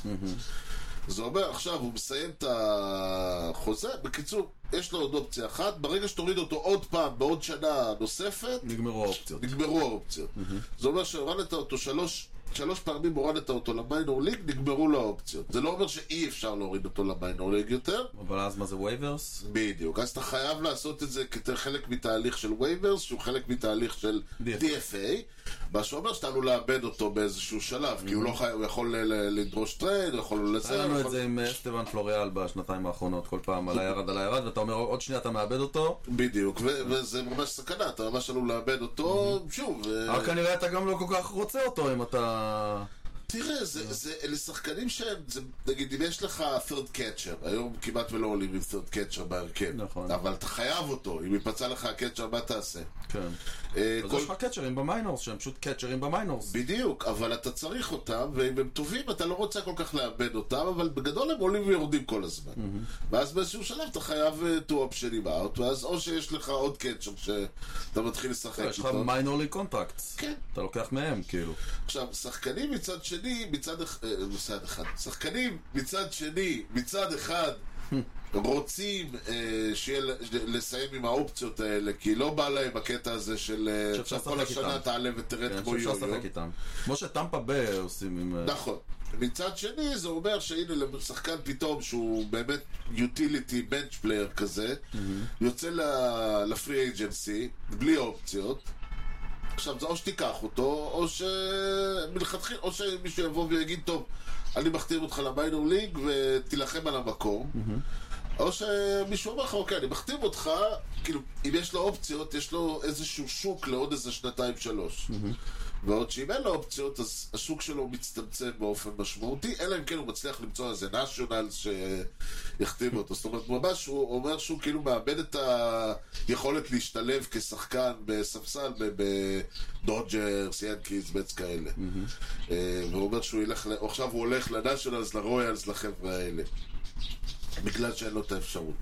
A: זה אומר, עכשיו הוא מסיים את החוזה, בקיצור, יש לו עוד אופציה אחת, ברגע שתוריד אותו עוד פעם, בעוד שנה נוספת,
B: נגמרו האופציות.
A: נגמרו האופציות. זה אומר שהורדת אותו שלוש, שלוש פעמים הורדת אותו למיינור ליג, נגמרו לו האופציות. זה לא אומר שאי אפשר להוריד אותו למיינור ליג יותר.
B: אבל אז מה זה וייברס?
A: בדיוק. אז אתה חייב לעשות את זה כחלק מתהליך של וייברס, שהוא חלק מתהליך של DFA, מה שאומר שאתה עלול לאבד אותו באיזשהו שלב, כי הוא לא חי... הוא יכול ל- ל- לדרוש טרייד, הוא יכול לא לזה,
B: היה לנו
A: הוא
B: את
A: יכול...
B: זה עם אסטבן פלוריאל בשנתיים האחרונות, כל פעם על הירד על הירד, ואתה אומר עוד שנייה אתה מאבד אותו,
A: בדיוק, ו- וזה ממש סכנה, אתה ממש עלול לאבד אותו, שוב. אה, ו-
B: אבל כנראה אתה גם לא כל כך רוצה אותו אם אתה...
A: תראה, זה, זה, אלה שחקנים שהם, זה, נגיד, אם יש לך third catcher, היום כמעט ולא עולים עם third catcher בהרכב.
B: נכון.
A: אבל אתה חייב אותו, אם ייפצע לך הקצ'ר, מה תעשה?
B: כן.
A: אה,
B: אז
A: כל-
B: יש לך קצ'רים במיינורס, שהם פשוט קצ'רים במיינורס.
A: בדיוק, אבל אתה צריך אותם, ואם הם טובים אתה לא רוצה כל כך לאבד אותם, אבל בגדול הם עולים ויורדים כל הזמן. ואז באיזשהו שלב אתה חייב אה, two option out, ואז או שיש לך עוד קצ'ר שאתה מתחיל לשחק
B: אה, יש לך
A: איתו.
B: מיינור ליג קונטרקטס.
A: כן.
B: אתה לוקח מהם, כאילו.
A: עכשיו, שחקנים מצד שני, מצד אחד, מצד אחד, שחקנים מצד שני, מצד אחד, רוצים אה, שיהיה, ל- לסיים עם האופציות האלה, כי לא בא להם הקטע הזה של אה,
B: שאפשר
A: עכשיו כל
B: לשחק
A: השנה
B: איתם. כן,
A: תעלה ותרד
B: אני
A: כמו
B: חושב שאפשר
A: יו-יו.
B: לשחק איתם. כמו שטמפה ביי עושים עם... אה,
A: נכון. מצד שני, זה אומר שהנה לשחקן פתאום, שהוא באמת utility bench player כזה, יוצא ל- לפרי אייג'נסי, בלי אופציות. עכשיו, זה או שתיקח אותו, או שמלכתחילה, או שמישהו יבוא ויגיד, טוב, אני מכתיר אותך למיינור ליג ותילחם על המקום. או שמישהו אומר לך, אוקיי, אני מכתיב אותך, כאילו, אם יש לו אופציות, יש לו איזשהו שוק לעוד איזה שנתיים-שלוש. בעוד שאם אין לו אופציות, אז השוק שלו מצטמצם באופן משמעותי, אלא אם כן הוא מצליח למצוא איזה national שיכתיב אותו. זאת אומרת, ממש הוא אומר שהוא כאילו מאבד את היכולת להשתלב כשחקן בספסל ב- בדודג'רס, ינקיז, בץ כאלה. אה, והוא אומר שהוא ילך, ל- עכשיו הוא הולך לנשיונלס, לרויאלס, לחבר'ה האלה. בגלל שאין לו את האפשרות.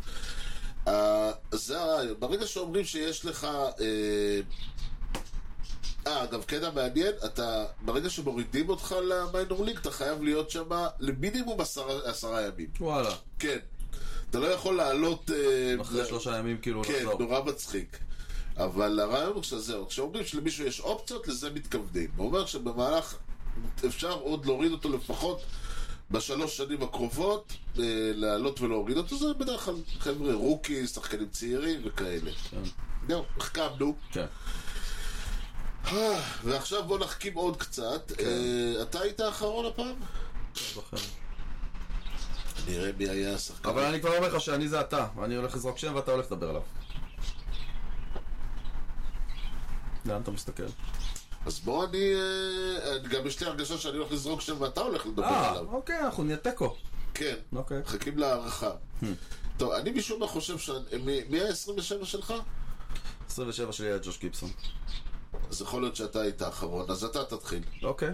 A: אה, זה הרעיון. ברגע שאומרים שיש לך... אה, אה, אגב, קטע מעניין, אתה, ברגע שמורידים אותך למיינור ליג, אתה חייב להיות שם למינימום עשרה, עשרה ימים.
B: וואלה.
A: כן. אתה לא יכול לעלות... אה,
B: אחרי
A: ל-
B: שלושה ימים, כאילו,
A: כן,
B: לחזור.
A: נורא מצחיק. אבל הרעיון הוא שזהו, כשאומרים שלמישהו יש אופציות, לזה מתכוונים. הוא אומר שבמהלך אפשר עוד להוריד אותו לפחות בשלוש שנים הקרובות, אה, לעלות ולהוריד אותו, זה בדרך כלל חבר'ה רוקי, שחקנים צעירים וכאלה. זהו, החכמנו.
B: כן.
A: אה, ועכשיו בוא נחכים עוד קצת. אה, אתה היית האחרון הפעם? נראה מי היה השחקן.
B: אבל אני כבר אומר לך שאני זה אתה. אני הולך לזרוק שם ואתה הולך לדבר עליו. לאן אתה מסתכל?
A: אז בוא אני... אה, גם יש לי הרגשה שאני הולך לזרוק שם ואתה הולך לדבר
B: אה,
A: עליו.
B: אוקיי, אנחנו נהיה תיקו.
A: כן,
B: אוקיי.
A: מחכים להערכה. טוב, אני משום מה חושב ש... מי- מי היה 27 שלך?
B: 27 שלי היה ג'וש גיבסון.
A: אז יכול להיות שאתה היית האחרון, אז אתה תתחיל.
B: אוקיי.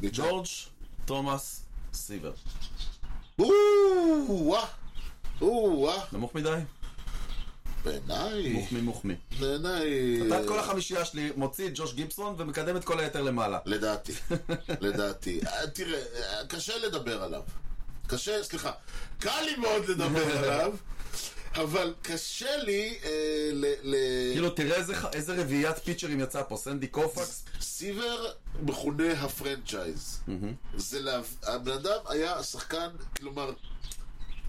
A: ניצן.
B: ג'ורג' תומאס סיבר.
A: או-אה, או-אה,
B: נמוך מדי?
A: בעיניי,
B: מוחמי מוחמי.
A: בעיניי...
B: אתה את כל החמישייה שלי מוציא את ג'וש גיבסון ומקדם את כל היתר למעלה.
A: לדעתי, לדעתי. אה, תראה, אה, קשה לדבר עליו. קשה, סליחה, קל לי מאוד לדבר עליו, אבל קשה לי אה, ל... ל-
B: כאילו, תראה איזה ח- איזה רביעיית פיצ'רים יצא פה, סנדי קופקס.
A: סיבר מכונה הפרנצ'ייז. זה להב... הבן אדם היה שחקן, כלומר,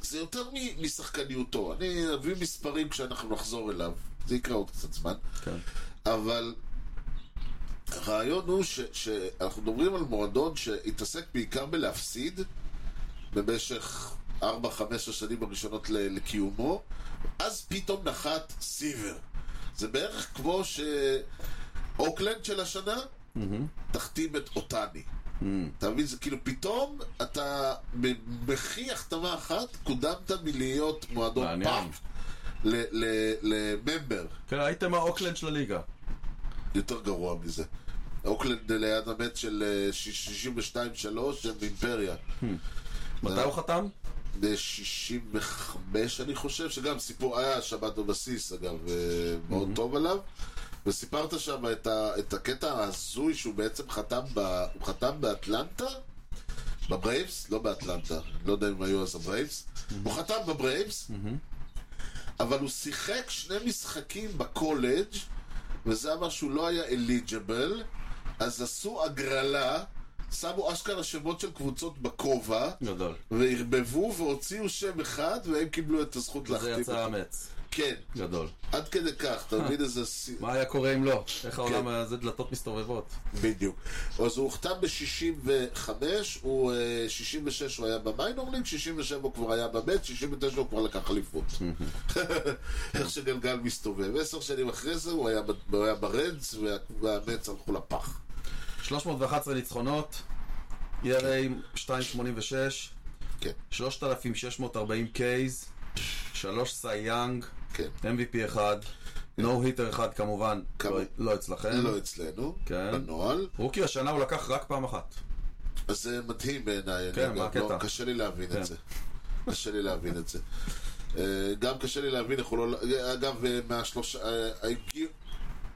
A: זה יותר מ- משחקניותו. אני אביא מספרים כשאנחנו נחזור אליו. זה יקרה עוד קצת זמן.
B: כן.
A: אבל הרעיון הוא ש- שאנחנו מדברים על מועדון שהתעסק בעיקר בלהפסיד במשך 4-5 השנים הראשונות ל- לקיומו, אז פתאום נחת סיבר. זה בערך כמו שאוקלנד של השנה תחתים את אותני. אתה מבין? זה כאילו פתאום אתה במחי החתמה אחת קודמת מלהיות מועדון
B: מעניין.
A: פאפ ל- ל- לממבר.
B: כן, הייתם האוקלנד של הליגה.
A: יותר גרוע מזה. אוקלנד ליד המת של אה, 62-3 הם אימפריה.
B: מתי הוא חתם?
A: ב-65 אני חושב, שגם סיפור היה שבת בבסיס, אגב, אה, מאוד טוב עליו. וסיפרת שם את, ה, את הקטע ההזוי שהוא בעצם חתם, ב, הוא חתם באטלנטה? בברייבס? לא באטלנטה, לא יודע אם היו אז הברייבס. הוא חתם בברייבס, אבל הוא שיחק שני משחקים בקולג' וזה אמר שהוא לא היה אליג'בל, אז עשו הגרלה, שמו אשכרה שמות של קבוצות בכובע.
B: גדול.
A: וערבבו והוציאו שם אחד, והם קיבלו את הזכות
B: זה
A: להכתיב אותו.
B: יצא אמץ.
A: כן,
B: גדול.
A: עד כדי כך, אתה מבין איזה... ס-
B: מה היה קורה אם לא? איך העולם היה... זה דלתות מסתובבות.
A: בדיוק. אז הוא הוכתם ב-65, הוא... אה, 66 הוא היה במיינור ליג, 67 הוא כבר היה בבית, 69 הוא כבר לקח אליפות. איך שגלגל מסתובב. עשר שנים אחרי זה הוא היה ב- הוא היה ברדס, וה- והמץ הלכו לפח.
B: 311 ניצחונות, ERA 286,
A: כן,
B: 3,640 Ks, 3 סייאנג,
A: כן.
B: MVP אחד, נו היטר אחד כמובן,
A: כמה?
B: לא- כן. לא אצלכם.
A: לא אצלנו,
B: כן.
A: בנוהל.
B: רוקי השנה הוא לקח רק פעם אחת.
A: אז זה מדהים בעיניי.
B: כן,
A: אני
B: מה
A: גם לא-
B: הקטע?
A: קשה לי להבין
B: כן.
A: את זה. קשה לי להבין את זה. אה, גם קשה לי להבין איך הוא לא... אגב, אה, מהשלושה... אה, הגיעו-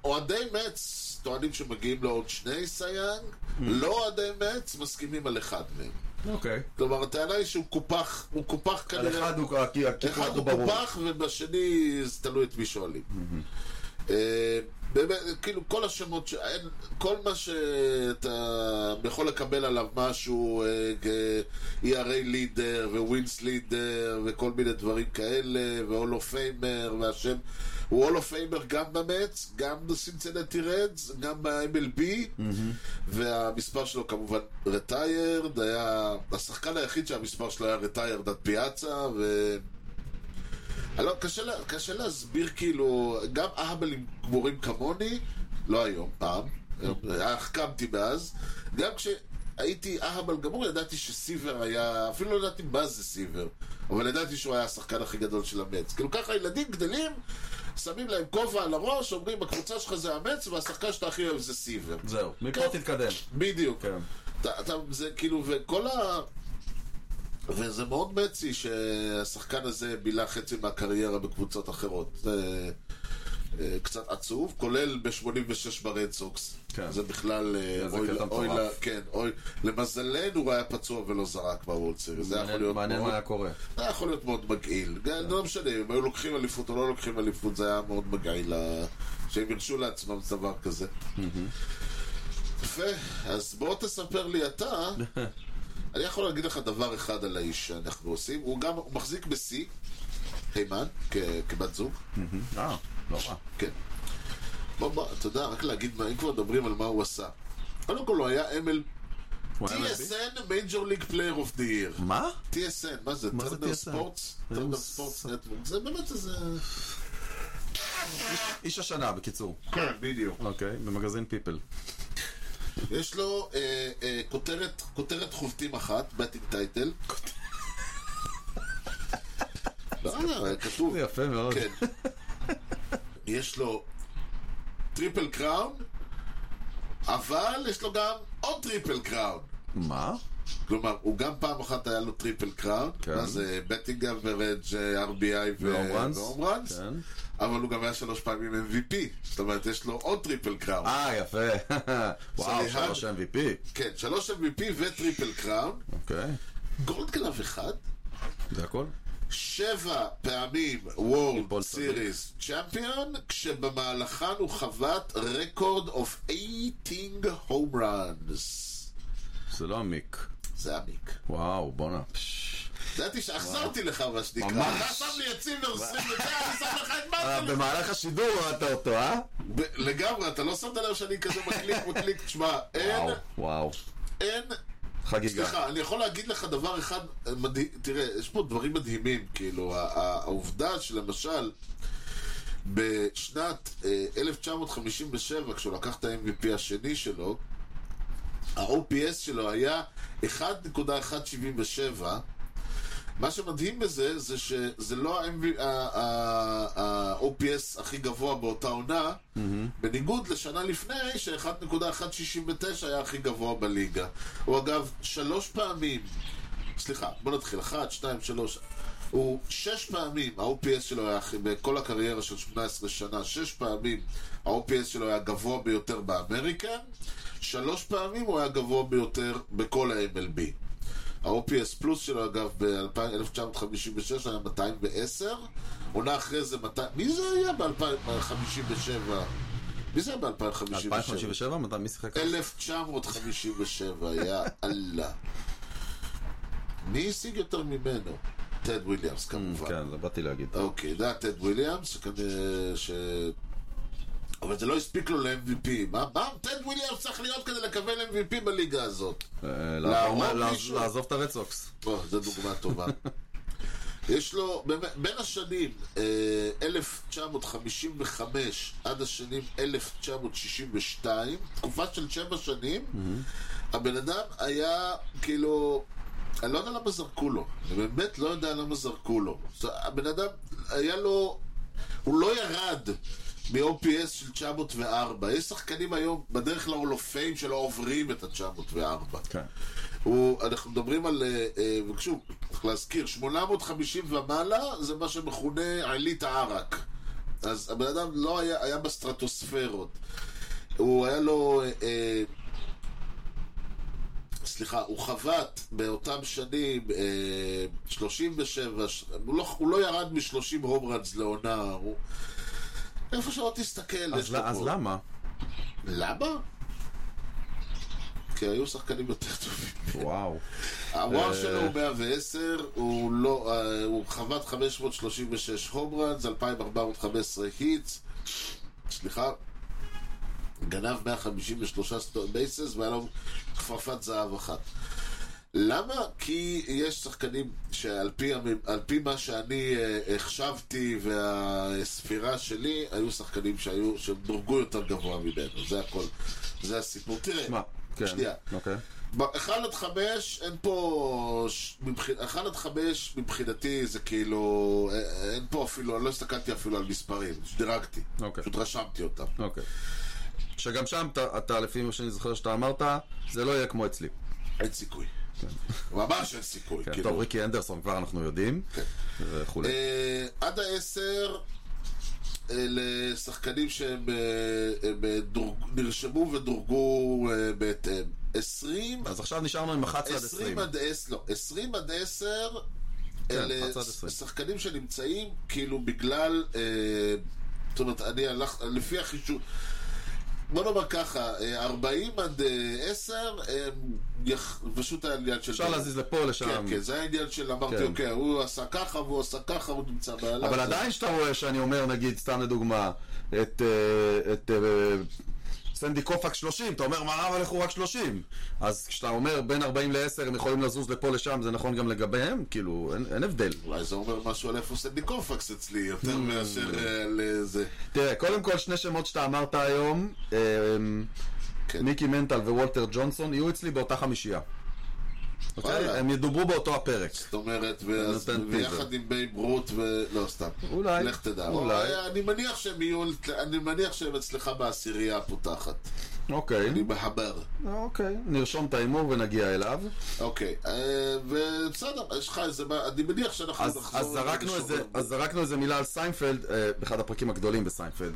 A: אוהדי מצ טוענים שמגיעים לו עוד שני סייאנג,
B: Mm.
A: לא אוהדי מצ מסכימים על אחד מהם.
B: אוקיי.
A: כלומר, הטענה היא שהוא קופח, הוא קופח
B: על
A: כנראה...
B: אחד הוא כי
A: אחד
B: הכיפות הוא
A: הוא
B: ברור.
A: קופח ובשני זה תלוי את מי שואלים. אה, באמת, כאילו כל השמות, ש- אין- כל מה שאתה יכול לקבל עליו משהו, אה, כ- ERA לידר ווינס לידר וכל מיני דברים כאלה, והולו פיימר והשם, הוא הולו פיימר גם במץ, גם בסינסנטי רדס, גם ב-MLB, והמספר שלו כמובן רטיירד, היה השחקן היחיד שהמספר שלו היה רטיירד עד פיאצה, ו... אני לא, קשה, לה- קשה להסביר כאילו, גם אהבלים גמורים כמוני, לא היום, פעם, אך קמתי מאז, גם כשהייתי אהבל גמור ידעתי שסיבר היה, אפילו לא ידעתי מה זה סיבר, אבל ידעתי שהוא היה השחקן הכי גדול של המץ. כאילו ככה ילדים גדלים, שמים להם כובע על הראש, אומרים הקבוצה שלך זה המץ והשחקן שאתה הכי אוהב זה סיבר.
B: זהו, מפה
A: כן.
B: תתקדם.
A: בדיוק.
B: כן.
A: אתה, אתה, זה כאילו, וכל ה... וזה מאוד מצי שהשחקן הזה בילה חצי מהקריירה בקבוצות אחרות. זה אה, קצת עצוב, כולל ב-86 ברד סוקס.
B: כן.
A: זה בכלל... אה,
B: זה
A: אוי
B: קטע
A: לה- אוי
B: מטורף.
A: לה- כן, אוי, למזלנו הוא היה פצוע ולא זרק בוולד סיריס. זה יכול להיות
B: מעניין מה
A: מאוד-
B: היה קורה.
A: זה לא יכול להיות מאוד מגעיל. גם- לא משנה, אם היו לוקחים אליפות או לא לוקחים אליפות, זה היה מאוד מגעיל ה- שהם הרשו לעצמם דבר כזה. יפה, אז בוא תספר לי אתה. אני יכול להגיד לך דבר אחד על האיש שאנחנו עושים. הוא גם הוא מחזיק בשיא, הימן, כ- כבת זוג.
B: אה, לא רע.
A: כן. בוא, בוא, אתה יודע, רק להגיד, מה, אם כבר מדברים על מה הוא עשה. קודם כל, הוא היה ML...
B: הוא היה MVP?
A: TSN, Major League Player of the Year.
B: מה?
A: TSN, מה זה?
B: מה זה
A: טרנר
B: TSN?
A: ספורטס?
B: טרנר
A: טרנר
B: ספורטס.
A: ספורטס נטוורק. זה באמת איזה...
B: איש השנה, בקיצור.
A: כן, בדיוק.
B: אוקיי, במגזין פיפל.
A: יש לו אה, אה, כותרת- כותרת חובטים אחת, בטינג טייטל. לא, לא, כתוב.
B: זה יפה מאוד.
A: כן. יש לו טריפל קראון, אבל יש לו גם עוד טריפל קראון.
B: מה?
A: כלומר, הוא גם פעם אחת היה לו טריפל קראון,
B: כן.
A: מה זה בטינג אברג', RBI
B: והום ראנס.
A: והום ראנס,
B: כן.
A: אבל הוא גם היה שלוש פעמים MVP, זאת אומרת, יש לו עוד טריפל קראון.
B: אה, יפה. וואו,
A: סליחה.
B: שלוש MVP.
A: כן, שלוש MVP וטריפל קראון,
B: אוקיי,
A: גולד קלאב אחד,
B: זה הכל?
A: שבע פעמים World
B: בול סביר.
A: Series Champion, כשבמהלכן הוא חבט רקורד of 18 home runs.
B: זה לא עמיק.
A: זה עמיק.
B: וואו, בואנה. פש.
A: ידעתי שאכזרתי לך, מה שנקרא.
B: ממש.
A: אתה שם לי את צימר 29, אני שם לך את
B: אה,
A: מרקל.
B: במהלך השידור ראית אותו, אה?
A: ב- לגמרי, אתה לא שמת לב שאני כזה מקליק מקליק, תשמע, אין,
B: וואו, וואו.
A: אין,
B: חגיגה.
A: כן. סליחה, אני יכול להגיד לך דבר אחד, אה, מדהים, תראה, יש פה דברים מדהימים, כאילו, ה- ה- העובדה שלמשל, בשנת אה, 1957, כשהוא לקח את ה-MVP השני שלו, ה-OPS שלו היה 1.177, מה שמדהים בזה, זה שזה לא ה-OPS הכי גבוה באותה עונה, בניגוד לשנה לפני, ש-1.169 היה הכי גבוה בליגה. הוא אגב, שלוש פעמים, סליחה, בוא נתחיל, אחת, שתיים, שלוש. הוא שש פעמים, ה-OPS שלו היה, הכי- בכל הקריירה של 18 שנה, שש פעמים ה-OPS שלו היה גבוה ביותר באמריקן, שלוש פעמים הוא היה גבוה ביותר בכל ה-MLB. ה-OPS פלוס שלו, אגב, ב-1956 היה 210, עונה אחרי זה 200... מי זה היה ב-2057? מי זה היה ב-2057?
B: 2057? מתי מי שיחק?
A: 1957, יא אללה. מי השיג יותר ממנו? טד וויליאמס כמובן.
B: כן, זה באתי להגיד.
A: אוקיי, זה היה טד וויליאמס, שכנראה ש... אבל זה לא הספיק לו ל-MVP. מה, מה טד וויליאמס צריך להיות כדי לקבל MVP בליגה הזאת?
B: אה,
A: להרוג
B: לעבור- לעז-
A: לא, מישהו?
B: לעזוב את הרד סוקס.
A: או, זו דוגמה טובה. יש לו, באמת, בין השנים אה, 1955 עד השנים 1962, תקופה של שבע שנים, הבן אדם היה, כאילו, אני לא יודע למה זרקו לו. אני באמת לא יודע למה זרקו לו. זה- הבן אדם, היה לו... הוא לא ירד מ-OPS של 904. יש שחקנים היום, בדרך להול אוף פיים שלא עוברים את ה-904.
B: כן.
A: הוא, אנחנו מדברים על, אה, אה, ושוב, צריך להזכיר, 850 ומעלה זה מה שמכונה עילית הערק. אז הבן אדם לא היה, היה בסטרטוספרות. הוא היה לו, אה, אה, סליחה, הוא חבט באותם שנים אה, 37, ש- הוא לא, הוא לא ירד מ-30 הום ראנס לעונה. הוא... איפה שלא תסתכל, יש
B: אז
A: לו
B: ל- אז
A: פה.
B: למה?
A: למה? כי היו שחקנים יותר טובים.
B: וואו. אה,
A: הוואר שלו הוא 110, הוא לא, אה, הוא חוות 536 הום ראנס, 2415 היטס, סליחה, גנב 153 בייסס והיה לו כפפת זהב אחת. למה? כי יש שחקנים שעל פי, המ- על פי מה שאני אה, החשבתי והספירה שלי, היו שחקנים שהיו, שהם דורגו יותר גבוה ממנו, זה הכל. זה הסיפור. תראה,
B: מה? כן.
A: שנייה.
B: אוקיי.
A: ב- אחד עד חמש, אין פה... ש- מבח- אחד עד חמש מבחינתי זה כאילו... א- אין פה אפילו, אני לא הסתכלתי אפילו על מספרים, דירקתי.
B: אוקיי.
A: פשוט רשמתי אותם.
B: אוקיי. שגם שם אתה, אתה, לפי מה שאני זוכר שאתה אמרת, זה לא יהיה כמו אצלי.
A: אין סיכוי. ממש אין סיכוי.
B: כן,
A: כאילו. כן.
B: טוב, ריקי אנדרסון כבר אנחנו יודעים, וכולי.
A: אה, עד העשר אה, לשחקנים שהם אה, הם, אה, דורג- נרשמו ודורגו אה, בהתאם. עשרים
B: אז עכשיו נשארנו עם 11 עד 20.
A: 20 עד 10, לא, 20 עד 10 אלה
B: אחת כן, עד עשרים.
A: שחקנים שנמצאים כאילו בגלל, אה, זאת אומרת, אני הלך, לפי החישוב, בוא נאמר ככה, אה, 40 עד אה, 10, הם יח- פשוט היה עניין של...
B: אפשר להזיז לפה, לשם.
A: כן, כן, זה היה עניין של אמרתי,
B: כן.
A: אוקיי, הוא עשה ככה, והוא עשה ככה, הוא נמצא בעלה.
B: אבל
A: זה-
B: עדיין שאתה רואה שאני אומר, נגיד, סתם לדוגמה, את... אה, את אה, סנדי קופק 30, אתה אומר, מה, אבל איך הוא רק 30? אז כשאתה אומר, בין 40 ל-10 הם יכולים לזוז לפה לשם, זה נכון גם לגביהם? כאילו, אין, אין הבדל.
A: אולי זה אומר משהו על איפה סנדי קופקס אצלי,
B: Hmm.
A: יותר מאשר אה, על אה, זה.
B: תראה, קודם כל, שני שמות שאתה אמרת היום, אה,
A: כן.
B: ניקי מנטל ווולטר ג'ונסון, יהיו אצלי באותה חמישייה.
A: וואלה.
B: אוקיי? הם ידוברו באותו הפרק.
A: זאת אומרת, ואז-
B: נותן טיזר.
A: ויחד עם בייב רות ו... לא, סתם.
B: אולי.
A: לך תדע. אה,
B: אולי.
A: אני מניח שהם יהיו... אני מניח שהם אצלך בעשירייה הפותחת.
B: אוקיי,
A: אני מהבר.
B: אוקיי. נרשום את ההימור ונגיע אליו.
A: אוקיי. אה, ובסדר, יש לך איזה... מה- אני מניח שאנחנו
B: אז,
A: נחזור...
B: אז,
A: לזה
B: זרקנו
A: בשבוע
B: איזה,
A: הבא.
B: אז זרקנו איזה מילה על סיינפלד, אה, אחד הפרקים הגדולים בסיינפלד.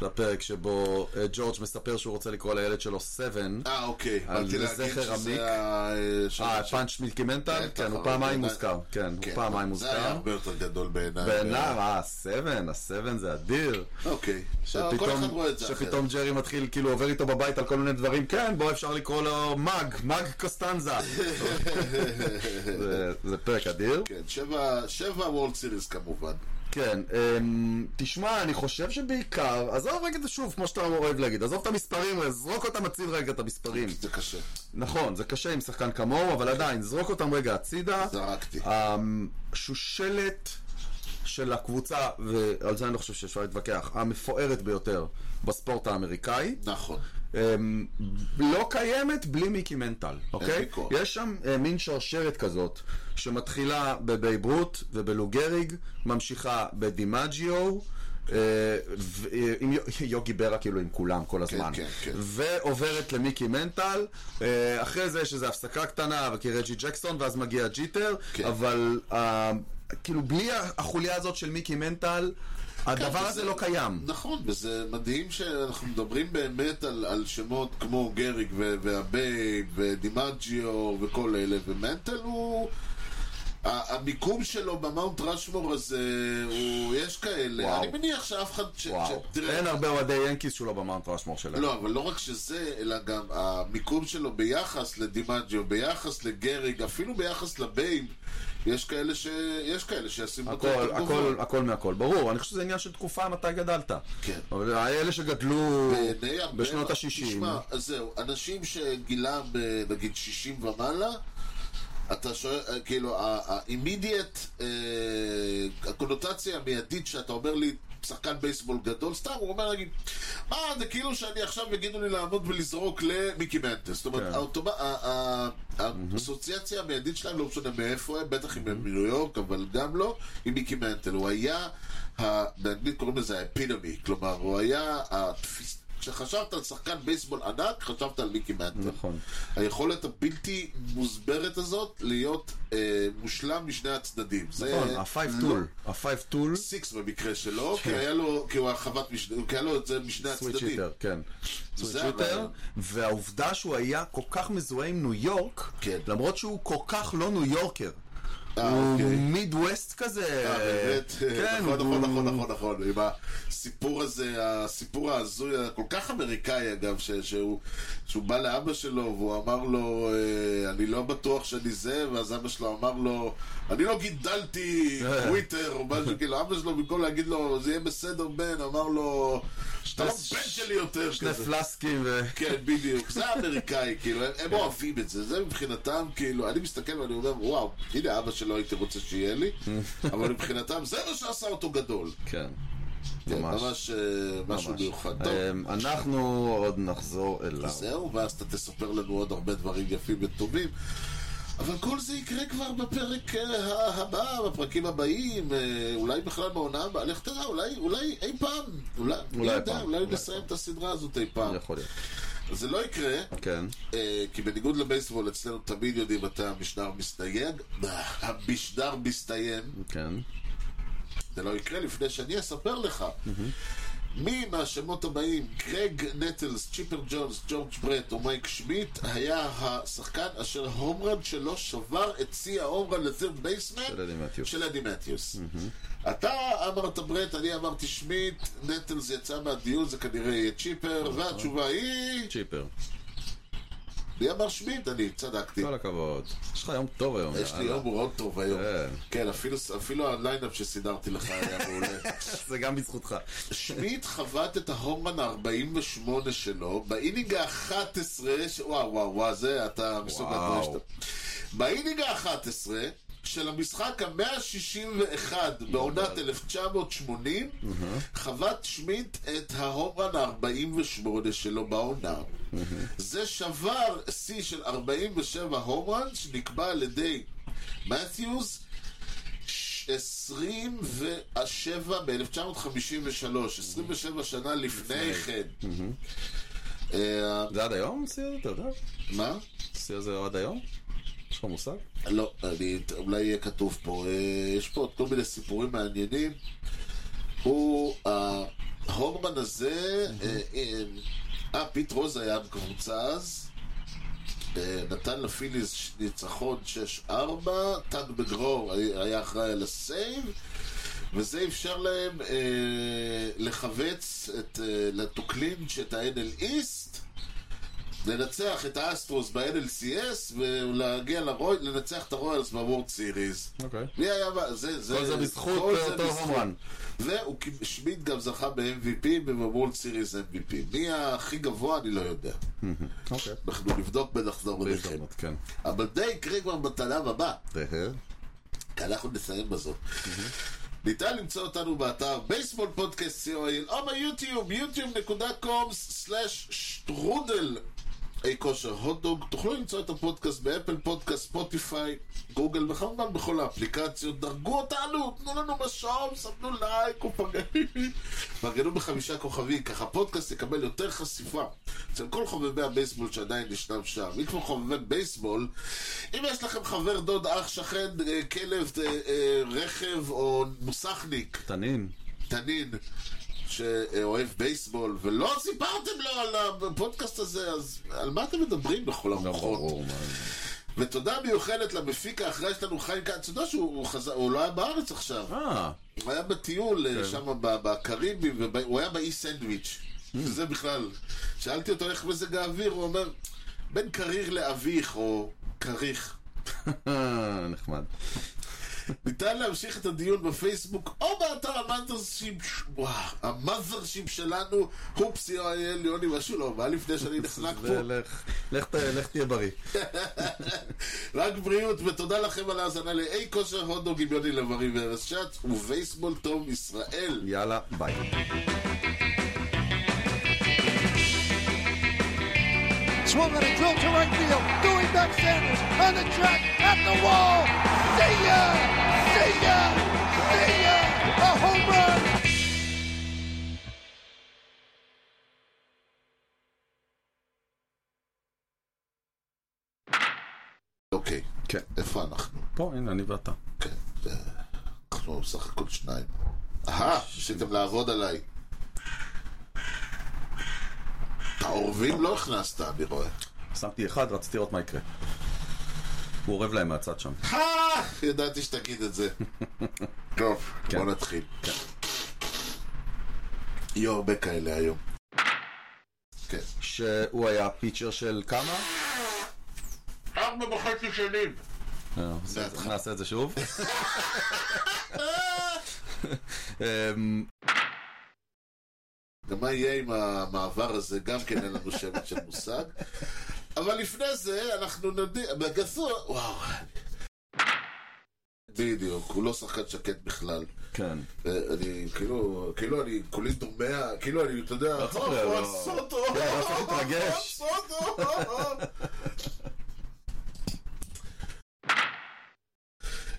B: זה הפרק שבו אה, ג'ורג' מספר שהוא רוצה לקרוא לילד שלו 7.
A: אה, אוקיי.
B: על
A: באתי להגיד
B: לזכר עמיק.
A: שזה ה...
B: אה,
A: שלוש-
B: פאנץ' מילקי מנטל?
A: בטח,
B: כן, הוא
A: אבל
B: פעמיים
A: זה-
B: מוזכר. כן, הוא
A: כן,
B: פעמיים
A: זה היה
B: מוזכר.
A: הרבה יותר גדול בעיניי.
B: בעיניו, אה, 7, ה-7 זה אדיר.
A: אוקיי. שפתאום... כל אחד
B: שפתאום,
A: רואה את זה אחרת.
B: שפתאום ג'רי מתחיל, כאילו עובר איתו בבית על כל מיני דברים, כן, בוא אפשר לקרוא לו מאג, מאג קוסטנזה. זה- זה פרק אדיר.
A: כן, שבע- שבע וולד סיריס כמובן.
B: כן, אמ, תשמע, אני חושב שבעיקר, עזוב רגע את זה שוב, כמו שאתה אוהב להגיד, עזוב את המספרים, זרוק אותם הציד רגע את המספרים.
A: זה קשה.
B: נכון, זה קשה עם שחקן כמוהו, אבל עדיין, זרוק אותם רגע הצידה.
A: זרקתי.
B: אה. השושלת של הקבוצה, ועל זה אני לא חושב שאפשר להתווכח, המפוארת ביותר בספורט האמריקאי,
A: נכון.
B: אמ, לא קיימת בלי מיקי מנטל, אוקיי?
A: ויכוח.
B: יש שם אה, מין שרשרת כזאת, שמתחילה בבייברוט ובלוגריג, ממשיכה בדימג'יו, אה, ו- אה, עם יו- יוגי ברה כאילו עם כולם כל הזמן,
A: כן, כן.
B: ועוברת למיקי מנטל, אה, אחרי זה יש איזו הפסקה קטנה, וכי רג'י ג'קסון, ואז מגיע ג'יטר,
A: כן.
B: אבל אה, כאילו בלי החוליה הזאת של מיקי מנטל, הדבר הזה
A: וזה-
B: לא קיים.
A: נכון, וזה מדהים שאנחנו מדברים באמת על, על שמות כמו גריג ו- והבייב ודימג'יו וכל אלה, ומנטל הוא... ה- המיקום שלו במאונט רשמור הזה, הוא... יש כאלה.
B: וואו.
A: אני מניח שאף אחד... ש...
B: וואו,
A: ש... תראה,
B: אין הרבה אוהדי ינקיס שהוא לא במאונט ראשמור שלהם.
A: לא, אבל לא רק שזה, אלא גם המיקום שלו ביחס לדימג'יו, ביחס לגריג, אפילו ביחס לבייב, יש כאלה ש... יש כאלה שישימו אותו
B: הכל,
A: כגובה.
B: הכל, הכל מהכל, ברור, אני חושב שזה עניין של תקופה מתי גדלת.
A: כן.
B: אבל האלה שגדלו
A: בעיני הרבה-
B: בשנות ה-60,
A: תשמע, אז זהו, אנשים שגילם אה, נגיד 60 ומעלה, אתה שואל, אה, כאילו, ה-immediate, הקונוטציה אה, המיידית שאתה אומר לי שחקן בייסבול גדול, סתם, הוא אומר לי, מה, זה כאילו שאני עכשיו יגידו לי לעמוד ולזרוק למיקי מנטס. זאת אומרת, האוטומ- ה- ה- האסוציאציה המיידית שלהם, לא משנה מאיפה הם, בטח אם הם מניו יורק, אבל גם לא, עם מיקי מנטל. הוא היה, ה- באנגלית קוראים לזה האפידמי, כלומר, הוא היה התפיס... כשחשבת על שחקן בייסבול ענק, חשבת על מיקי מנטל.
B: נכון.
A: היכולת הבלתי מוסברת הזאת להיות אה, מושלם משני הצדדים.
B: נכון, הפייב
A: לא
B: טול. הפייב טול.
A: סיקס במקרה שלו, כי היה לו, כי הוא היה חוות משני, כי היה לו את זה משני
B: סוויט
A: הצדדים.
B: שיטר, כן. סוויט שיטר,
A: הרעיון.
B: והעובדה שהוא היה כל כך מזוהה עם ניו יורק,
A: כן.
B: למרות שהוא כל כך לא ניו יורקר.
A: אה,
B: הוא
A: אוקיי.
B: מיד ווסט כזה.
A: אה, באמת,
B: כן,
A: נכון, נכון,
B: הוא-
A: נכון, נכון, נכון, עם הסיפור הזה, הסיפור ההזוי, הכל כך אמריקאי אגב, ש- שהוא שהוא בא לאבא שלו והוא אמר לו, אה, אני לא בטוח שאני זה, ואז אבא שלו אמר לו, אני לא גידלתי טוויטר או משהו, כאילו אבא שלו במקום להגיד לו, זה יהיה בסדר בן, אמר לו, אתה לא
B: ש-
A: בן שלי יותר,
B: שני
A: כזה.
B: פלסקים ו...
A: כן, בדיוק. זה האמריקאי, כאילו, הם,
B: כן.
A: הם אוהבים את זה. זה מבחינתם, כאילו, אני מסתכל ואני אומר, וואו, הנה אבא שלו הייתי רוצה שיהיה לי, אבל מבחינתם, זה מה שעשה אותו גדול.
B: כן.
A: כן,
B: ממש.
A: ממש אה, משהו
B: ממש.
A: מיוחד. טוב,
B: אמ, אנחנו עוד נחזור אליו.
A: זהו, ואז אתה תספר לנו עוד הרבה דברים יפים וטובים. אבל כל זה יקרה כבר בפרק אה, ה- הבא, בפרקים הבאים, אה, אולי בכלל בעונה הבאה, לך תדע, אולי, אולי אי פעם, אולי, מי
B: אולי
A: יודע,
B: פעם,
A: אולי
B: אולי
A: נסיים את הסדרה הזאת אי פעם.
B: יכול להיות.
A: זה לא יקרה,
B: כן.
A: אה, כי בניגוד לבייסבול, אצלנו תמיד יודעים מתי המשדר מסתייג. המשדר מסתיים,
B: כן.
A: זה לא יקרה לפני שאני אספר לך. מי מהשמות הבאים, קרג נטלס, צ'יפר ג'ונס, ג'ורג' ברט או מייק שמיט, היה השחקן אשר ההומרן שלו שבר את שיא ההומרן לת'ירד בייסמן
B: של אדי מתיוס.
A: של אדי מתיוס. אתה אמרת ברט, אני אמרתי שמיט, נטלס יצא מהדיון, זה כנראה יהיה צ'יפר,
B: נכון.
A: והתשובה היא...
B: צ'יפר.
A: מי אמר שמיט? אני צדקתי.
B: כל הכבוד. יש לך יום טוב היום.
A: יש לי
B: יאללה.
A: יום מאוד טוב היום.
B: כן.
A: כן, אפילו- אפילו הליינאפ שסידרתי לך היה מעולה.
B: זה גם בזכותך.
A: שמיט חבט את ההומן ה-48 שלו באינינג ה-11, ש- וואו וואו וואו, זה אתה מסוג
B: וואו.
A: הדברים שאתה... באינינג ה-11 של המשחק ה-161 בעונת 1980, חבט שמיט את ההומן ה-48 שלו בעונה. זה שבר שיא של 47 הומרן שנקבע על ידי מתיוס 27 ב-1953, 27 שנה לפני כן. אה,
B: זה עד היום? השיא הזה, אתה יודע?
A: מה?
B: השיא הזה עד היום? יש לך מושג?
A: לא, אני, אולי יהיה כתוב פה. אה, יש פה עוד כל מיני סיפורים מעניינים. הוא, ההומרן הזה, אה, אה, אה, פיט רוז היה בקבוצה אז. אה, נתן לפיליז ש- ניצחון 6-4, טאג בגרור היה- היה אחראי על הסייב, וזה אפשר להם אה, לחבץ את, אה, to clinch את ה-NL East, לנצח את האסטרוס ב-NLCS, ולהגיע לרוי, לנצח את הרויאלס בוורד סיריז.
B: אוקיי.
A: מי היה... ב- זה, זה,
B: אה, כל זה בזכות
A: כל זה
B: אותו
A: בזכות.
B: הומרן.
A: והוא קיב- שמיט גם זכה ב-MVP ובוולד סיריס MVP. מי הכי גבוה אני לא יודע.
B: אוקיי.
A: אנחנו נבדוק ונחזור אליכם.
B: בהזדמנות, כן.
A: אבל זה יקרה כבר בתלם הבא,
B: אה,
A: כי אנחנו נסיים בזאת. ניתן למצוא אותנו באתר בייסבול פודקאסט co.il או ביוטיוב, yוטיוב.com/שטרודל. אי כושר הוטדוג, תוכלו למצוא את הפודקאסט באפל פודקאסט, ספוטיפיי, גוגל וכמובן בכל האפליקציות, דרגו אותנו, תנו לנו משום, סמנו לייק ופרגנו פרגנו בחמישה כוכבים, ככה הפודקאסט יקבל יותר חשיפה אצל כל חובבי הבייסבול שעדיין ישנם שם. מי כמו חובבי בייסבול, אם יש לכם חבר, דוד, אח, שכן, אה, כלב, אה, אה, רכב או מוסכניק,
B: תנין.
A: תנין שאוהב בייסבול, ולא סיפרתם לו על הפודקאסט הזה, אז על מה אתם מדברים בכל
B: לא
A: הרוחות?
B: ברור מה זה.
A: ותודה מיוחדת למפיק האחראי שלנו, חיים כץ, אתה יודע שהוא הוא חזר, הוא לא היה בארץ עכשיו,
B: אה,
A: הוא היה בטיול אה, שם ב- בקריבים, וב- הוא היה באי סנדוויץ', זה בכלל. שאלתי אותו איך מזג האוויר, הוא אומר, בין קריר לאביך, או כריך.
B: אה, נחמד.
A: ניתן להמשיך את הדיון בפייסבוק או באתר המאזרשים המאזרשים שלנו, הופסי או אייל יוני משהו לא, מה לפני שאני נחנק
B: זה
A: פה?
B: לך- לך ת- לך תהיה בריא.
A: רק בריאות, ותודה לכם על ההאזנה לאי כושר הודו, יוני לב-ארי וארז שץ, ובייסבול טוב ישראל.
G: יאללה, ביי.
E: Swung and a drill to right field. Doing back Sanders on the track at the wall. See ya! See ya! See ya! A home run!
A: אוקיי,
G: כן.
A: איפה אנחנו?
B: פה, הנה, אני ואתה.
A: כן, אה, אנחנו בסך הכל שניים. אהה, ניסיתם לעבוד עליי. את העורבים לא הכנסת, אני רואה.
B: שמתי אחד, רציתי לראות מה יקרה. הוא אורב להם מהצד שם.
A: אה, ידעתי שתגיד את זה. טוב,
B: כן.
A: בוא נתחיל. יהיו הרבה כאלה היום. כן.
G: שהוא היה פיצ'ר של כמה?
A: ארבע וחצי שנים.
B: אה, נעשה את זה- נעשה את זה שוב. אמ,
A: גם מה יהיה עם המעבר הזה, גם כן אין לנו שמץ של מושג. אבל לפני זה, אנחנו נדע... בגסו... וואו. בדיוק, הוא לא שחקן שקט בכלל.
B: כן.
A: אה, אני, כאילו, כאילו אני כולי דומע, כאילו אני, אתה יודע,
B: לא צריך ל-
A: "אה,
B: לא.
A: סוטו,
B: כן, לא צריך
A: אה,
B: להתרגש.
A: סוטו, אה, אה."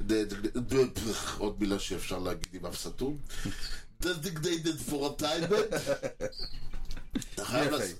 A: ד- ד- ד- פח, עוד מילה שאפשר להגיד עם אף סתום. Designated for a time. אתה חייב
B: יפה.
A: לעשות-